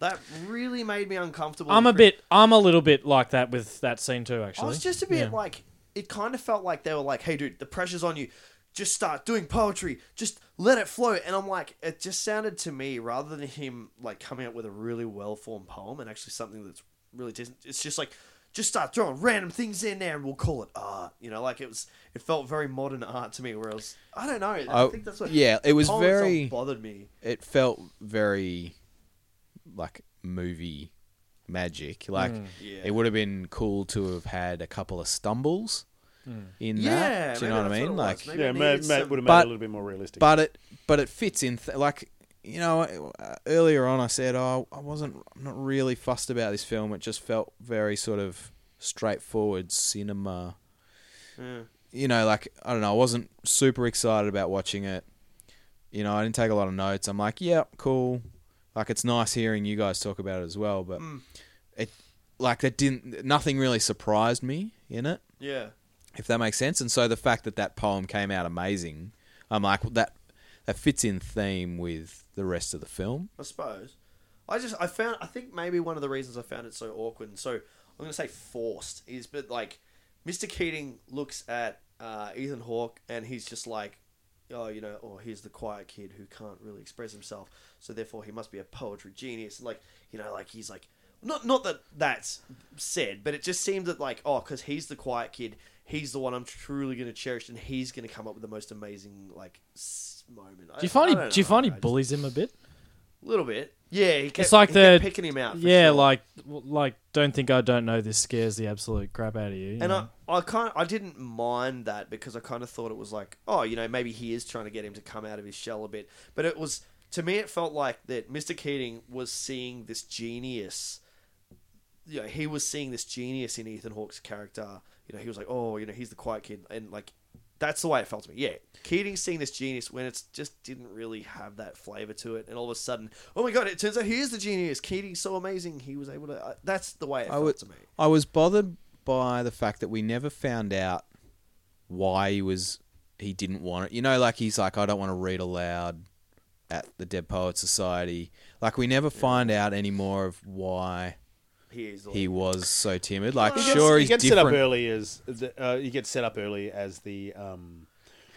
Speaker 3: That really made me uncomfortable.
Speaker 1: I'm a
Speaker 3: and cringe-
Speaker 1: bit. I'm a little bit like that with that scene too. Actually,
Speaker 3: I was just a bit
Speaker 1: Yeah.
Speaker 3: like, it kind of felt like they were like, hey, dude, the pressure's on you. Just start doing poetry. Just let it flow. And I'm like, it just sounded to me, rather than him like coming up with a really well formed poem and actually something that's really decent, it's just like, just start throwing random things in there and we'll call it art. You know, like it was, it felt very modern art to me. Whereas, I don't know. I
Speaker 4: Oh,
Speaker 3: think that's what.
Speaker 4: yeah, it
Speaker 3: the
Speaker 4: was
Speaker 3: poem itself
Speaker 4: very-
Speaker 3: bothered me.
Speaker 4: It felt very like movie magic. Like
Speaker 1: Mm.
Speaker 3: Yeah.
Speaker 4: it would have been cool to have had a couple of stumbles
Speaker 1: Mm.
Speaker 4: in
Speaker 3: Yeah,
Speaker 4: that. Do you
Speaker 3: maybe
Speaker 4: know what I
Speaker 3: that's
Speaker 4: mean?
Speaker 3: what it
Speaker 4: like
Speaker 3: was. Maybe
Speaker 2: yeah
Speaker 3: it
Speaker 2: Matt,
Speaker 3: needed
Speaker 2: Matt
Speaker 3: some-
Speaker 2: would have made it
Speaker 4: But-
Speaker 2: a little bit more realistic
Speaker 4: but it but it fits in th- like you know uh, earlier on I said oh I wasn't I'm not really fussed about this film it just felt very sort of straightforward cinema
Speaker 3: Yeah.
Speaker 4: you know like I don't know I wasn't super excited about watching it you know I didn't take a lot of notes I'm like yeah cool like it's nice hearing you guys talk about it as well but it like that didn't nothing really surprised me in it
Speaker 3: Yeah.
Speaker 4: if that makes sense. And so the fact that that poem came out amazing, I'm like well, that that fits in theme with the rest of the film.
Speaker 3: I suppose. I just I found I think maybe one of the reasons I found it so awkward and so I'm gonna say forced is but like Mr. Keating looks at uh, Ethan Hawke and he's just like, oh you know, oh he's the quiet kid who can't really express himself, so therefore he must be a poetry genius. Like you know, like he's like not not that that's said, but it just seemed that like oh because he's the quiet kid. He's the one I'm truly going to cherish, and he's going to come up with the most amazing like s- moment.
Speaker 1: do you find he, do you find he bullies him a bit?
Speaker 3: little bit. Yeah, he kept,
Speaker 1: It's like
Speaker 3: he kept
Speaker 1: the
Speaker 3: picking him out. for
Speaker 1: Yeah,
Speaker 3: sure.
Speaker 1: like like don't think I don't know. This scares the absolute crap out of you. you
Speaker 3: and
Speaker 1: know?
Speaker 3: I, I kind, I didn't mind that because I kind of thought it was like, oh, you know, maybe he is trying to get him to come out of his shell a bit. But it was to me, it felt like that Mr. Keating was seeing this genius. You know, he was seeing this genius in Ethan Hawke's character. You know, he was like, oh, you know, he's the quiet kid, and like. That's the way it felt to me. Yeah, Keating's seeing this genius when it's just didn't really have that flavor to it, and all of a sudden, oh my god! It turns out he is the genius. Keating's so amazing; he was able to. Uh, that's the way it
Speaker 4: I
Speaker 3: felt
Speaker 4: was
Speaker 3: to me.
Speaker 4: I was bothered by the fact that we never found out why he was he didn't want it. You know, like he's like I don't want to read aloud at the Dead Poet Society. Like we never find out any more of why
Speaker 3: He is. the
Speaker 4: he was so timid. Like
Speaker 2: he gets,
Speaker 4: sure
Speaker 2: he
Speaker 4: he's
Speaker 2: gets set up
Speaker 4: different.
Speaker 2: early as the, uh, he gets set up early as the um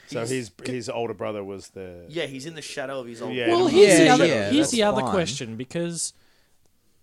Speaker 2: so
Speaker 3: He's-
Speaker 2: his his older brother was the
Speaker 3: Yeah, he's in the shadow of his old.
Speaker 2: Yeah.
Speaker 1: Well,
Speaker 2: Well,
Speaker 1: here's the
Speaker 4: yeah,
Speaker 1: other,
Speaker 4: yeah,
Speaker 1: here's
Speaker 4: that's
Speaker 1: the other
Speaker 4: fine.
Speaker 1: question because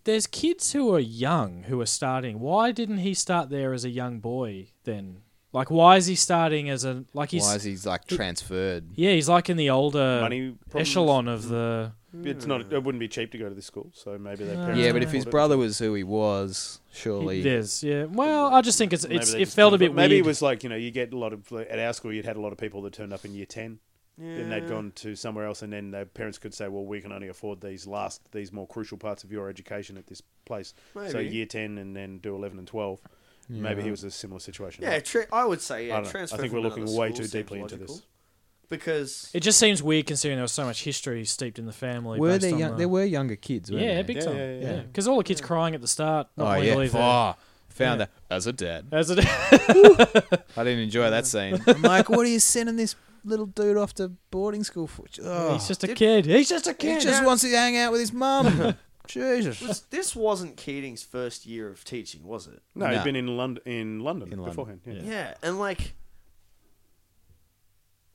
Speaker 1: there's kids who are young who are starting. Why didn't he start there as a young boy then? Like, why is he starting as a like he's
Speaker 4: Why is he like transferred?
Speaker 1: yeah he's like in the older
Speaker 2: Money problems.
Speaker 1: echelon of the
Speaker 2: It's not. It wouldn't be cheap to go to this school, so maybe their parents.
Speaker 4: Yeah, but if his
Speaker 2: afforded it.
Speaker 4: brother was who he was, surely
Speaker 1: Yes, yeah. Well, I just think it's,
Speaker 2: Maybe
Speaker 1: it's
Speaker 2: they
Speaker 1: it
Speaker 2: just
Speaker 1: felt a
Speaker 2: couldn't
Speaker 1: bit
Speaker 2: afford- Maybe
Speaker 1: weird.
Speaker 2: it was like you know you get a lot of at our school you'd had a lot of people that turned up in year ten. And they'd gone to somewhere else, and then their parents could say, "Well, we can only afford these last, these more crucial parts of your education at this place." So
Speaker 3: Maybe.
Speaker 2: year ten, and then do eleven and twelve. Maybe he was a similar situation.
Speaker 3: Yeah, tra- I would say
Speaker 2: I
Speaker 3: yeah.
Speaker 2: don't know.
Speaker 3: Transfer
Speaker 2: I think we're
Speaker 3: from
Speaker 2: looking
Speaker 3: another
Speaker 2: way
Speaker 3: school
Speaker 2: too
Speaker 3: seems
Speaker 2: deeply into this.
Speaker 3: logical. Because
Speaker 1: it just seems weird considering there was so much history steeped in the family.
Speaker 4: were
Speaker 1: based
Speaker 4: there
Speaker 1: on
Speaker 4: young,
Speaker 1: the-
Speaker 4: there were younger kids, weren't
Speaker 1: yeah,
Speaker 4: there?
Speaker 1: big
Speaker 2: Yeah,
Speaker 1: time.
Speaker 2: yeah,
Speaker 1: Yeah,
Speaker 2: yeah.
Speaker 1: because all the kids crying at the start. Not
Speaker 4: oh
Speaker 1: wanting to
Speaker 4: yeah,
Speaker 1: leave there.
Speaker 4: oh, found that as a dad.
Speaker 1: As it-
Speaker 4: I didn't enjoy that scene. I'm like, what are you sending this little dude off to boarding school for? Oh,
Speaker 1: he's just a kid. He's just a
Speaker 4: he
Speaker 1: kid.
Speaker 4: just wants to hang out with his mum. Jesus.
Speaker 3: was- this wasn't Keating's first year of teaching, was it?
Speaker 2: No, he'd
Speaker 4: No.
Speaker 2: been in London, in London
Speaker 4: In London,
Speaker 2: beforehand. Yeah.
Speaker 3: Yeah, and like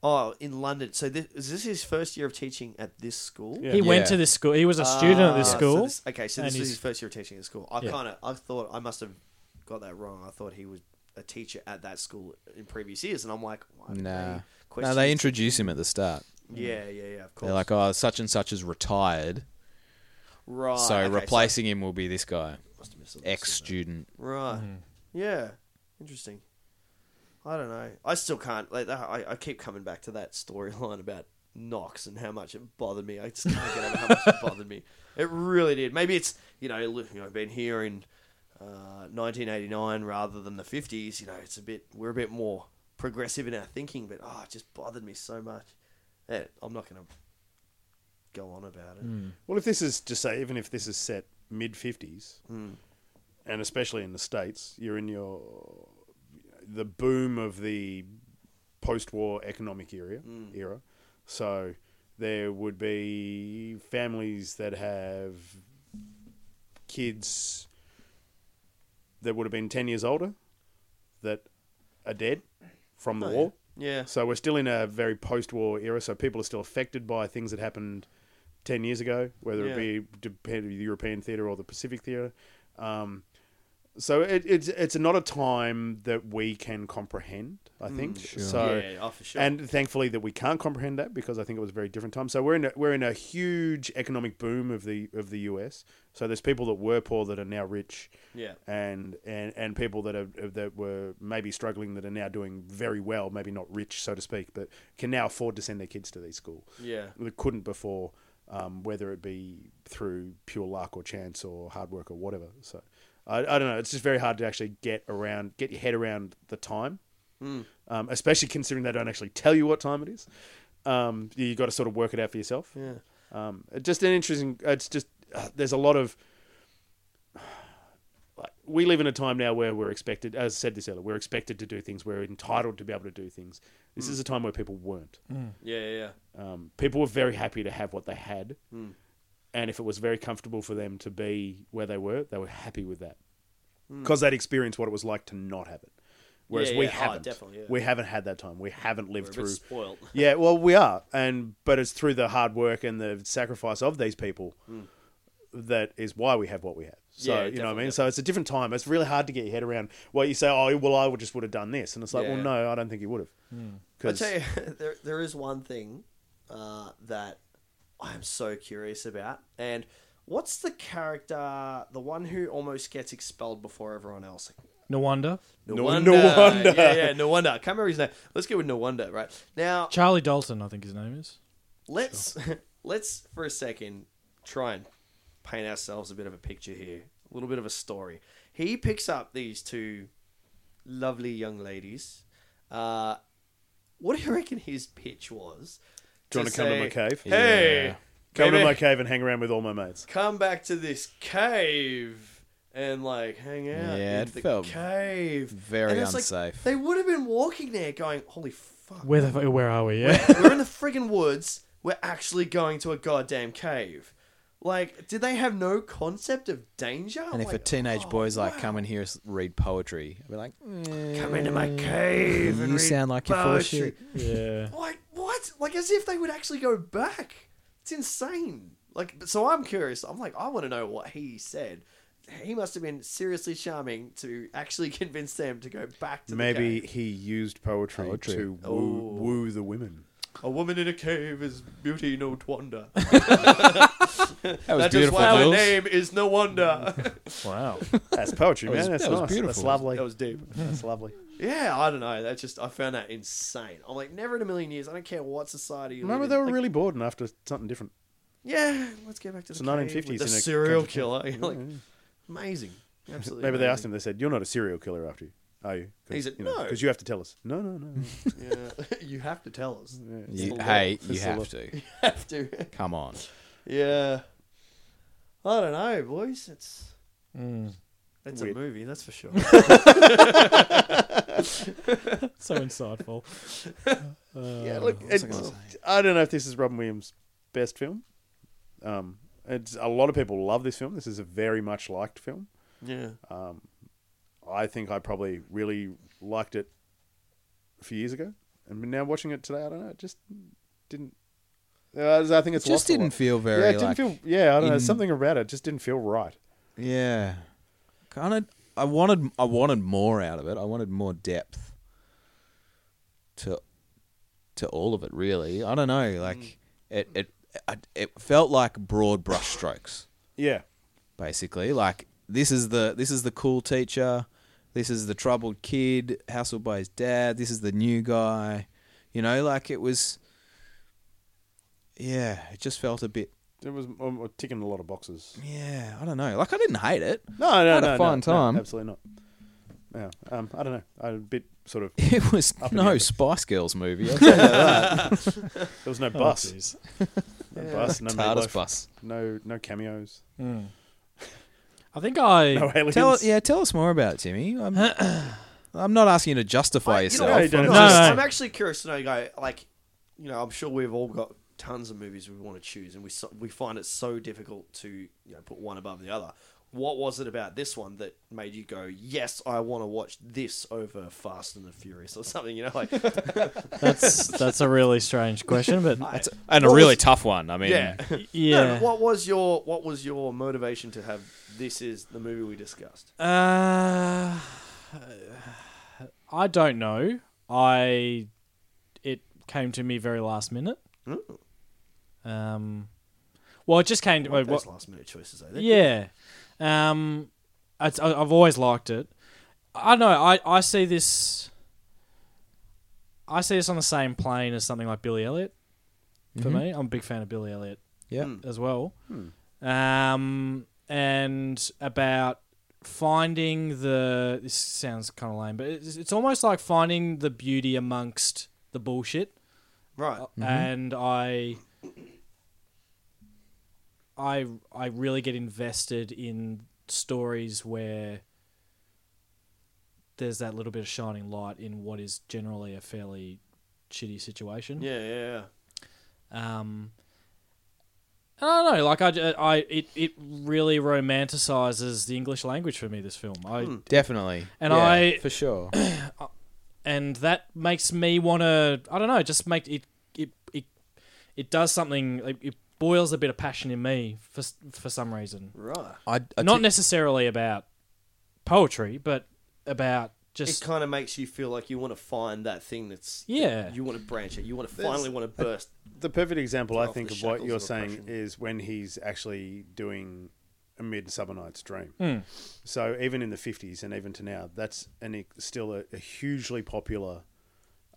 Speaker 3: Oh, in London. So this is this his first year of teaching at this school?
Speaker 2: Yeah.
Speaker 1: He went
Speaker 4: Yeah.
Speaker 1: to this school. He was a student at this
Speaker 3: Ah, so
Speaker 1: school.
Speaker 3: this- okay, so
Speaker 1: and
Speaker 3: this is
Speaker 1: he's-
Speaker 3: his first year of teaching at school. I
Speaker 1: Yeah.
Speaker 3: kind of I thought I must have got that wrong. I thought he was a teacher at that school in previous years, and I'm like, why
Speaker 4: Nah.
Speaker 3: did they
Speaker 4: No,
Speaker 3: question
Speaker 4: they
Speaker 3: this?
Speaker 4: introduce him at the start.
Speaker 3: Yeah, yeah, yeah. Of course.
Speaker 4: They're like, oh, such and such is retired,
Speaker 3: right.
Speaker 1: Oh,
Speaker 4: so
Speaker 3: okay,
Speaker 4: replacing him will be this guy,
Speaker 3: must have missed all this
Speaker 4: ex
Speaker 3: in there.
Speaker 4: student.
Speaker 3: Right.
Speaker 2: Mm.
Speaker 3: Yeah. Interesting. I don't know. I still can't. Like, I, I keep coming back to that storyline about Knox and how much it bothered me. I just can't get over how much it bothered me. It really did. Maybe it's you know, look, you know, been here in uh, 1989 rather than the 50s. You know, it's a bit. We're a bit more progressive in our thinking, but oh, it just bothered me so much. Eh, I'm not going to go on about it.
Speaker 2: Well, if this is just say, even if this is set mid fifties,
Speaker 3: Hmm.
Speaker 2: and especially in the states, you're in your the boom of the post-war economic era.
Speaker 3: Hmm.
Speaker 2: Era, so there would be families that have kids that would have been ten years older that are dead from the
Speaker 3: Oh,
Speaker 2: war.
Speaker 3: Yeah.
Speaker 2: So we're still in a very post-war era. So people are still affected by things that happened ten years ago, whether
Speaker 3: Yeah.
Speaker 2: it be depend the European theater or the Pacific theater. Um, so it, it's it's not a time that we can comprehend. I think so.
Speaker 3: yeah. Oh, for sure.
Speaker 2: And thankfully that we can't comprehend that because I think it was a very different time. So we're in a, we're in a huge economic boom of the of the US. So there's people that were poor that are now rich
Speaker 3: yeah.
Speaker 2: and and and people that are that were maybe struggling that are now doing very well, maybe not rich so to speak, but can now afford to send their kids to these school
Speaker 3: Yeah.
Speaker 2: that couldn't before, um, whether it be through pure luck or chance or hard work or whatever. So I, I don't know. It's just very hard to actually get around, get your head around the time, um, especially considering they don't actually tell you what time it is. Um, you got to sort of work it out for yourself.
Speaker 3: Yeah.
Speaker 2: Um, it's just an interesting. It's just uh, there's a lot of. Like, we live in a time now where we're expected, as I said this earlier, we're expected to do things. We're entitled to be able to do things. This is a time where people weren't.
Speaker 3: Yeah. Yeah. yeah.
Speaker 2: Um, people were very happy to have what they had,
Speaker 3: Hmm.
Speaker 2: and if it was very comfortable for them to be where they were, they were happy with that because they'd experienced what it was like to not have it. Whereas
Speaker 3: Hmm. Yeah,
Speaker 2: we
Speaker 3: yeah. Oh,
Speaker 2: haven't.
Speaker 3: definitely, yeah.
Speaker 2: We haven't had that time. We haven't lived
Speaker 3: We're
Speaker 2: through.
Speaker 3: a bit spoiled.
Speaker 2: yeah, well, we are, and but it's through the hard work and the sacrifice of these people that is why we have what we have. So
Speaker 3: Hmm.
Speaker 2: you
Speaker 3: Yeah,
Speaker 2: know what I
Speaker 3: definitely.
Speaker 2: mean. So it's a different time. It's really hard to get your head around. Well, you say, oh, well, I would just would have done this, and it's like,
Speaker 3: Yeah,
Speaker 2: well,
Speaker 3: yeah. Hmm.
Speaker 2: no, I don't think you would have.
Speaker 3: I
Speaker 2: Because
Speaker 3: tell you, there, there is one thing uh, that I'm so curious about, and what's the character, the one who almost gets expelled before everyone else?
Speaker 1: No wonder.
Speaker 2: No- Nwanda.
Speaker 3: yeah, yeah, no wonder. Can't remember his name. Let's go with no wonder, right now.
Speaker 1: Charlie Dalton, I think his name is.
Speaker 3: Let's let's for a second try and paint ourselves a bit of a picture here, a little bit of a story. He picks up these two lovely young ladies. Uh, what do you reckon his pitch was?
Speaker 2: Do you want to come to my
Speaker 3: say,
Speaker 2: cave?
Speaker 3: Hey,
Speaker 4: Yeah.
Speaker 2: Come
Speaker 3: baby,
Speaker 2: to my cave and hang around with all my mates.
Speaker 3: come back to this cave and like hang out
Speaker 4: Yeah,
Speaker 3: in
Speaker 4: it
Speaker 3: the
Speaker 4: felt
Speaker 3: cave.
Speaker 4: very
Speaker 3: And it's like,
Speaker 4: unsafe.
Speaker 3: they would have been walking there, going, "Holy fuck!
Speaker 1: Where the f- where are we? Yeah.
Speaker 3: we're in the friggin' woods. We're actually going to a goddamn cave. Like, did they have no concept of danger?
Speaker 4: And if
Speaker 3: like,
Speaker 4: a teenage
Speaker 3: oh,
Speaker 4: boy's like, come and hear us read poetry, I'd be like, "Eh,
Speaker 3: come into my cave, and
Speaker 4: you
Speaker 3: read
Speaker 4: sound like you're full of
Speaker 3: poetry.
Speaker 4: shit.
Speaker 1: yeah.
Speaker 3: Like what? Like as if they would actually go back. It's insane. Like so, I'm curious. I'm like, I want to know what he said. He must have been seriously charming to actually convince them to go back to
Speaker 2: Maybe
Speaker 3: the cave.
Speaker 2: he used poetry,
Speaker 4: Poetry.
Speaker 2: to
Speaker 3: Oh.
Speaker 2: woo, woo the women.
Speaker 3: a woman in a cave is beauty no wonder.
Speaker 4: That was
Speaker 3: that is
Speaker 4: beautiful.
Speaker 3: why her
Speaker 4: Jules.
Speaker 3: name is no wonder.
Speaker 1: Wow.
Speaker 2: That's poetry,
Speaker 4: was-
Speaker 2: man. That's
Speaker 4: that was
Speaker 2: nice.
Speaker 4: beautiful.
Speaker 2: That's lovely.
Speaker 3: that was deep.
Speaker 2: That's lovely.
Speaker 3: Yeah, I don't know. That just I found that insane. I'm like, never in a million years. I don't care what society. You
Speaker 2: Remember,
Speaker 3: live
Speaker 2: they
Speaker 3: in.
Speaker 2: were
Speaker 3: Like,
Speaker 2: really bored and after something different.
Speaker 3: Yeah, let's get back to
Speaker 2: It's
Speaker 3: the
Speaker 2: the
Speaker 3: 1950s.
Speaker 2: 1950s
Speaker 3: the
Speaker 2: in a
Speaker 3: serial
Speaker 2: country.
Speaker 3: killer. You're like, amazing. Absolutely.
Speaker 2: Maybe they asked
Speaker 3: amazing.
Speaker 2: him. They said, "You're not a serial killer, after you, are you?"
Speaker 3: He said,
Speaker 2: you know,
Speaker 3: "No."
Speaker 2: because you have to tell us." No, no, no.
Speaker 3: Yeah, you have to tell us. It's
Speaker 4: You-
Speaker 3: the law.
Speaker 4: hey, you
Speaker 2: It's the law.
Speaker 4: have to.
Speaker 3: You have to.
Speaker 4: Come on.
Speaker 3: yeah. I don't know, boys. It's
Speaker 1: Mm.
Speaker 3: it's
Speaker 2: Weird.
Speaker 3: a movie, that's for sure.
Speaker 1: So insightful. Uh,
Speaker 2: yeah, look,
Speaker 4: was I
Speaker 2: it-
Speaker 4: gonna
Speaker 2: I don't know if this is Robin Williams' best film. Um, it's a lot of people love this film. This is a very much liked film.
Speaker 3: yeah.
Speaker 2: I think I probably really liked it a few years ago. and now watching it today, I don't know. It just didn't. Uh, I think it's
Speaker 4: just
Speaker 2: lost a lot.
Speaker 4: didn't feel very.
Speaker 2: Yeah, it didn't
Speaker 4: like,
Speaker 2: feel. Yeah, I don't know.
Speaker 4: in-
Speaker 2: Something about it just didn't feel right.
Speaker 4: Yeah, kind of. I wanted. I wanted more out of it. I wanted more depth. To, to all of it, really. I don't know. Like it. It. I- It felt like broad brush strokes,
Speaker 2: Yeah,
Speaker 4: basically. Like this is the this is the cool teacher. This is the troubled kid hassled by his dad. This is the new guy. You know, like it was. Yeah, it just felt a bit.
Speaker 2: it was um, uh, ticking a lot of boxes.
Speaker 4: Yeah, I don't know. Like I didn't hate it.
Speaker 2: No, no,
Speaker 4: Had a
Speaker 2: no, no,
Speaker 4: fun
Speaker 2: no,
Speaker 4: time.
Speaker 2: absolutely not. Yeah, um, I don't know. I'm a bit sort of.
Speaker 4: It was
Speaker 2: Up in the
Speaker 4: no
Speaker 2: attic.
Speaker 4: Spice Girls movie. I'll tell you that.
Speaker 2: There was no
Speaker 1: Oh,
Speaker 2: bus.
Speaker 1: jeez.
Speaker 2: no bus. No
Speaker 4: TARDIS
Speaker 2: meatloaf,
Speaker 4: bus.
Speaker 2: No, no cameos.
Speaker 1: Mm. I think I.
Speaker 2: No aliens.
Speaker 4: Tell us, yeah, tell us more about it, Timmy. I'm, I'm not asking you to justify
Speaker 3: I- you know,
Speaker 4: yourself.
Speaker 2: Yeah, you don't
Speaker 3: I'm,
Speaker 2: have
Speaker 1: to
Speaker 3: I'm-
Speaker 1: justify.
Speaker 3: I'm actually curious to know, guy. Like, you know, I'm sure we've all got tons of movies we want to choose, and we so, we find it so difficult to you know put one above the other. What was it about this one that made you go, "Yes, I want to watch this over Fast and the Furious" or something? You know, like
Speaker 1: That's that's a really strange question, but
Speaker 3: that's
Speaker 4: and a
Speaker 3: What
Speaker 4: really
Speaker 3: was-
Speaker 4: tough one. I mean,
Speaker 3: yeah.
Speaker 1: yeah.
Speaker 3: No, but what was your what was your motivation to have this is the movie we discussed?
Speaker 1: Uh, I don't know. I it came to me very last minute.
Speaker 3: Ooh,
Speaker 1: Um, well, it just came to
Speaker 3: I like
Speaker 1: what-
Speaker 3: those last minute choices, I think.
Speaker 1: yeah. Um, it's, I, I've always liked it. I don't know. I, I see this. I see this on the same plane as something like Billy Elliot. For me, I'm a big fan of Billy Elliot
Speaker 4: yeah.
Speaker 1: as well. Um, and about finding the. This sounds kind of lame, but it's, it's almost like finding the beauty amongst the bullshit.
Speaker 3: right.
Speaker 1: Uh, And I. I I really get invested in stories where there's that little bit of shining light in what is generally a fairly shitty situation.
Speaker 3: Yeah, yeah, yeah.
Speaker 1: Um, I don't know. Like I, ju- I, it, it really romanticizes the English language for me. This film, I,
Speaker 3: Hmm.
Speaker 4: definitely.
Speaker 1: And
Speaker 4: Yeah,
Speaker 1: I-
Speaker 4: for sure.
Speaker 1: and that makes me want to. I don't know. Just make it, it, it, it does something. Like it boils a bit of passion in me for s- for some reason.
Speaker 3: Right.
Speaker 4: I, I
Speaker 1: Not
Speaker 4: t-
Speaker 1: necessarily about poetry, but about
Speaker 3: It
Speaker 1: just
Speaker 3: kind of makes you feel like you want to find that thing that's that
Speaker 1: Yeah.
Speaker 3: you want to branch it. You want to
Speaker 2: There's-
Speaker 3: finally want to burst.
Speaker 2: The perfect example, I
Speaker 3: off
Speaker 2: think,
Speaker 3: the
Speaker 2: of what
Speaker 3: shackles
Speaker 2: you're
Speaker 3: of
Speaker 2: saying
Speaker 3: oppression.
Speaker 2: is when he's actually doing a Midsummer Night's Dream.
Speaker 1: Mm.
Speaker 2: So even in the 50s and even to now, that's an, ex- still a, a hugely popular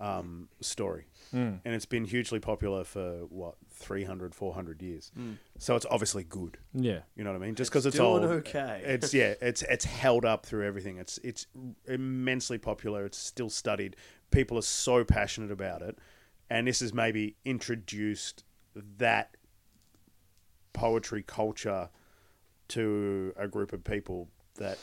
Speaker 2: um, story.
Speaker 1: Mm.
Speaker 2: And it's been hugely popular for, what, 300, 400 years.
Speaker 3: Hmm.
Speaker 2: So it's obviously good.
Speaker 1: yeah.
Speaker 2: You know what I mean? Just because it's,
Speaker 3: doing
Speaker 2: old,
Speaker 3: okay.
Speaker 2: It's yeah, it's it's held up through everything. It's it's immensely popular. It's still studied. People are so passionate about it, and this has maybe introduced that poetry culture to a group of people that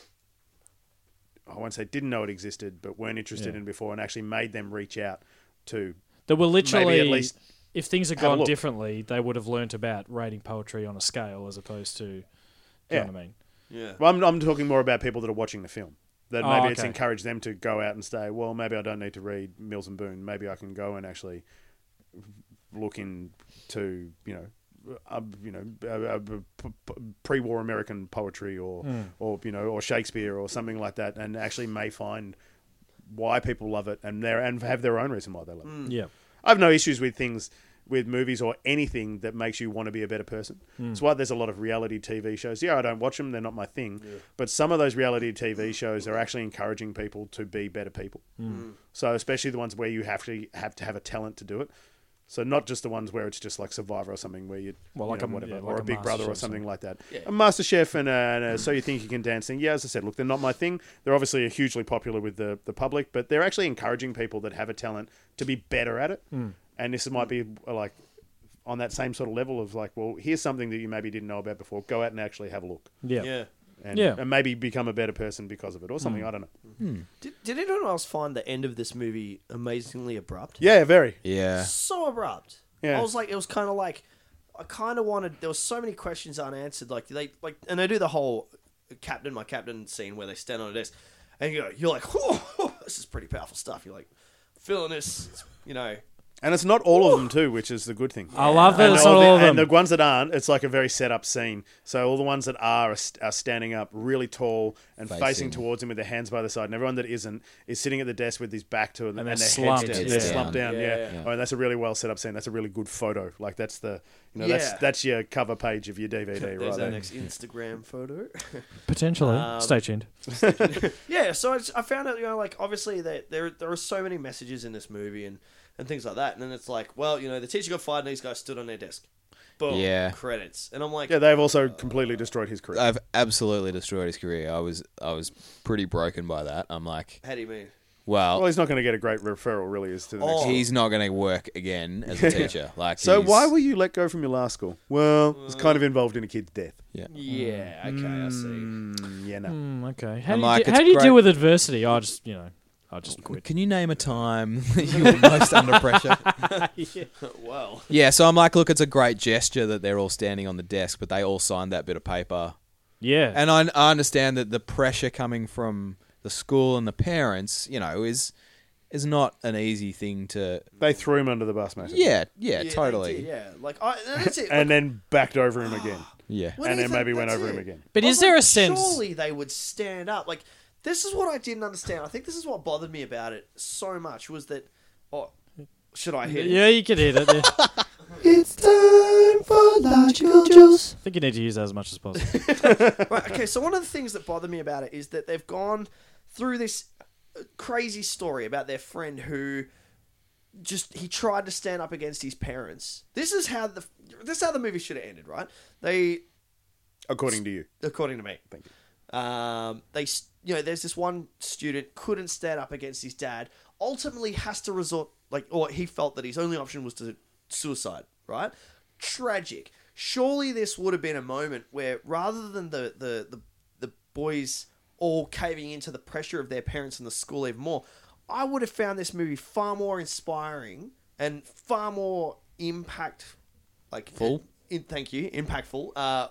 Speaker 2: I won't say didn't know it existed, but weren't interested
Speaker 1: Yeah.
Speaker 2: in before, and actually made them reach out to
Speaker 1: There were literally,
Speaker 2: least
Speaker 1: if things had
Speaker 2: have a
Speaker 1: gone
Speaker 2: look.
Speaker 1: differently, they would have learnt about rating poetry on a scale as opposed to, you
Speaker 2: Yeah.
Speaker 1: know what I mean?
Speaker 3: Yeah.
Speaker 2: Well, I'm, I'm talking more about people that are watching the film. That
Speaker 1: Oh,
Speaker 2: maybe it's
Speaker 1: okay.
Speaker 2: encouraged them to go out and say, well, maybe I don't need to read Mills and Boone. Maybe I can go and actually look into, you know, uh, you know, uh, uh, p- p- pre-war American poetry or,
Speaker 1: Hmm.
Speaker 2: or you know, or Shakespeare or something like that, and actually may find why people love it and their and have their own reason why they love it.
Speaker 1: Yeah.
Speaker 2: I've no issues with things with movies or anything that makes you want to be a better person.
Speaker 1: Hmm.
Speaker 2: It's why there's a lot of reality TV shows. Yeah, I don't watch them; they're not my thing. But some of those reality TV shows are actually encouraging people to be better people.
Speaker 1: Hmm.
Speaker 2: So especially the ones where you have to have to have a talent to do it. So not just the ones where it's just like Survivor or something where you,
Speaker 1: Well,
Speaker 2: you
Speaker 1: like
Speaker 2: know,
Speaker 1: a-
Speaker 2: whatever,
Speaker 1: yeah,
Speaker 2: or
Speaker 1: like
Speaker 2: a
Speaker 1: a
Speaker 2: Big Brother
Speaker 1: MasterChef
Speaker 2: or
Speaker 1: or
Speaker 2: something like that.
Speaker 3: Yeah.
Speaker 2: A Master Chef and, uh, and uh, So You Think You Can Dance thing. Yeah, as I said, look, they're not my thing. They're obviously hugely popular with the the public, but they're actually encouraging people that have a talent to be better at it.
Speaker 1: Hmm.
Speaker 2: And this might be uh, like on that same sort of level of like, well, here's something that you maybe didn't know about before. Go out and actually have a look,
Speaker 1: Yeah.
Speaker 3: Yeah.
Speaker 2: and,
Speaker 1: Yeah. Hmm.
Speaker 2: and maybe become a better person because of it or something. I don't know.
Speaker 3: Did, did anyone else find the end of this movie amazingly abrupt?
Speaker 2: Yeah, very.
Speaker 4: yeah.
Speaker 3: So abrupt.
Speaker 2: Yeah.
Speaker 3: I was like, it was kind of like, I kind of wanted. There was so many questions unanswered. Like they like, and they do the whole captain, my captain scene where they stand on a desk, and you go, you're like, Whoa, this is pretty powerful stuff. You're like, feeling this. It's you know.
Speaker 2: And it's not all of them too, which is the good thing.
Speaker 1: I love that
Speaker 2: and
Speaker 1: it's
Speaker 2: all
Speaker 1: not
Speaker 2: the,
Speaker 1: all of
Speaker 2: and the
Speaker 1: them.
Speaker 2: ones that aren't, it's like a very set up scene. So all the ones that are are, st- are standing up, really tall, and facing.
Speaker 4: Facing.
Speaker 2: towards him with their hands by the side. And everyone that isn't is sitting at the desk with his back to them and,
Speaker 1: they're
Speaker 2: their
Speaker 1: slumped,
Speaker 2: heads down.
Speaker 4: yeah.
Speaker 2: They're slumped down.
Speaker 3: Yeah,
Speaker 2: Yeah.
Speaker 3: yeah, yeah.
Speaker 2: Oh, and that's a really well set up scene. That's a really good photo. Like that's the you know
Speaker 3: Yeah.
Speaker 2: that's that's your cover page of your DVD right
Speaker 3: There's our
Speaker 2: there.
Speaker 3: next Instagram photo.
Speaker 1: Potentially.
Speaker 3: Um,
Speaker 1: Stay tuned.
Speaker 3: yeah, so I, just- I found out, you know, like obviously there there there are so many messages in this movie and and things like that, and then it's like, well, you know, the teacher got fired and these guys stood on their desk. Boom.
Speaker 4: Yeah.
Speaker 3: Credits, and I'm like,
Speaker 2: Yeah, they've also completely destroyed his
Speaker 3: Uh,
Speaker 2: career.
Speaker 4: I've absolutely destroyed his career. I was I was pretty broken by that. I'm like,
Speaker 3: how do you mean?
Speaker 4: well,
Speaker 2: well, he's not going to get a great referral, really, is to the next.
Speaker 3: Oh.
Speaker 4: he's not going to work again as a teacher. Like,
Speaker 2: So
Speaker 4: he's-
Speaker 2: why were you let go from your last school? Well, it's kind
Speaker 3: Uh,
Speaker 2: of involved in a kid's death.
Speaker 4: Yeah.
Speaker 3: Yeah. Okay, I see.
Speaker 2: Mm, yeah, no.
Speaker 1: Mm, okay. How
Speaker 4: I'm
Speaker 1: do you,
Speaker 4: like,
Speaker 1: de-
Speaker 4: it's
Speaker 1: how do you
Speaker 4: great-
Speaker 1: deal with adversity? I just, you know, I just quit.
Speaker 4: Can you name a time that you were most under pressure?
Speaker 3: well,
Speaker 4: Yeah, so I'm like, look, it's a great gesture that they're all standing on the desk, but they all signed that bit of paper.
Speaker 1: Yeah.
Speaker 4: And I, I understand that the pressure coming from the school and the parents, you know, is is not an easy thing to.
Speaker 2: They threw him under the bus, mate.
Speaker 4: Yeah,
Speaker 3: yeah,
Speaker 4: yeah,
Speaker 3: they
Speaker 4: totally.
Speaker 3: did, yeah, like I, that's it.
Speaker 2: And then backed over him again.
Speaker 4: Yeah.
Speaker 3: What do
Speaker 2: and
Speaker 3: you
Speaker 2: then
Speaker 3: think?
Speaker 2: maybe went
Speaker 3: That's
Speaker 2: over him
Speaker 3: it.
Speaker 2: again.
Speaker 1: But
Speaker 3: I
Speaker 1: is
Speaker 3: was
Speaker 1: there
Speaker 3: like,
Speaker 1: a sense?
Speaker 3: Surely they would stand up. Like this is what I didn't understand. I think this is what bothered me about it so much was that. Oh, should I hit? it?
Speaker 1: yeah, you can hear that. Yeah. I
Speaker 6: It's time for logical juice.
Speaker 1: think you need to use that as much as possible.
Speaker 3: Right, okay, so one of the things that bother me about it is that they've gone through this crazy story about their friend who just he tried to stand up against his parents. This is how the this is how the movie should have ended, right? They
Speaker 2: According to you.
Speaker 3: according to me. Thank you. Um, they, s- you know, there's this one student couldn't stand up against his dad. Ultimately, has to resort like, or he felt that his only option was to suicide. Right? Tragic. Surely this would have been a moment where, rather than the the the, the boys all caving into the pressure of their parents and the school even more, I would have found this movie far more inspiring and far more impact, like
Speaker 4: Full?
Speaker 3: In, thank you, impactful. Uh,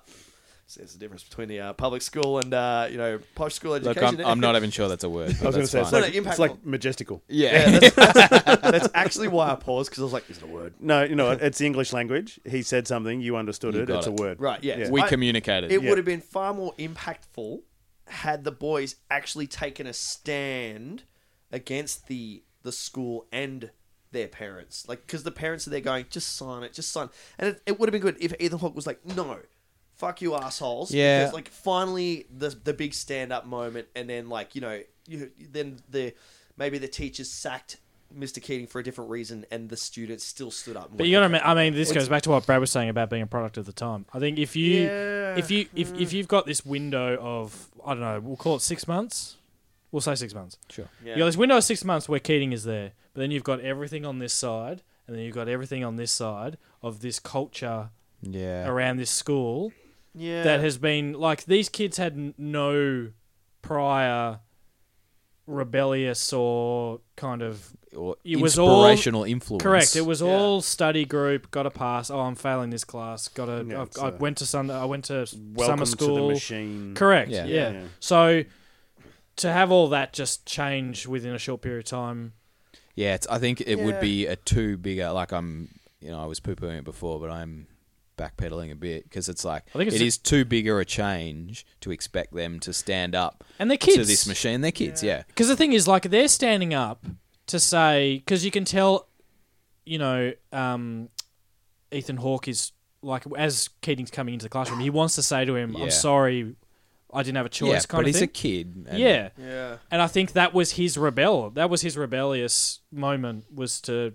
Speaker 3: so there's a difference between the uh, public school and uh, you know posh school
Speaker 4: Look,
Speaker 3: education.
Speaker 4: I'm, I'm not even sure that's a
Speaker 2: I
Speaker 4: word.
Speaker 2: was
Speaker 4: But
Speaker 2: going to
Speaker 4: that's
Speaker 2: say, it's
Speaker 4: fine.
Speaker 2: like,
Speaker 3: No, no,
Speaker 2: it's like
Speaker 3: impactful.
Speaker 2: majestical.
Speaker 4: yeah.
Speaker 3: Yeah, that's, that's, that's actually why I paused because I was like, "Is it a word?"
Speaker 2: No, you know, what, it's the English language. He said something, you understood
Speaker 4: You
Speaker 2: it,
Speaker 4: got
Speaker 2: it's a
Speaker 4: it.
Speaker 2: word.
Speaker 3: Right? Yeah.
Speaker 4: we
Speaker 3: I-
Speaker 4: communicated.
Speaker 3: It
Speaker 2: Yeah.
Speaker 3: would have been far more impactful had the boys actually taken a stand against the the school and their parents. Like, because the parents are there going, "Just sign it, just sign." And it, it would have been good if Ethan Hawke was like, "No." Fuck you, assholes!
Speaker 4: Yeah.
Speaker 3: Because, like finally the the big stand up moment, and then like you know, you, then the maybe the teachers sacked Mr. Keating for a different reason, and the students still stood up. and
Speaker 1: But
Speaker 3: went,
Speaker 1: you gotta,
Speaker 3: "Okay."
Speaker 1: remem- I mean, this goes back to what Brad was saying about being a product of the time. I think if you,
Speaker 3: Yeah. Mm.
Speaker 1: if you, if, if you've got this window of, I don't know, we'll call it six months. We'll say six months.
Speaker 4: Sure.
Speaker 1: You got this window of six months where Keating is there, but then you've got everything on this side, and then you've got everything on this side of this culture
Speaker 4: Yeah.
Speaker 1: around this school
Speaker 3: yeah.
Speaker 1: that has been like these kids had n- no prior rebellious or kind of
Speaker 4: Or
Speaker 1: It was all-
Speaker 4: inspirational influence.
Speaker 1: Correct. It was
Speaker 3: Yeah.
Speaker 1: all study group. Got to pass. Oh, I'm failing this class. Got to.
Speaker 2: Yeah,
Speaker 1: I've
Speaker 2: it's
Speaker 1: I
Speaker 2: a-
Speaker 1: went to sun. I went to s-
Speaker 2: Welcome
Speaker 1: summer
Speaker 2: to the
Speaker 1: school.
Speaker 2: machine.
Speaker 1: Correct.
Speaker 4: Yeah.
Speaker 1: Yeah.
Speaker 2: Yeah.
Speaker 1: So to have all that just change within a short period of time.
Speaker 4: Yeah, it's, I think it would
Speaker 3: Yeah.
Speaker 4: be a too big. A, like I'm, you know, I was poo pooing it before, but I'm backpedaling a bit because it's like
Speaker 1: I think it's
Speaker 4: it
Speaker 1: a-
Speaker 4: is too bigger a change to expect them to stand up
Speaker 1: And they're
Speaker 4: to
Speaker 1: kids.
Speaker 4: this machine. They're kids, yeah.
Speaker 1: Because the thing is, like, they're standing up to say because you can tell, you know, um, Ethan Hawke is like as Keating's coming into the classroom, he wants to say to him,
Speaker 4: Yeah.
Speaker 1: "I'm sorry, I didn't have a choice."
Speaker 4: Yeah,
Speaker 1: kind
Speaker 4: but
Speaker 1: of
Speaker 4: he's a
Speaker 1: thing.
Speaker 4: kid. and-
Speaker 1: yeah.
Speaker 3: yeah.
Speaker 1: And I think that was his rebel. That was his rebellious moment was to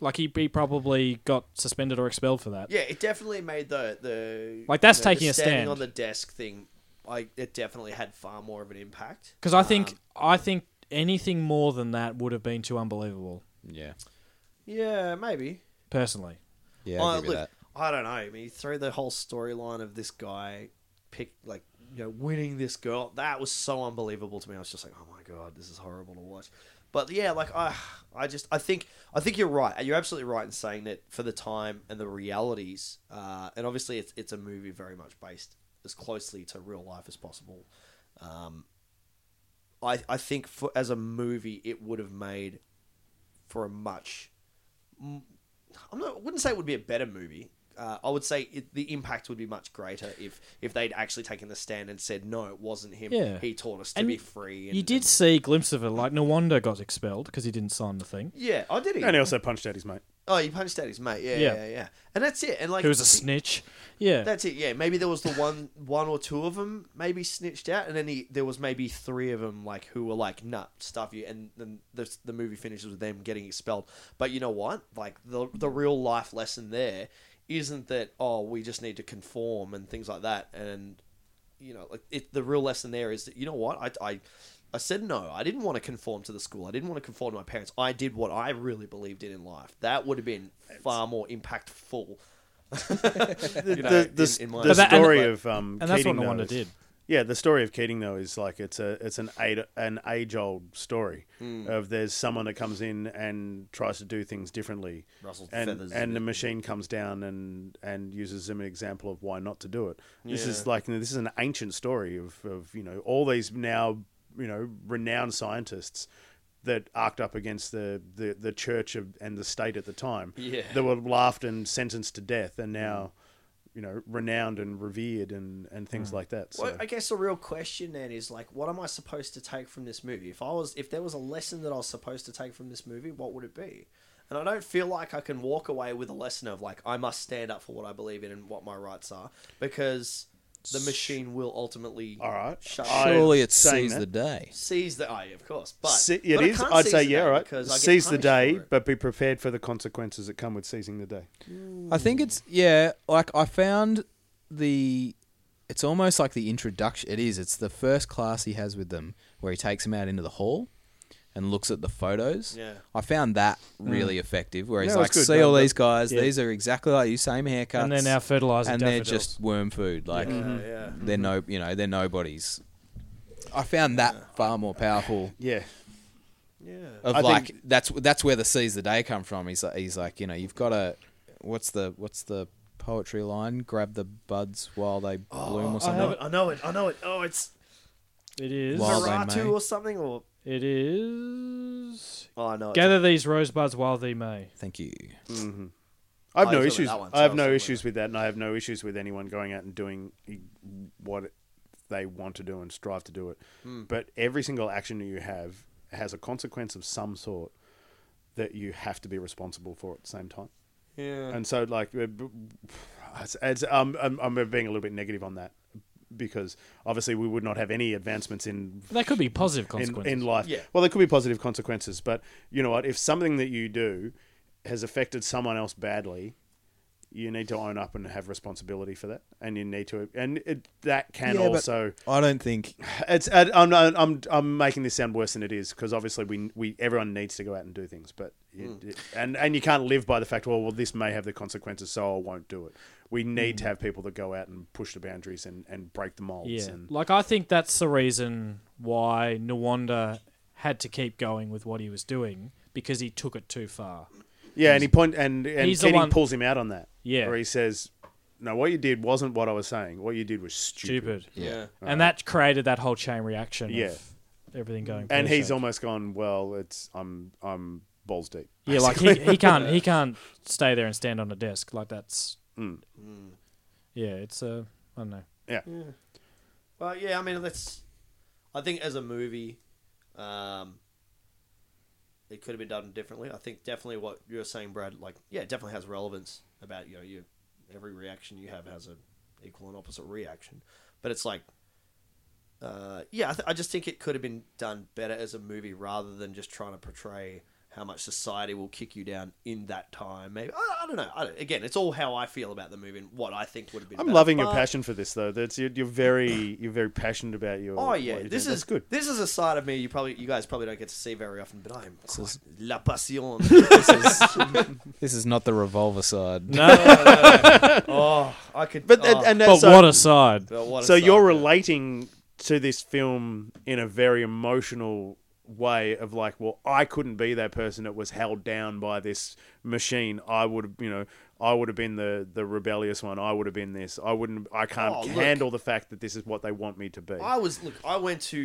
Speaker 1: like he, he probably got suspended or expelled for that.
Speaker 3: Yeah, it definitely made the the
Speaker 1: Like, that's
Speaker 3: you
Speaker 1: taking
Speaker 3: the
Speaker 1: a
Speaker 3: standing
Speaker 1: stand.
Speaker 3: on the desk thing. Like it definitely had far more of an impact. Um,
Speaker 1: Cuz I think I think anything more than that would have been too unbelievable
Speaker 4: yeah,
Speaker 3: Yeah, maybe.
Speaker 1: personally.
Speaker 4: yeah.
Speaker 3: Uh,
Speaker 2: Oh,
Speaker 4: I'll give you that.
Speaker 3: look, I don't know. I mean, you throw the whole storyline of this guy pick like you know winning this girl. That was so unbelievable to me. I was just like, oh my god, this is horrible to watch. But yeah, like I, I just I think I think you're right. You're absolutely right in saying that for the time and the realities, uh, and obviously it's it's a movie very much based as closely to real life as possible. Um, I I think for as a movie, it would have made for a much mm, I'm not, I wouldn't say it would be a better movie. Uh, I would say it, the impact would be much greater if, if they'd actually taken the stand and said no, it wasn't him.
Speaker 1: Yeah.
Speaker 3: he taught us to
Speaker 1: And
Speaker 3: be free. And,
Speaker 1: you did
Speaker 3: and-
Speaker 1: see a glimpse of it. Like, no wonder got expelled because he didn't sign the thing.
Speaker 3: yeah, I did. He?
Speaker 2: And he also punched out his mate.
Speaker 3: oh, he punched out his mate. Yeah,
Speaker 1: Yeah.
Speaker 3: yeah, yeah, And that's it. And like,
Speaker 1: Who was a snitch? Yeah.
Speaker 3: That's it. Yeah, maybe there was the one, one or two of them maybe snitched out, and then he, there was maybe three of them like who were like, "Nah, stuff you." And then the, the movie finishes with them getting expelled. But you know what? Like the the real life lesson there isn't that oh we just need to conform and things like that. And you know, like it, the real lesson there is that you know what I. I I said no. I didn't want to conform to the school. I didn't want to conform to my parents. I did what I really believed in in life. That would have been far more impactful
Speaker 2: The,
Speaker 3: You know,
Speaker 2: the,
Speaker 3: in-
Speaker 2: the,
Speaker 3: in my-
Speaker 2: the
Speaker 3: But
Speaker 1: that- and-
Speaker 2: story of um,
Speaker 1: and that's what
Speaker 2: Keating, though,
Speaker 1: no wonder
Speaker 2: is-
Speaker 1: did.
Speaker 2: Yeah, the story of Keating though is like it's a it's an age an age old story
Speaker 3: Hmm.
Speaker 2: of there's someone that comes in and tries to do things differently,
Speaker 3: Ruffles the
Speaker 2: and
Speaker 3: feathers a
Speaker 2: and the
Speaker 3: bit.
Speaker 2: machine comes down and and uses them an example of why not to do it. This is
Speaker 3: Yeah.
Speaker 2: like this is an ancient story of of you know all these now you know renowned scientists that arced up against the the, the church of, and the state at the time
Speaker 3: Yeah.
Speaker 2: that were laughed and sentenced to death and now. You know, renowned and revered, and and things like that. So.
Speaker 3: Well, I guess the real question then is like, what am I supposed to take from this movie? If I was, if there was a lesson that I was supposed to take from this movie, what would it be? And I don't feel like I can walk away with a lesson of like, I must stand up for what I believe in and what my rights are, because the machine will ultimately
Speaker 2: All right.
Speaker 3: shut
Speaker 2: I-
Speaker 3: down.
Speaker 4: Surely it
Speaker 2: saying
Speaker 4: sees
Speaker 2: that-
Speaker 4: the day.
Speaker 3: Seize the eye, of course, but
Speaker 2: Se- it
Speaker 3: but I
Speaker 2: is.
Speaker 3: can't
Speaker 2: I'd
Speaker 3: seize
Speaker 2: say
Speaker 3: the
Speaker 2: yeah,
Speaker 3: day
Speaker 2: right.
Speaker 3: because I get
Speaker 2: Seize the
Speaker 3: punished
Speaker 2: day,
Speaker 3: for it.
Speaker 2: but be prepared for the consequences that come with seizing the day.
Speaker 4: I think it's yeah, like I found the it's almost like the introduction it is, it's the first class he has with them where he takes them out into the hall and looks at the photos.
Speaker 3: Yeah.
Speaker 4: I found that
Speaker 1: Mm.
Speaker 4: really effective where he's
Speaker 2: Yeah,
Speaker 4: like,
Speaker 2: it's good,
Speaker 4: see all
Speaker 2: no,
Speaker 4: these guys,
Speaker 1: yeah.
Speaker 4: these are exactly like you, same haircuts.
Speaker 1: And they're now fertilizing
Speaker 4: and they're
Speaker 1: daffodils.
Speaker 4: just worm food. Like
Speaker 3: Yeah, yeah.
Speaker 4: they're no you know, they're nobodies. I found that far more powerful
Speaker 2: Yeah.
Speaker 3: yeah.
Speaker 4: of
Speaker 2: I
Speaker 4: like
Speaker 2: think-
Speaker 4: that's that's where the seize the day come from. He's like, he's like you know you've got to what's the what's the poetry line? Grab the buds while they bloom or
Speaker 3: I
Speaker 4: something.
Speaker 3: know it. I know it. I know it. Oh, it's
Speaker 1: It is.
Speaker 4: While they may.
Speaker 3: Haratu or something, or
Speaker 1: It is.
Speaker 3: oh, I know. it's-
Speaker 1: Gather these rosebuds while they may.
Speaker 4: Thank you.
Speaker 2: I have
Speaker 3: Oh,
Speaker 2: no
Speaker 3: he's talking
Speaker 2: issues.
Speaker 3: about that one,
Speaker 2: I have
Speaker 3: so
Speaker 2: no
Speaker 3: it's
Speaker 2: issues with that, and I have no issues with anyone going out and doing e, what they want to do and strive to do it.
Speaker 3: Hmm.
Speaker 2: But every single action that you have has a consequence of some sort that you have to be responsible for at the same time.
Speaker 3: Yeah.
Speaker 2: And so, like, uh, b- it's, it's, um, I'm, I'm being a little bit negative on that because obviously we would not have any advancements in
Speaker 1: That could be positive
Speaker 2: in,
Speaker 1: consequences.
Speaker 2: in life.
Speaker 3: Yeah.
Speaker 2: Well, there could be positive consequences, but you know what? If something that you do has affected someone else badly, you need to own up and have responsibility for that, and you need to, and it, that can also.
Speaker 4: I don't think
Speaker 2: It's. I- I'm. uh, I'm. I'm making this sound worse than it is because obviously we we everyone needs to go out and do things, but you,
Speaker 1: Hmm.
Speaker 2: and and you can't live by the fact. "Oh, Well, well, this may have the consequences, so I won't do it. We need
Speaker 1: Hmm.
Speaker 2: to have people that go out and push the boundaries and, and break the molds.
Speaker 1: Yeah.
Speaker 2: And
Speaker 1: Like, I think that's the reason why Nwanda had to keep going with what he was doing because he took it too far.
Speaker 2: Yeah, and he point and and
Speaker 1: He's the
Speaker 2: Keating
Speaker 1: one-
Speaker 2: pulls him out on that.
Speaker 1: Yeah.
Speaker 2: where he says, "No, what you did wasn't what I was saying. What you did was stupid."
Speaker 1: Stupid.
Speaker 3: yeah.
Speaker 1: And that created that whole chain reaction.
Speaker 2: Yeah.
Speaker 1: Of everything going.
Speaker 2: And he's
Speaker 1: pear-shaped.
Speaker 2: almost gone. Well, it's I'm I'm balls deep.
Speaker 1: Yeah, like he, he can't he can't stay there and stand on a desk like that's. Mm. Yeah, it's uh, I don't know.
Speaker 2: Yeah,
Speaker 3: Well, yeah, I mean, that's. I think as a movie, um, it could have been done differently. I think definitely what you're saying, Brad, like, yeah, it definitely has relevance about, you know, you, every reaction you have has a equal and opposite reaction. But it's like, uh, yeah, I, th- I just think it could have been done better as a movie rather than just trying to portray how much society will kick you down in that time. Maybe I, I don't know. I don't, again, it's all how I feel about the movie and what I think would have been.
Speaker 2: I'm
Speaker 3: better.
Speaker 2: loving your
Speaker 3: But-
Speaker 2: passion for this though. That's you're, you're very you're very passionate about your.
Speaker 3: Oh
Speaker 2: what
Speaker 3: yeah,
Speaker 2: you're doing.
Speaker 3: this
Speaker 2: That's
Speaker 3: is
Speaker 2: good.
Speaker 3: This is a side of me you probably you guys probably don't get to see very often, but I'm
Speaker 4: is-
Speaker 3: la passion.
Speaker 4: this is this is not the revolver side.
Speaker 1: No,
Speaker 3: oh, I could.
Speaker 2: But
Speaker 3: oh,
Speaker 2: that and
Speaker 1: but
Speaker 2: that's so,
Speaker 1: what a side.
Speaker 3: but what a
Speaker 2: so
Speaker 3: side,
Speaker 2: you're
Speaker 3: yeah.
Speaker 2: relating to this film in a very emotional way of like, well, I couldn't be that person that was held down by this machine. I would, you know, I would have been the the rebellious one. I would have been this. I wouldn't. I can't
Speaker 3: Oh, look.
Speaker 2: handle the fact that this is what they want me to be.
Speaker 3: I was look. I went to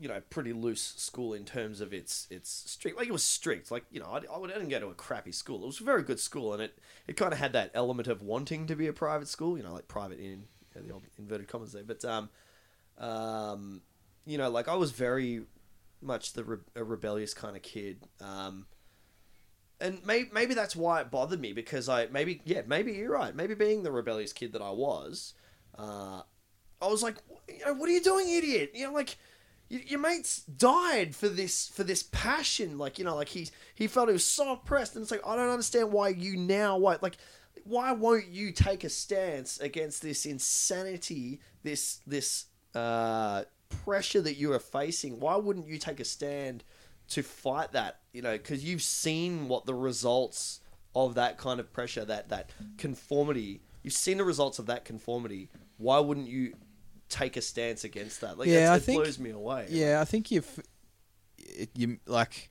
Speaker 3: you know pretty loose school in terms of its its strict. Like it was strict. Like you know I, I would- I didn't go to a crappy school. It was a very good school, and it it kind of had that element of wanting to be a private school. You know, like private in you know, the old inverted commas there. But um, um, you know, like I was very much the re- a rebellious kind of kid. Um, and maybe maybe that's why it bothered me because I maybe yeah maybe you're right maybe being the rebellious kid that I was, uh, I was like you know what are you doing idiot you know like y- your mates died for this for this passion like you know like he he felt he was so oppressed and it's like I don't understand why you now why like why won't you take a stance against this insanity this this uh, pressure that you are facing why wouldn't you take a stand to fight that, you know, because you've seen what the results of that kind of pressure, that that conformity, you've seen the results of that conformity. Why wouldn't you take a stance against that? Like,
Speaker 4: Yeah,
Speaker 3: that's,
Speaker 4: I
Speaker 3: it
Speaker 4: think-
Speaker 3: blows me away.
Speaker 4: Yeah, I think you've it, you like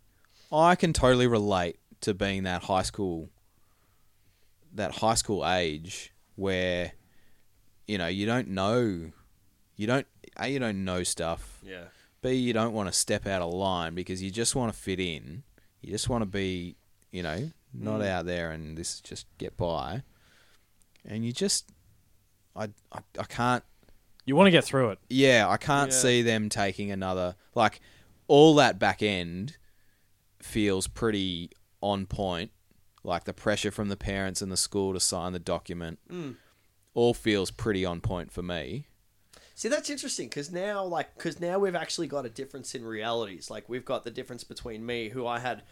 Speaker 4: I can totally relate to being that high school that high school age where you know, you don't know you don't A you don't know stuff.
Speaker 3: yeah,
Speaker 4: B you don't want to step out of line because you just want to fit in. You just want to be, you know, not out there and this is just get by. And you just I I, I can't
Speaker 1: You want to get through it.
Speaker 4: yeah, I can't
Speaker 3: Yeah.
Speaker 4: see them taking another like all that back end feels pretty on point. Like the pressure from the parents and the school to sign the document all feels pretty on point for me.
Speaker 3: See, that's interesting because now, like, because now we've actually got a difference in realities. Like, we've got the difference between me, who I had,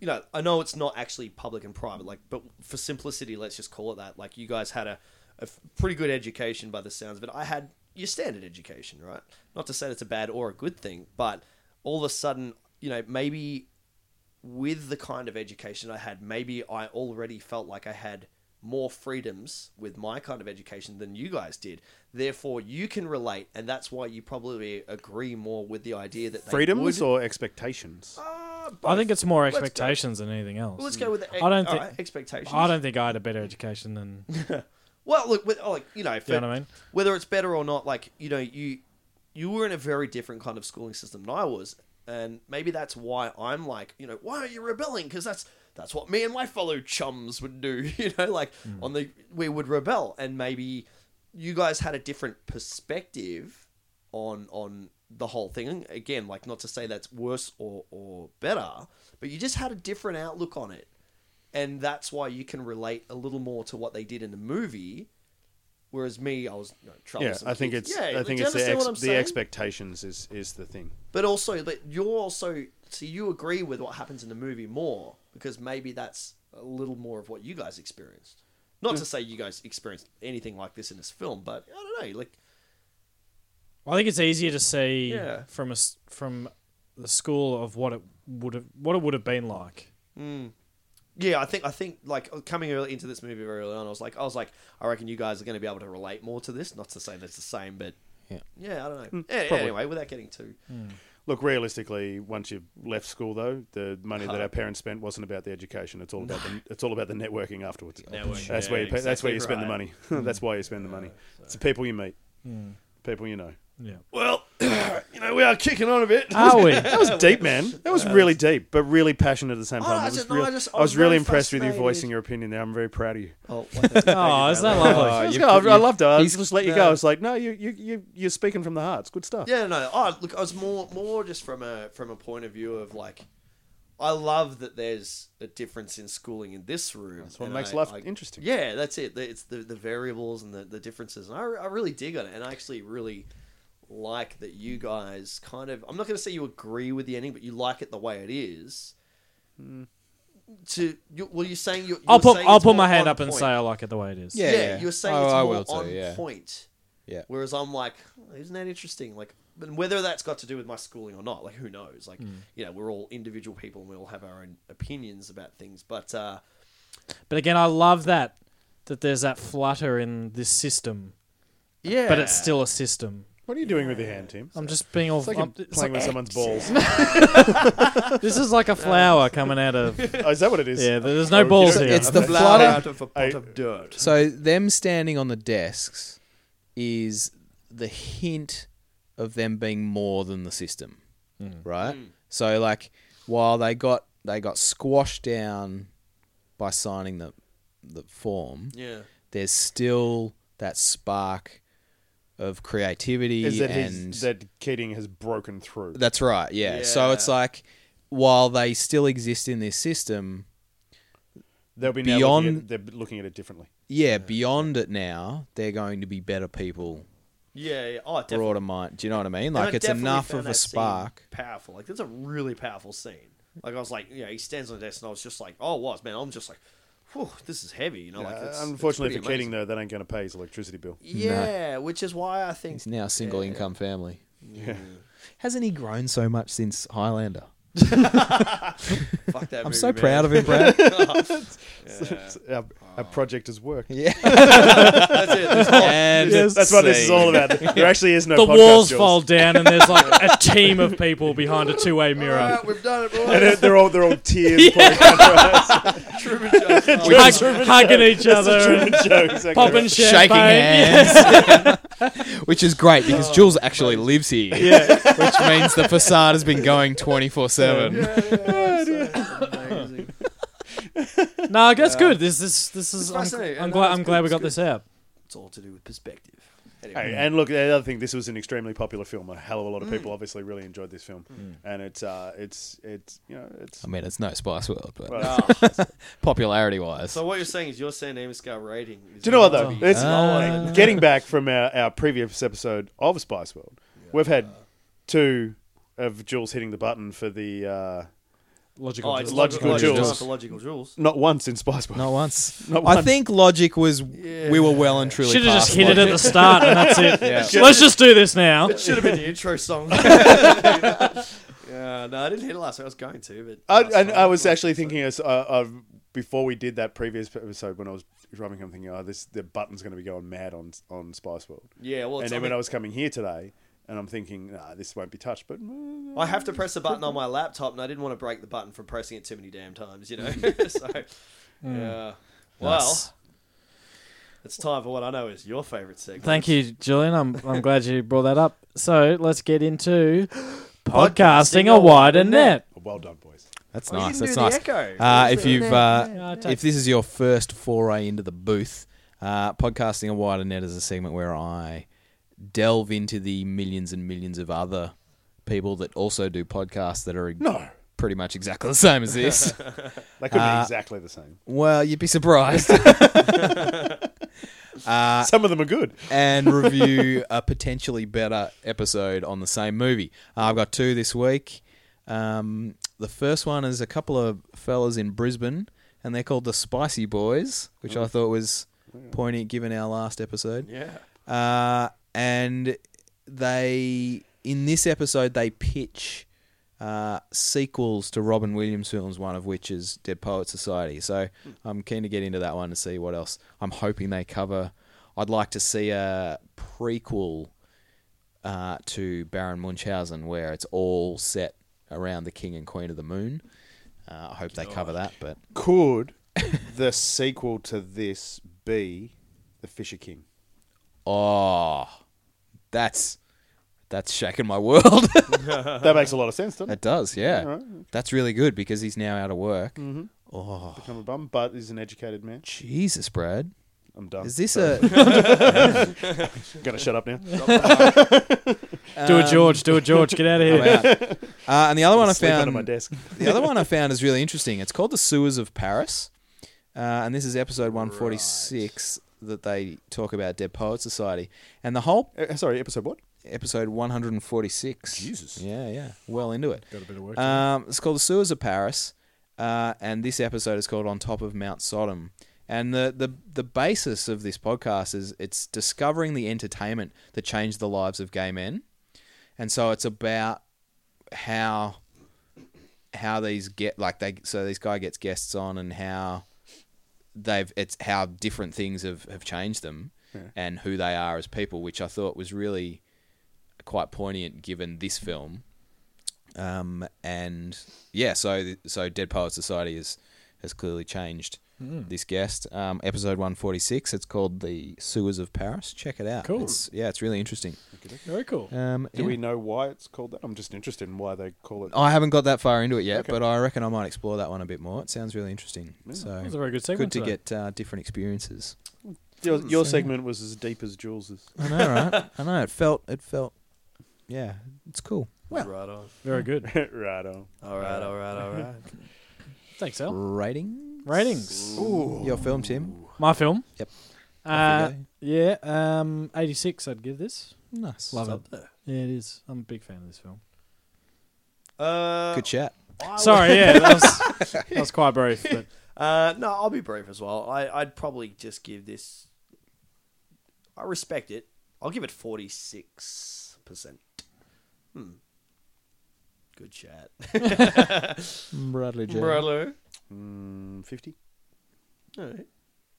Speaker 3: you know, I know it's not actually public and private, like, but for simplicity, let's just call it that. Like, you guys had a, a f- pretty good education by the sounds of it. I had your standard education, right? Not to say that's a bad or a good thing, but all of a sudden, you know, maybe with the kind of education I had, maybe I already felt like I had more freedoms with my kind of education than you guys did. Therefore, you can relate, and that's why you probably agree more with the idea that they
Speaker 2: Freedoms
Speaker 3: would.
Speaker 2: or expectations?
Speaker 3: Ah,
Speaker 1: I think
Speaker 3: both.
Speaker 1: it's more
Speaker 3: Let's go.
Speaker 1: expectations than anything else.
Speaker 3: Well, let's go with the ex-
Speaker 1: I don't think.
Speaker 3: alright, expectations.
Speaker 1: I don't think I had a better education than.
Speaker 3: Well, look, with, oh, like you know, for,
Speaker 1: know what I mean?
Speaker 3: whether it's better or not, like you know, you you were in a very different kind of schooling system than I was, and maybe that's why I'm like, you know, why are you rebelling? Because that's that's what me and my fellow chums would do, you know, like
Speaker 1: Hmm.
Speaker 3: on the we would rebel, and maybe you guys had a different perspective on on the whole thing. And Again, like not to say that's worse or or better, but you just had a different outlook on it and that's why you can relate a little more to what they did in the movie. Whereas me, I was you know,
Speaker 2: Yeah,
Speaker 3: troublesome.
Speaker 2: I think
Speaker 3: kid.
Speaker 2: it's.
Speaker 3: Yeah,
Speaker 2: I
Speaker 3: like,
Speaker 2: think
Speaker 3: do you
Speaker 2: it's the,
Speaker 3: understand what I'm
Speaker 2: ex- the
Speaker 3: saying?
Speaker 2: expectations is is the thing.
Speaker 3: But also, but you're also so you agree with what happens in the movie more because maybe that's a little more of what you guys experienced. Not
Speaker 2: Mm.
Speaker 3: to say you guys experienced anything like this in this film, but I don't know. Like,
Speaker 1: I think it's easier to see
Speaker 3: Yeah.
Speaker 1: from a s- from the school of what it would have what it would have been like.
Speaker 3: yeah, I think I think like uh, coming early into this movie very early on, I was like, I was like, I reckon you guys are going to be able to relate more to this. Not to say that's the same, but
Speaker 4: Yeah.
Speaker 3: yeah, I don't know. Yeah,
Speaker 2: Mm, probably.
Speaker 3: anyway, without getting too
Speaker 2: Look, realistically, once you've left school, though, the money that
Speaker 3: Huh.
Speaker 2: our parents spent wasn't about the education. It's all about the, it's all about the networking afterwards.
Speaker 3: Networking,
Speaker 2: that's
Speaker 3: yeah,
Speaker 2: where you, pay that's where
Speaker 3: exactly
Speaker 2: you spend the money.
Speaker 3: right. Hmm.
Speaker 2: that's why you spend the money. It's the people you meet, people you know.
Speaker 1: Yeah.
Speaker 2: Well, you know, we are kicking on a bit.
Speaker 3: Uh,
Speaker 1: Are we?
Speaker 2: That was deep, man. That was really deep, but really passionate at the same
Speaker 3: Oh,
Speaker 2: time.
Speaker 3: I
Speaker 2: It was
Speaker 3: just- no,
Speaker 2: real-
Speaker 3: I just- I
Speaker 2: I was
Speaker 3: was
Speaker 2: really
Speaker 3: very
Speaker 2: impressed with you
Speaker 3: frustrated.
Speaker 2: voicing your opinion there. I'm very proud of you.
Speaker 3: Oh, well,
Speaker 1: Oh, is that lovely?
Speaker 2: I,
Speaker 4: you-
Speaker 2: I loved it. I
Speaker 4: he's-
Speaker 2: just let you go. I was like, no, you, you, you, you're speaking from the heart. It's good stuff.
Speaker 3: yeah, no, no. Oh, look, I was more more just from a from a point of view of like, I love that there's a difference in schooling in this room. That's
Speaker 2: what makes life interesting.
Speaker 3: Yeah, that's it. The- It's the the variables and the the differences, and I I really dig on it, and I actually really like that you guys kind of I'm not going to say you agree with the ending but you like it the way it is to you, well you're saying you're,
Speaker 1: Hmm. I'll
Speaker 3: you're
Speaker 1: put
Speaker 3: saying
Speaker 1: I'll
Speaker 3: it's
Speaker 1: put
Speaker 3: more
Speaker 1: my hand
Speaker 3: on
Speaker 1: up and
Speaker 3: point.
Speaker 1: say I like it the way it is.
Speaker 4: Yeah,
Speaker 3: yeah,
Speaker 4: yeah.
Speaker 3: you're saying
Speaker 4: Oh,
Speaker 3: it's
Speaker 4: I
Speaker 3: more
Speaker 4: will too,
Speaker 3: on
Speaker 4: yeah.
Speaker 3: point
Speaker 4: Yeah.
Speaker 3: Whereas I'm like, "Oh, isn't that interesting? Like, and whether that's got to do with my schooling or not, like, who knows? Like,
Speaker 4: Mm.
Speaker 3: you know, we're all individual people and we all have our own opinions about things. But uh,
Speaker 1: But again, I love that that there's that flutter in this system,
Speaker 3: yeah,
Speaker 1: but it's still a system.
Speaker 2: What are you doing with your hand, Tim?
Speaker 1: I'm just being all.
Speaker 2: It's like
Speaker 1: I'm-
Speaker 2: you're
Speaker 1: it's
Speaker 2: playing with
Speaker 1: like-
Speaker 2: someone's balls.
Speaker 1: This is like a flower coming out of.
Speaker 2: Oh, is that what it is?
Speaker 1: Yeah, there's
Speaker 2: Oh,
Speaker 3: Oh,
Speaker 1: no balls here.
Speaker 4: It's the
Speaker 3: Flower
Speaker 4: flutter.
Speaker 3: out of a pot
Speaker 2: I-
Speaker 3: of dirt.
Speaker 4: So them standing on the desks is the hint of them being more than the system,
Speaker 2: Mm.
Speaker 4: right?
Speaker 3: Mm.
Speaker 4: So like while they got they got squashed down by signing the the form,
Speaker 3: Yeah.
Speaker 4: there's still that spark of creativity
Speaker 2: Is that
Speaker 4: and
Speaker 2: his, that Keating has broken through?
Speaker 4: that's right. Yeah. So it's
Speaker 3: Yeah.
Speaker 4: like while they still exist in this system,
Speaker 2: They'll be
Speaker 4: Beyond-
Speaker 2: Now looking at, they're looking at it differently.
Speaker 4: yeah, beyond it now, they're going to be better people,
Speaker 3: Yeah. yeah. Oh, definitely.
Speaker 4: broader mind. Do you know what I mean?
Speaker 3: And
Speaker 4: Like
Speaker 3: I
Speaker 4: it's
Speaker 3: definitely
Speaker 4: enough
Speaker 3: found
Speaker 4: of
Speaker 3: that
Speaker 4: a
Speaker 3: scene
Speaker 4: spark.
Speaker 3: Powerful. Like that's a really powerful scene. Like I was like, you know, he stands on the desk, and I was just like, oh, what, man? I'm just like, whew, this is heavy. You know, like
Speaker 2: Uh,
Speaker 3: it's,
Speaker 2: unfortunately
Speaker 3: it's
Speaker 2: for
Speaker 3: pretty
Speaker 2: Keating, though, they ain't going to pay his electricity bill.
Speaker 3: amazing. Yeah, which is why I think
Speaker 4: It's now a single
Speaker 3: Yeah.
Speaker 4: income family. Yeah. Hasn't he grown so much since Highlander?
Speaker 3: fuck that.
Speaker 4: I'm so proud of him, Brad.
Speaker 2: Our,
Speaker 3: Oh.
Speaker 2: our project has worked.
Speaker 4: yeah.
Speaker 3: That's it. This whole-
Speaker 4: And
Speaker 2: That's what this is all about. There actually is no
Speaker 1: the
Speaker 2: podcast,
Speaker 1: walls
Speaker 2: Jules.
Speaker 1: fall down and there's like a team of people behind a two-way mirror.
Speaker 3: Alright, we've done it, boys.
Speaker 2: And they're- they're all they're all tears pouring down
Speaker 3: Truman Show style.
Speaker 1: Hug, hugging each other,
Speaker 2: the jokes. Okay.
Speaker 1: popping champagne.
Speaker 4: shaking hands. which is great because Jules actually lives here. Which means the facade has been going 24 7.
Speaker 3: Amazing.
Speaker 1: No, that's good. This this this is. I'm,
Speaker 3: fascinating.
Speaker 1: I'm
Speaker 3: No,
Speaker 1: glad.
Speaker 3: it's
Speaker 1: I'm
Speaker 3: good,
Speaker 1: glad we
Speaker 3: it's
Speaker 1: got
Speaker 3: good.
Speaker 1: this out.
Speaker 3: It's all to do with perspective. Anyway,
Speaker 2: Hey, and look, the other thing, this was an extremely popular film. A hell of a lot of
Speaker 3: Mm.
Speaker 2: people obviously really enjoyed this film, and it's uh, it's it's you know it's
Speaker 4: I mean, it's no Spice World, but
Speaker 2: Well,
Speaker 4: popularity wise.
Speaker 3: so what you're saying is your San Diego Sky rating. Is
Speaker 2: Do you know what though? It's
Speaker 4: Ah.
Speaker 2: like, getting back from our, our previous episode of Spice World. We've had two of Jules hitting the button for the uh,
Speaker 1: Logical.
Speaker 3: Oh, it's
Speaker 1: choice.
Speaker 2: logical
Speaker 3: logical,
Speaker 2: jewels.
Speaker 3: jewels. Logical jewels.
Speaker 2: not once in Spice World.
Speaker 4: not once.
Speaker 2: Not
Speaker 4: I
Speaker 2: once.
Speaker 4: think logic was we were well and truly.
Speaker 1: Should have just
Speaker 4: past
Speaker 1: hit it at
Speaker 4: logic.
Speaker 1: the start and that's it.
Speaker 4: Yeah.
Speaker 1: Let's just do this now.
Speaker 3: It should have been the intro song. yeah, no, I didn't hit it last. week. I was going to, but
Speaker 2: I,
Speaker 3: last
Speaker 2: and
Speaker 3: time-
Speaker 2: I was actually thinking as uh, uh, before we did that previous episode when I was driving, home, thinking, oh, this the button's going to be going mad on on Spice World.
Speaker 3: Yeah, well,
Speaker 2: and
Speaker 3: it's,
Speaker 2: then
Speaker 3: I,
Speaker 2: when
Speaker 3: mean,
Speaker 2: I was coming here today, and I'm thinking, nah, this won't be touched. But mm,
Speaker 3: I have to press a button on my laptop, and I didn't want to break the button from pressing it too many damn times, you know. so,
Speaker 2: Hmm.
Speaker 3: yeah. Well,
Speaker 4: Nice.
Speaker 3: it's time for what I know is your favorite segment.
Speaker 1: Thank you, Julian. I'm I'm glad you brought that up. So let's get into podcasting a wider net.
Speaker 2: well done, boys.
Speaker 4: That's
Speaker 3: Oh, you
Speaker 4: nice.
Speaker 3: didn't
Speaker 4: That's
Speaker 3: do the
Speaker 4: nice.
Speaker 3: echo.
Speaker 4: Uh, if you've uh,
Speaker 1: Yeah, I take-
Speaker 4: if this is your first foray into the booth, uh, podcasting a wider net is a segment where I delve into the millions and millions of other people that also do podcasts that are
Speaker 2: No,
Speaker 4: pretty much exactly the same as this.
Speaker 2: they could be exactly the same.
Speaker 4: well, you'd be surprised.
Speaker 2: Some of them are good.
Speaker 4: and review a potentially better episode on the same movie. Uh, I've got two this week. Um, the first one is a couple of fellas in Brisbane, and they're called the Spicy Boys, which I thought was poignant given our last episode.
Speaker 3: Yeah.
Speaker 4: Uh, and they, in this episode, they pitch uh, sequels to Robin Williams films, one of which is Dead Poet Society. So I'm keen to get into that one and see what else. I'm hoping they cover. I'd like to see a prequel uh, to Baron Munchausen where it's all set around the King and Queen of the Moon. Uh, I hope they cover that, but
Speaker 2: Could the sequel to this be the Fisher King?
Speaker 4: oh, that's that's shaking my world.
Speaker 2: That makes a lot of sense, doesn't
Speaker 4: It
Speaker 2: it?
Speaker 4: does, yeah.
Speaker 2: Alright.
Speaker 4: That's really good because he's now out of work.
Speaker 2: Mm-hmm. Become a bum, but is an educated man.
Speaker 4: Jesus, Brad.
Speaker 2: I'm done.
Speaker 4: Is this a
Speaker 2: Gonna shut up now.
Speaker 1: do it, George. Do it, George. Get out of
Speaker 4: I'm
Speaker 1: here.
Speaker 4: out. Uh, and the other one I
Speaker 2: Sleep under
Speaker 4: found
Speaker 2: my desk.
Speaker 4: the other one I found is really interesting. It's called The Sewers of Paris. Uh, and this is episode 146 that they talk about Dead Poet Society. And the whole
Speaker 2: Uh, Sorry, episode what?
Speaker 4: episode 146.
Speaker 2: Jesus.
Speaker 4: Yeah, yeah. Well into it.
Speaker 2: Got a bit of work.
Speaker 4: Um, it's called The Sewers of Paris, uh, and this episode is called On Top of Mount Sodom. And the, the, the basis of this podcast is it's discovering the entertainment that changed the lives of gay men. And so it's about how how these get like they so this guy gets guests on and how they've it's how different things have, have changed them and who they are as people, which I thought was really quite poignant given this film. Um, and yeah, so so Dead Poet Society has has clearly changed
Speaker 1: Hmm.
Speaker 4: this guest. Um, episode one forty six. It's called the Sewers of Paris. Check it out.
Speaker 1: Cool.
Speaker 4: It's, yeah, it's really interesting.
Speaker 1: Very cool.
Speaker 4: Um,
Speaker 2: Do
Speaker 4: yeah. Oh,
Speaker 2: we know why it's called that? I'm just interested in why they call it.
Speaker 4: I haven't got that far into it yet, but I reckon I might explore that one a bit more. It sounds really interesting. So
Speaker 1: That was a very good
Speaker 4: good
Speaker 1: segment.
Speaker 4: to
Speaker 1: today.
Speaker 4: get uh, different experiences.
Speaker 2: Your, your segment was as deep as Jules's.
Speaker 4: I know, right? I know. It felt. It felt. Yeah, it's cool.
Speaker 3: right on.
Speaker 1: Very good.
Speaker 2: right on.
Speaker 3: All right, all right, all right.
Speaker 1: Thanks, Al.
Speaker 4: Rating
Speaker 1: Ratings.
Speaker 4: your film, Tim.
Speaker 1: My film.
Speaker 4: Yep.
Speaker 1: Uh,
Speaker 4: Off you
Speaker 1: yeah. Um, 86. I'd give this.
Speaker 4: Nice.
Speaker 1: Love
Speaker 3: Up there.
Speaker 1: it. Yeah, it is. I'm a big fan of this film.
Speaker 3: Uh,
Speaker 4: Good chat.
Speaker 1: Sorry. Yeah, that was, that was quite brief, but
Speaker 3: Uh, no, I'll be brief as well. I, I'd probably just give this. I respect it. I'll give it forty six percent. Hmm. Good chat,
Speaker 4: Bradley J.
Speaker 3: brother.
Speaker 2: Mm, 50?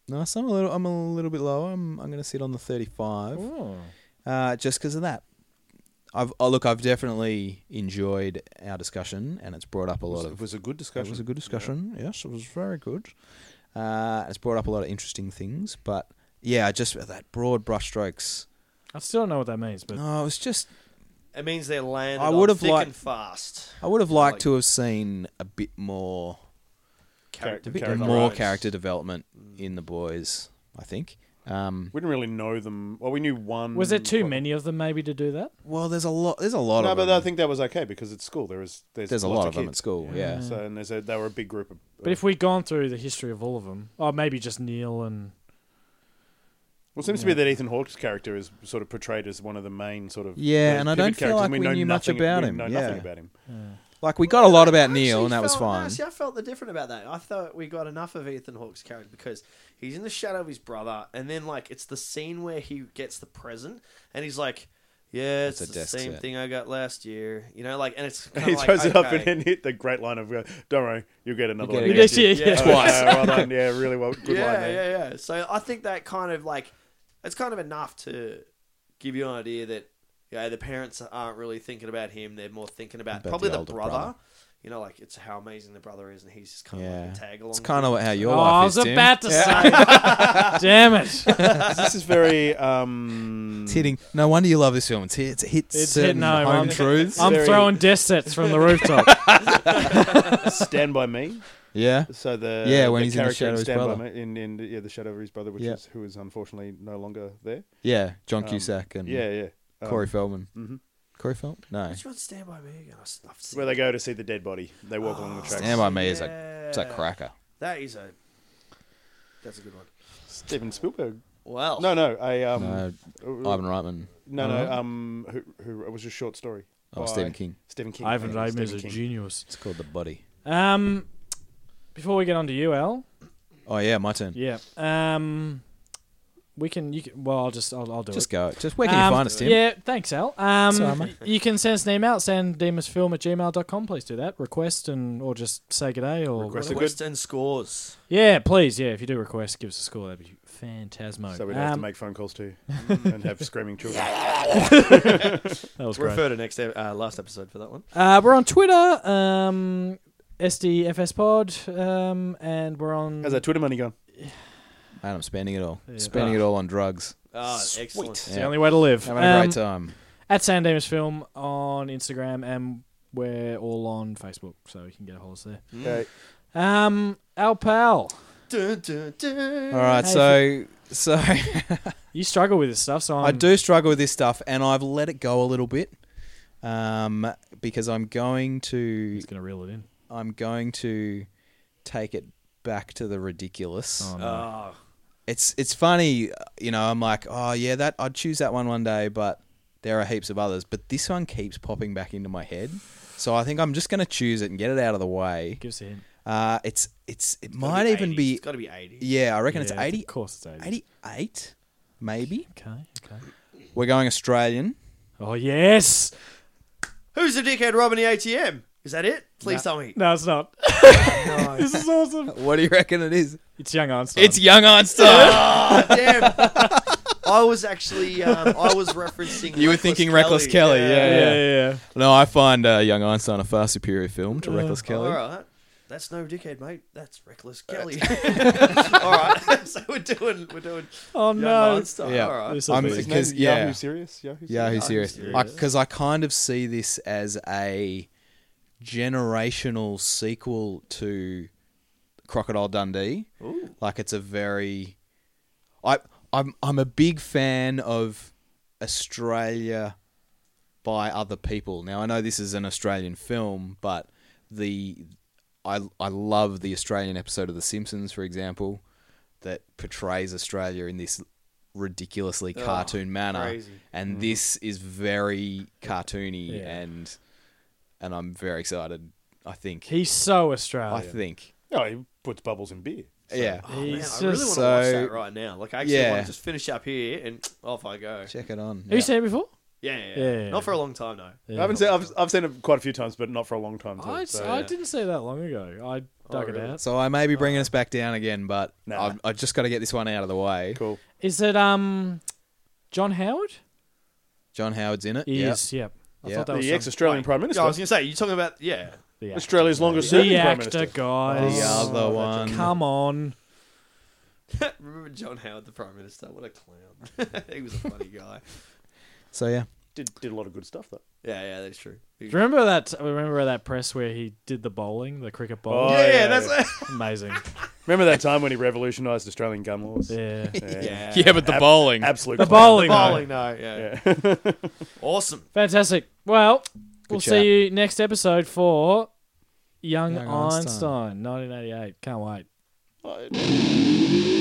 Speaker 4: Nice. I'm a little. I'm a little bit lower. I'm. I'm going to sit on the 35.
Speaker 1: Oh.
Speaker 4: Uh, just because of that. I've oh, look. I've definitely enjoyed our discussion, and it's brought up a lot
Speaker 2: Was-
Speaker 4: of.
Speaker 2: It was a good
Speaker 4: It
Speaker 2: discussion.
Speaker 4: was a good discussion. Yes, it was very good. Uh, it's brought up a lot of interesting things, but yeah, just that broad brushstrokes.
Speaker 1: I still don't know what that means. But
Speaker 4: No, it was just.
Speaker 3: It means they landed.
Speaker 4: I
Speaker 3: I
Speaker 4: would
Speaker 3: would
Speaker 4: have
Speaker 3: have thick
Speaker 4: liked-
Speaker 3: and fast.
Speaker 4: I would have liked
Speaker 3: Like-
Speaker 4: to have seen a bit more,
Speaker 2: Character-
Speaker 4: a bit
Speaker 2: character
Speaker 4: more
Speaker 2: development.
Speaker 4: character development in the boys. I think. Um,
Speaker 2: We didn't really know them. Well, we knew one.
Speaker 1: was there too many of them maybe to do that?
Speaker 4: well, there's a lot. There's a lot
Speaker 2: No,
Speaker 4: of.
Speaker 2: but
Speaker 4: them.
Speaker 2: I think that was okay because at school there is there's,
Speaker 4: there's a
Speaker 2: lots
Speaker 4: lot of them at
Speaker 2: kids.
Speaker 4: school. Yeah.
Speaker 2: So and there's a, they were a big group of.
Speaker 1: But if we'd gone through the history of all of them, or maybe just Neil and
Speaker 2: well, it seems to be that Ethan Hawke's character is sort of portrayed as one of the main sort of
Speaker 4: Yeah,
Speaker 2: uh,
Speaker 4: and I
Speaker 2: pivot
Speaker 4: don't feel
Speaker 2: characters,
Speaker 4: like we
Speaker 2: know
Speaker 4: knew much
Speaker 2: nothing-
Speaker 4: about
Speaker 2: we
Speaker 4: him,
Speaker 2: Know
Speaker 4: yeah.
Speaker 2: nothing about him.
Speaker 4: Like we got a lot
Speaker 3: I
Speaker 4: about
Speaker 3: actually
Speaker 4: Neil, and that was
Speaker 3: felt- no,
Speaker 4: fine.
Speaker 3: see, I felt the different about that. I thought we got enough of Ethan Hawke's character because he's in the shadow of his brother, and then like it's the scene where he gets the present, and he's like, "Yeah, it's,
Speaker 4: It's a
Speaker 3: the
Speaker 4: desk
Speaker 3: same
Speaker 4: set.
Speaker 3: thing I got last year," you know, like, and it's kinda
Speaker 2: He
Speaker 3: like,
Speaker 2: throws it up
Speaker 3: okay.
Speaker 2: and then hit the great line of uh, "Don't worry, you'll get another
Speaker 4: get
Speaker 2: one
Speaker 4: it
Speaker 2: next
Speaker 1: Yeah,
Speaker 2: year."
Speaker 1: yeah, yeah.
Speaker 2: Oh, yeah, well done. Yeah, really well. Good
Speaker 3: yeah,
Speaker 2: line there.
Speaker 3: yeah, yeah. So I think that kind of like it's kind of enough to give you an idea that yeah, the parents aren't really thinking about him; they're more thinking about,
Speaker 4: About
Speaker 3: probably
Speaker 4: the
Speaker 3: the,
Speaker 4: older
Speaker 3: brother.
Speaker 4: brother.
Speaker 3: You know, like it's how amazing the brother is, and he's just kind of
Speaker 4: yeah.
Speaker 3: like a tag along.
Speaker 4: It's kind of how your
Speaker 1: oh,
Speaker 4: life
Speaker 1: I
Speaker 4: is,
Speaker 1: was
Speaker 4: Tim.
Speaker 1: about to say. Damn it!
Speaker 2: This is very. Um,
Speaker 4: It's hitting. No wonder you love this film. It's hit. It's hit
Speaker 1: It's
Speaker 4: certain
Speaker 1: hit- no,
Speaker 4: home
Speaker 1: I'm-
Speaker 4: truths.
Speaker 1: I'm
Speaker 2: Very-
Speaker 1: throwing death sets from the rooftop.
Speaker 2: Stand by Me.
Speaker 4: yeah.
Speaker 2: So the
Speaker 4: Yeah, when
Speaker 2: the
Speaker 4: he's in the
Speaker 2: character
Speaker 4: shadow of his
Speaker 2: Stand By
Speaker 4: brother.
Speaker 2: Me- in, in yeah the shadow of his brother, which
Speaker 4: Yeah.
Speaker 2: is who is unfortunately no longer there.
Speaker 4: Yeah. John
Speaker 2: Um,
Speaker 4: Cusack and
Speaker 2: Yeah, yeah. Um,
Speaker 4: Corey Feldman.
Speaker 2: mhm.
Speaker 4: Corey Feldman. No.
Speaker 3: Which one's Stand By Me again? I've s- I've seen Oh,
Speaker 2: Where they go to see the dead body. They walk along the tracks.
Speaker 4: Stand by me is a it's a
Speaker 3: Yeah.
Speaker 4: cracker.
Speaker 3: That is a that's a good one.
Speaker 2: Steven Spielberg.
Speaker 3: Well,
Speaker 2: No, no. I um.
Speaker 4: No,
Speaker 2: uh,
Speaker 4: Ivan Reitman.
Speaker 2: No, no.
Speaker 4: Ivan Reitman?
Speaker 2: Um, who, who? It was a short story.
Speaker 4: Oh,
Speaker 2: by
Speaker 4: Stephen King.
Speaker 2: Stephen King.
Speaker 1: Ivan
Speaker 2: Yeah,
Speaker 1: Reitman
Speaker 2: Stephen
Speaker 1: is a
Speaker 2: King.
Speaker 1: genius.
Speaker 4: It's called The Body.
Speaker 1: Um, before we get on to you, Al.
Speaker 4: Oh yeah, my turn.
Speaker 1: Yeah. Um, we can. You can. Well, I'll just. I'll, I'll do
Speaker 4: Just
Speaker 1: it.
Speaker 4: go. Just where can
Speaker 1: Um,
Speaker 4: you find us, Tim?
Speaker 1: Yeah, thanks, Al. Um,
Speaker 4: all right, mate.
Speaker 1: you can send us an email at sandemusfilm at gmail.com. Please do that. Request and or just say good day or
Speaker 2: Request a
Speaker 3: the
Speaker 2: good-
Speaker 3: West End scores.
Speaker 1: Yeah, please. Yeah, if you do request, give us a score. That'd be phantasmo.
Speaker 2: So we don't have to
Speaker 1: Um,
Speaker 2: make phone calls to and have screaming children.
Speaker 1: that was great.
Speaker 3: Refer to next e- uh, last episode for that one.
Speaker 1: Uh, we're on Twitter, um, SDFS Pod, um, and we're on.
Speaker 2: How's that Twitter money gone?
Speaker 4: Man, I'm spending it all.
Speaker 1: Yeah.
Speaker 4: Spending it all on drugs.
Speaker 3: Ah,
Speaker 4: Sweet.
Speaker 3: excellent.
Speaker 1: It's
Speaker 4: Yeah.
Speaker 1: the only way to live.
Speaker 4: Having a
Speaker 1: Um,
Speaker 4: great time.
Speaker 1: At Sam Damus Film on Instagram, and we're all on Facebook, so you can get a hold of us there.
Speaker 3: Mm.
Speaker 2: Uh,
Speaker 1: Um, our pal,
Speaker 3: Dun, dun, dun.
Speaker 4: All right,
Speaker 1: hey,
Speaker 4: so so
Speaker 1: you struggle with this stuff, so I'm,
Speaker 4: I do struggle with this stuff, and I've let it go a little bit, um, because I'm going to
Speaker 1: Just gonna reel it in.
Speaker 4: I'm going to take it back to the ridiculous.
Speaker 1: Oh, no.
Speaker 3: Ah,
Speaker 4: It's it's funny, you know. I'm like, oh yeah, that I'd choose that one one day, but there are heaps of others. But this one keeps popping back into my head, so I think I'm just going to choose it and get it out of the way.
Speaker 1: Give us a hint.
Speaker 4: Uh, it's it's it
Speaker 3: gotta
Speaker 4: might even
Speaker 3: 80s.
Speaker 4: be
Speaker 3: It's got to be eighty.
Speaker 4: yeah. I reckon it's
Speaker 1: Yeah,
Speaker 4: 80,
Speaker 1: Of course, it's eighty.
Speaker 4: 88, maybe.
Speaker 1: Okay, okay.
Speaker 4: We're going Australian.
Speaker 1: Oh yes.
Speaker 3: Who's the dickhead robbing the ATM? Is that it? Please tell me.
Speaker 1: No, it's not. this is awesome.
Speaker 4: What do you reckon it is?
Speaker 1: It's young Einstein.
Speaker 4: It's Young Einstein.
Speaker 3: Ah, Damn. I I was actually, um, I was referencing.
Speaker 4: You were thinking Reckless Kelly, yeah,
Speaker 1: yeah, yeah.
Speaker 4: No, I find uh, Young Einstein a far superior film to Reckless Kelly.
Speaker 3: All right. That's no dickhead, mate. That's reckless Kelly. all right, so we're doing we're doing
Speaker 1: Oh
Speaker 3: Young
Speaker 1: no.
Speaker 3: Einstein.
Speaker 4: Yeah.
Speaker 3: all right.
Speaker 1: This will
Speaker 4: I'm-
Speaker 1: be-
Speaker 4: His name- 'Cause, yeah. Yahoo
Speaker 2: serious. Oh, Yahoo
Speaker 4: Yeah, he's serious.
Speaker 3: serious.
Speaker 4: Because I, kind of see this as a generational sequel to Crocodile Dundee. Like it's a very, I I'm I'm a big fan of Australia by other people. Now I know this is an Australian film, but the I I love the Australian episode of The Simpsons, for example, that portrays Australia in this ridiculously cartoon manner.
Speaker 3: crazy.
Speaker 4: And this is very cartoony
Speaker 1: Yeah.
Speaker 4: and and I'm very excited. I think
Speaker 1: He's so
Speaker 4: I
Speaker 1: Australian.
Speaker 4: think.
Speaker 2: Oh, he puts bubbles in beer.
Speaker 4: yeah.
Speaker 3: Oh, man,
Speaker 1: He's
Speaker 3: I
Speaker 1: just
Speaker 3: really want to
Speaker 4: so-
Speaker 3: watch that right now. Like, I actually
Speaker 4: Yeah.
Speaker 3: want to just finish up here and off I go.
Speaker 4: Check it on.
Speaker 1: Have you seen it before?
Speaker 3: Yeah, yeah,
Speaker 1: Yeah,
Speaker 3: yeah.
Speaker 1: yeah.
Speaker 3: Not for a long time though.
Speaker 2: I haven't seen. I've, I've seen it quite a few times, but not for a long time. Too,
Speaker 1: I,
Speaker 2: so- uh, Oh,
Speaker 1: I didn't see that long ago. I dug it
Speaker 3: really?
Speaker 1: out.
Speaker 4: So I may be bringing us back down again, but
Speaker 2: Nah.
Speaker 4: I've, I've just got to get this one out of the way.
Speaker 2: Cool.
Speaker 1: Is it um, John Howard?
Speaker 4: John Howard's in it.
Speaker 1: He
Speaker 4: Yep.
Speaker 1: is. Yep. I
Speaker 4: Yep.
Speaker 1: thought that was
Speaker 2: The
Speaker 1: some-
Speaker 2: ex-Australian
Speaker 3: Wait,
Speaker 2: Prime
Speaker 3: Yeah, I was
Speaker 2: Minister.
Speaker 3: gonna say you're talking about yeah.
Speaker 1: the actor,
Speaker 2: Australia's longest
Speaker 1: the
Speaker 2: serving Prime
Speaker 1: actor
Speaker 2: Minister.
Speaker 1: guys.
Speaker 4: The other one.
Speaker 1: Come on.
Speaker 3: Remember John Howard, the Prime Minister? What a clown! he was a funny guy.
Speaker 4: So yeah.
Speaker 2: Did, did a lot of good stuff though.
Speaker 3: Yeah, yeah, that's true. He-
Speaker 1: Do you remember that? Remember that press where he did the bowling, the cricket bowling?
Speaker 2: Oh,
Speaker 3: yeah,
Speaker 2: yeah,
Speaker 3: yeah, that's
Speaker 1: Amazing.
Speaker 2: Remember that time when he revolutionised Australian gun laws?
Speaker 1: Yeah.
Speaker 3: yeah.
Speaker 4: Yeah, but the bowling.
Speaker 2: Absolute.
Speaker 1: The
Speaker 2: clown.
Speaker 1: bowling.
Speaker 3: Bowling, no, yeah.
Speaker 2: Yeah.
Speaker 3: awesome.
Speaker 1: Fantastic. Well, we'll
Speaker 4: chat.
Speaker 1: see you next episode for Young,
Speaker 4: Young
Speaker 1: Einstein,
Speaker 4: Einstein.
Speaker 1: 1988. Can't wait.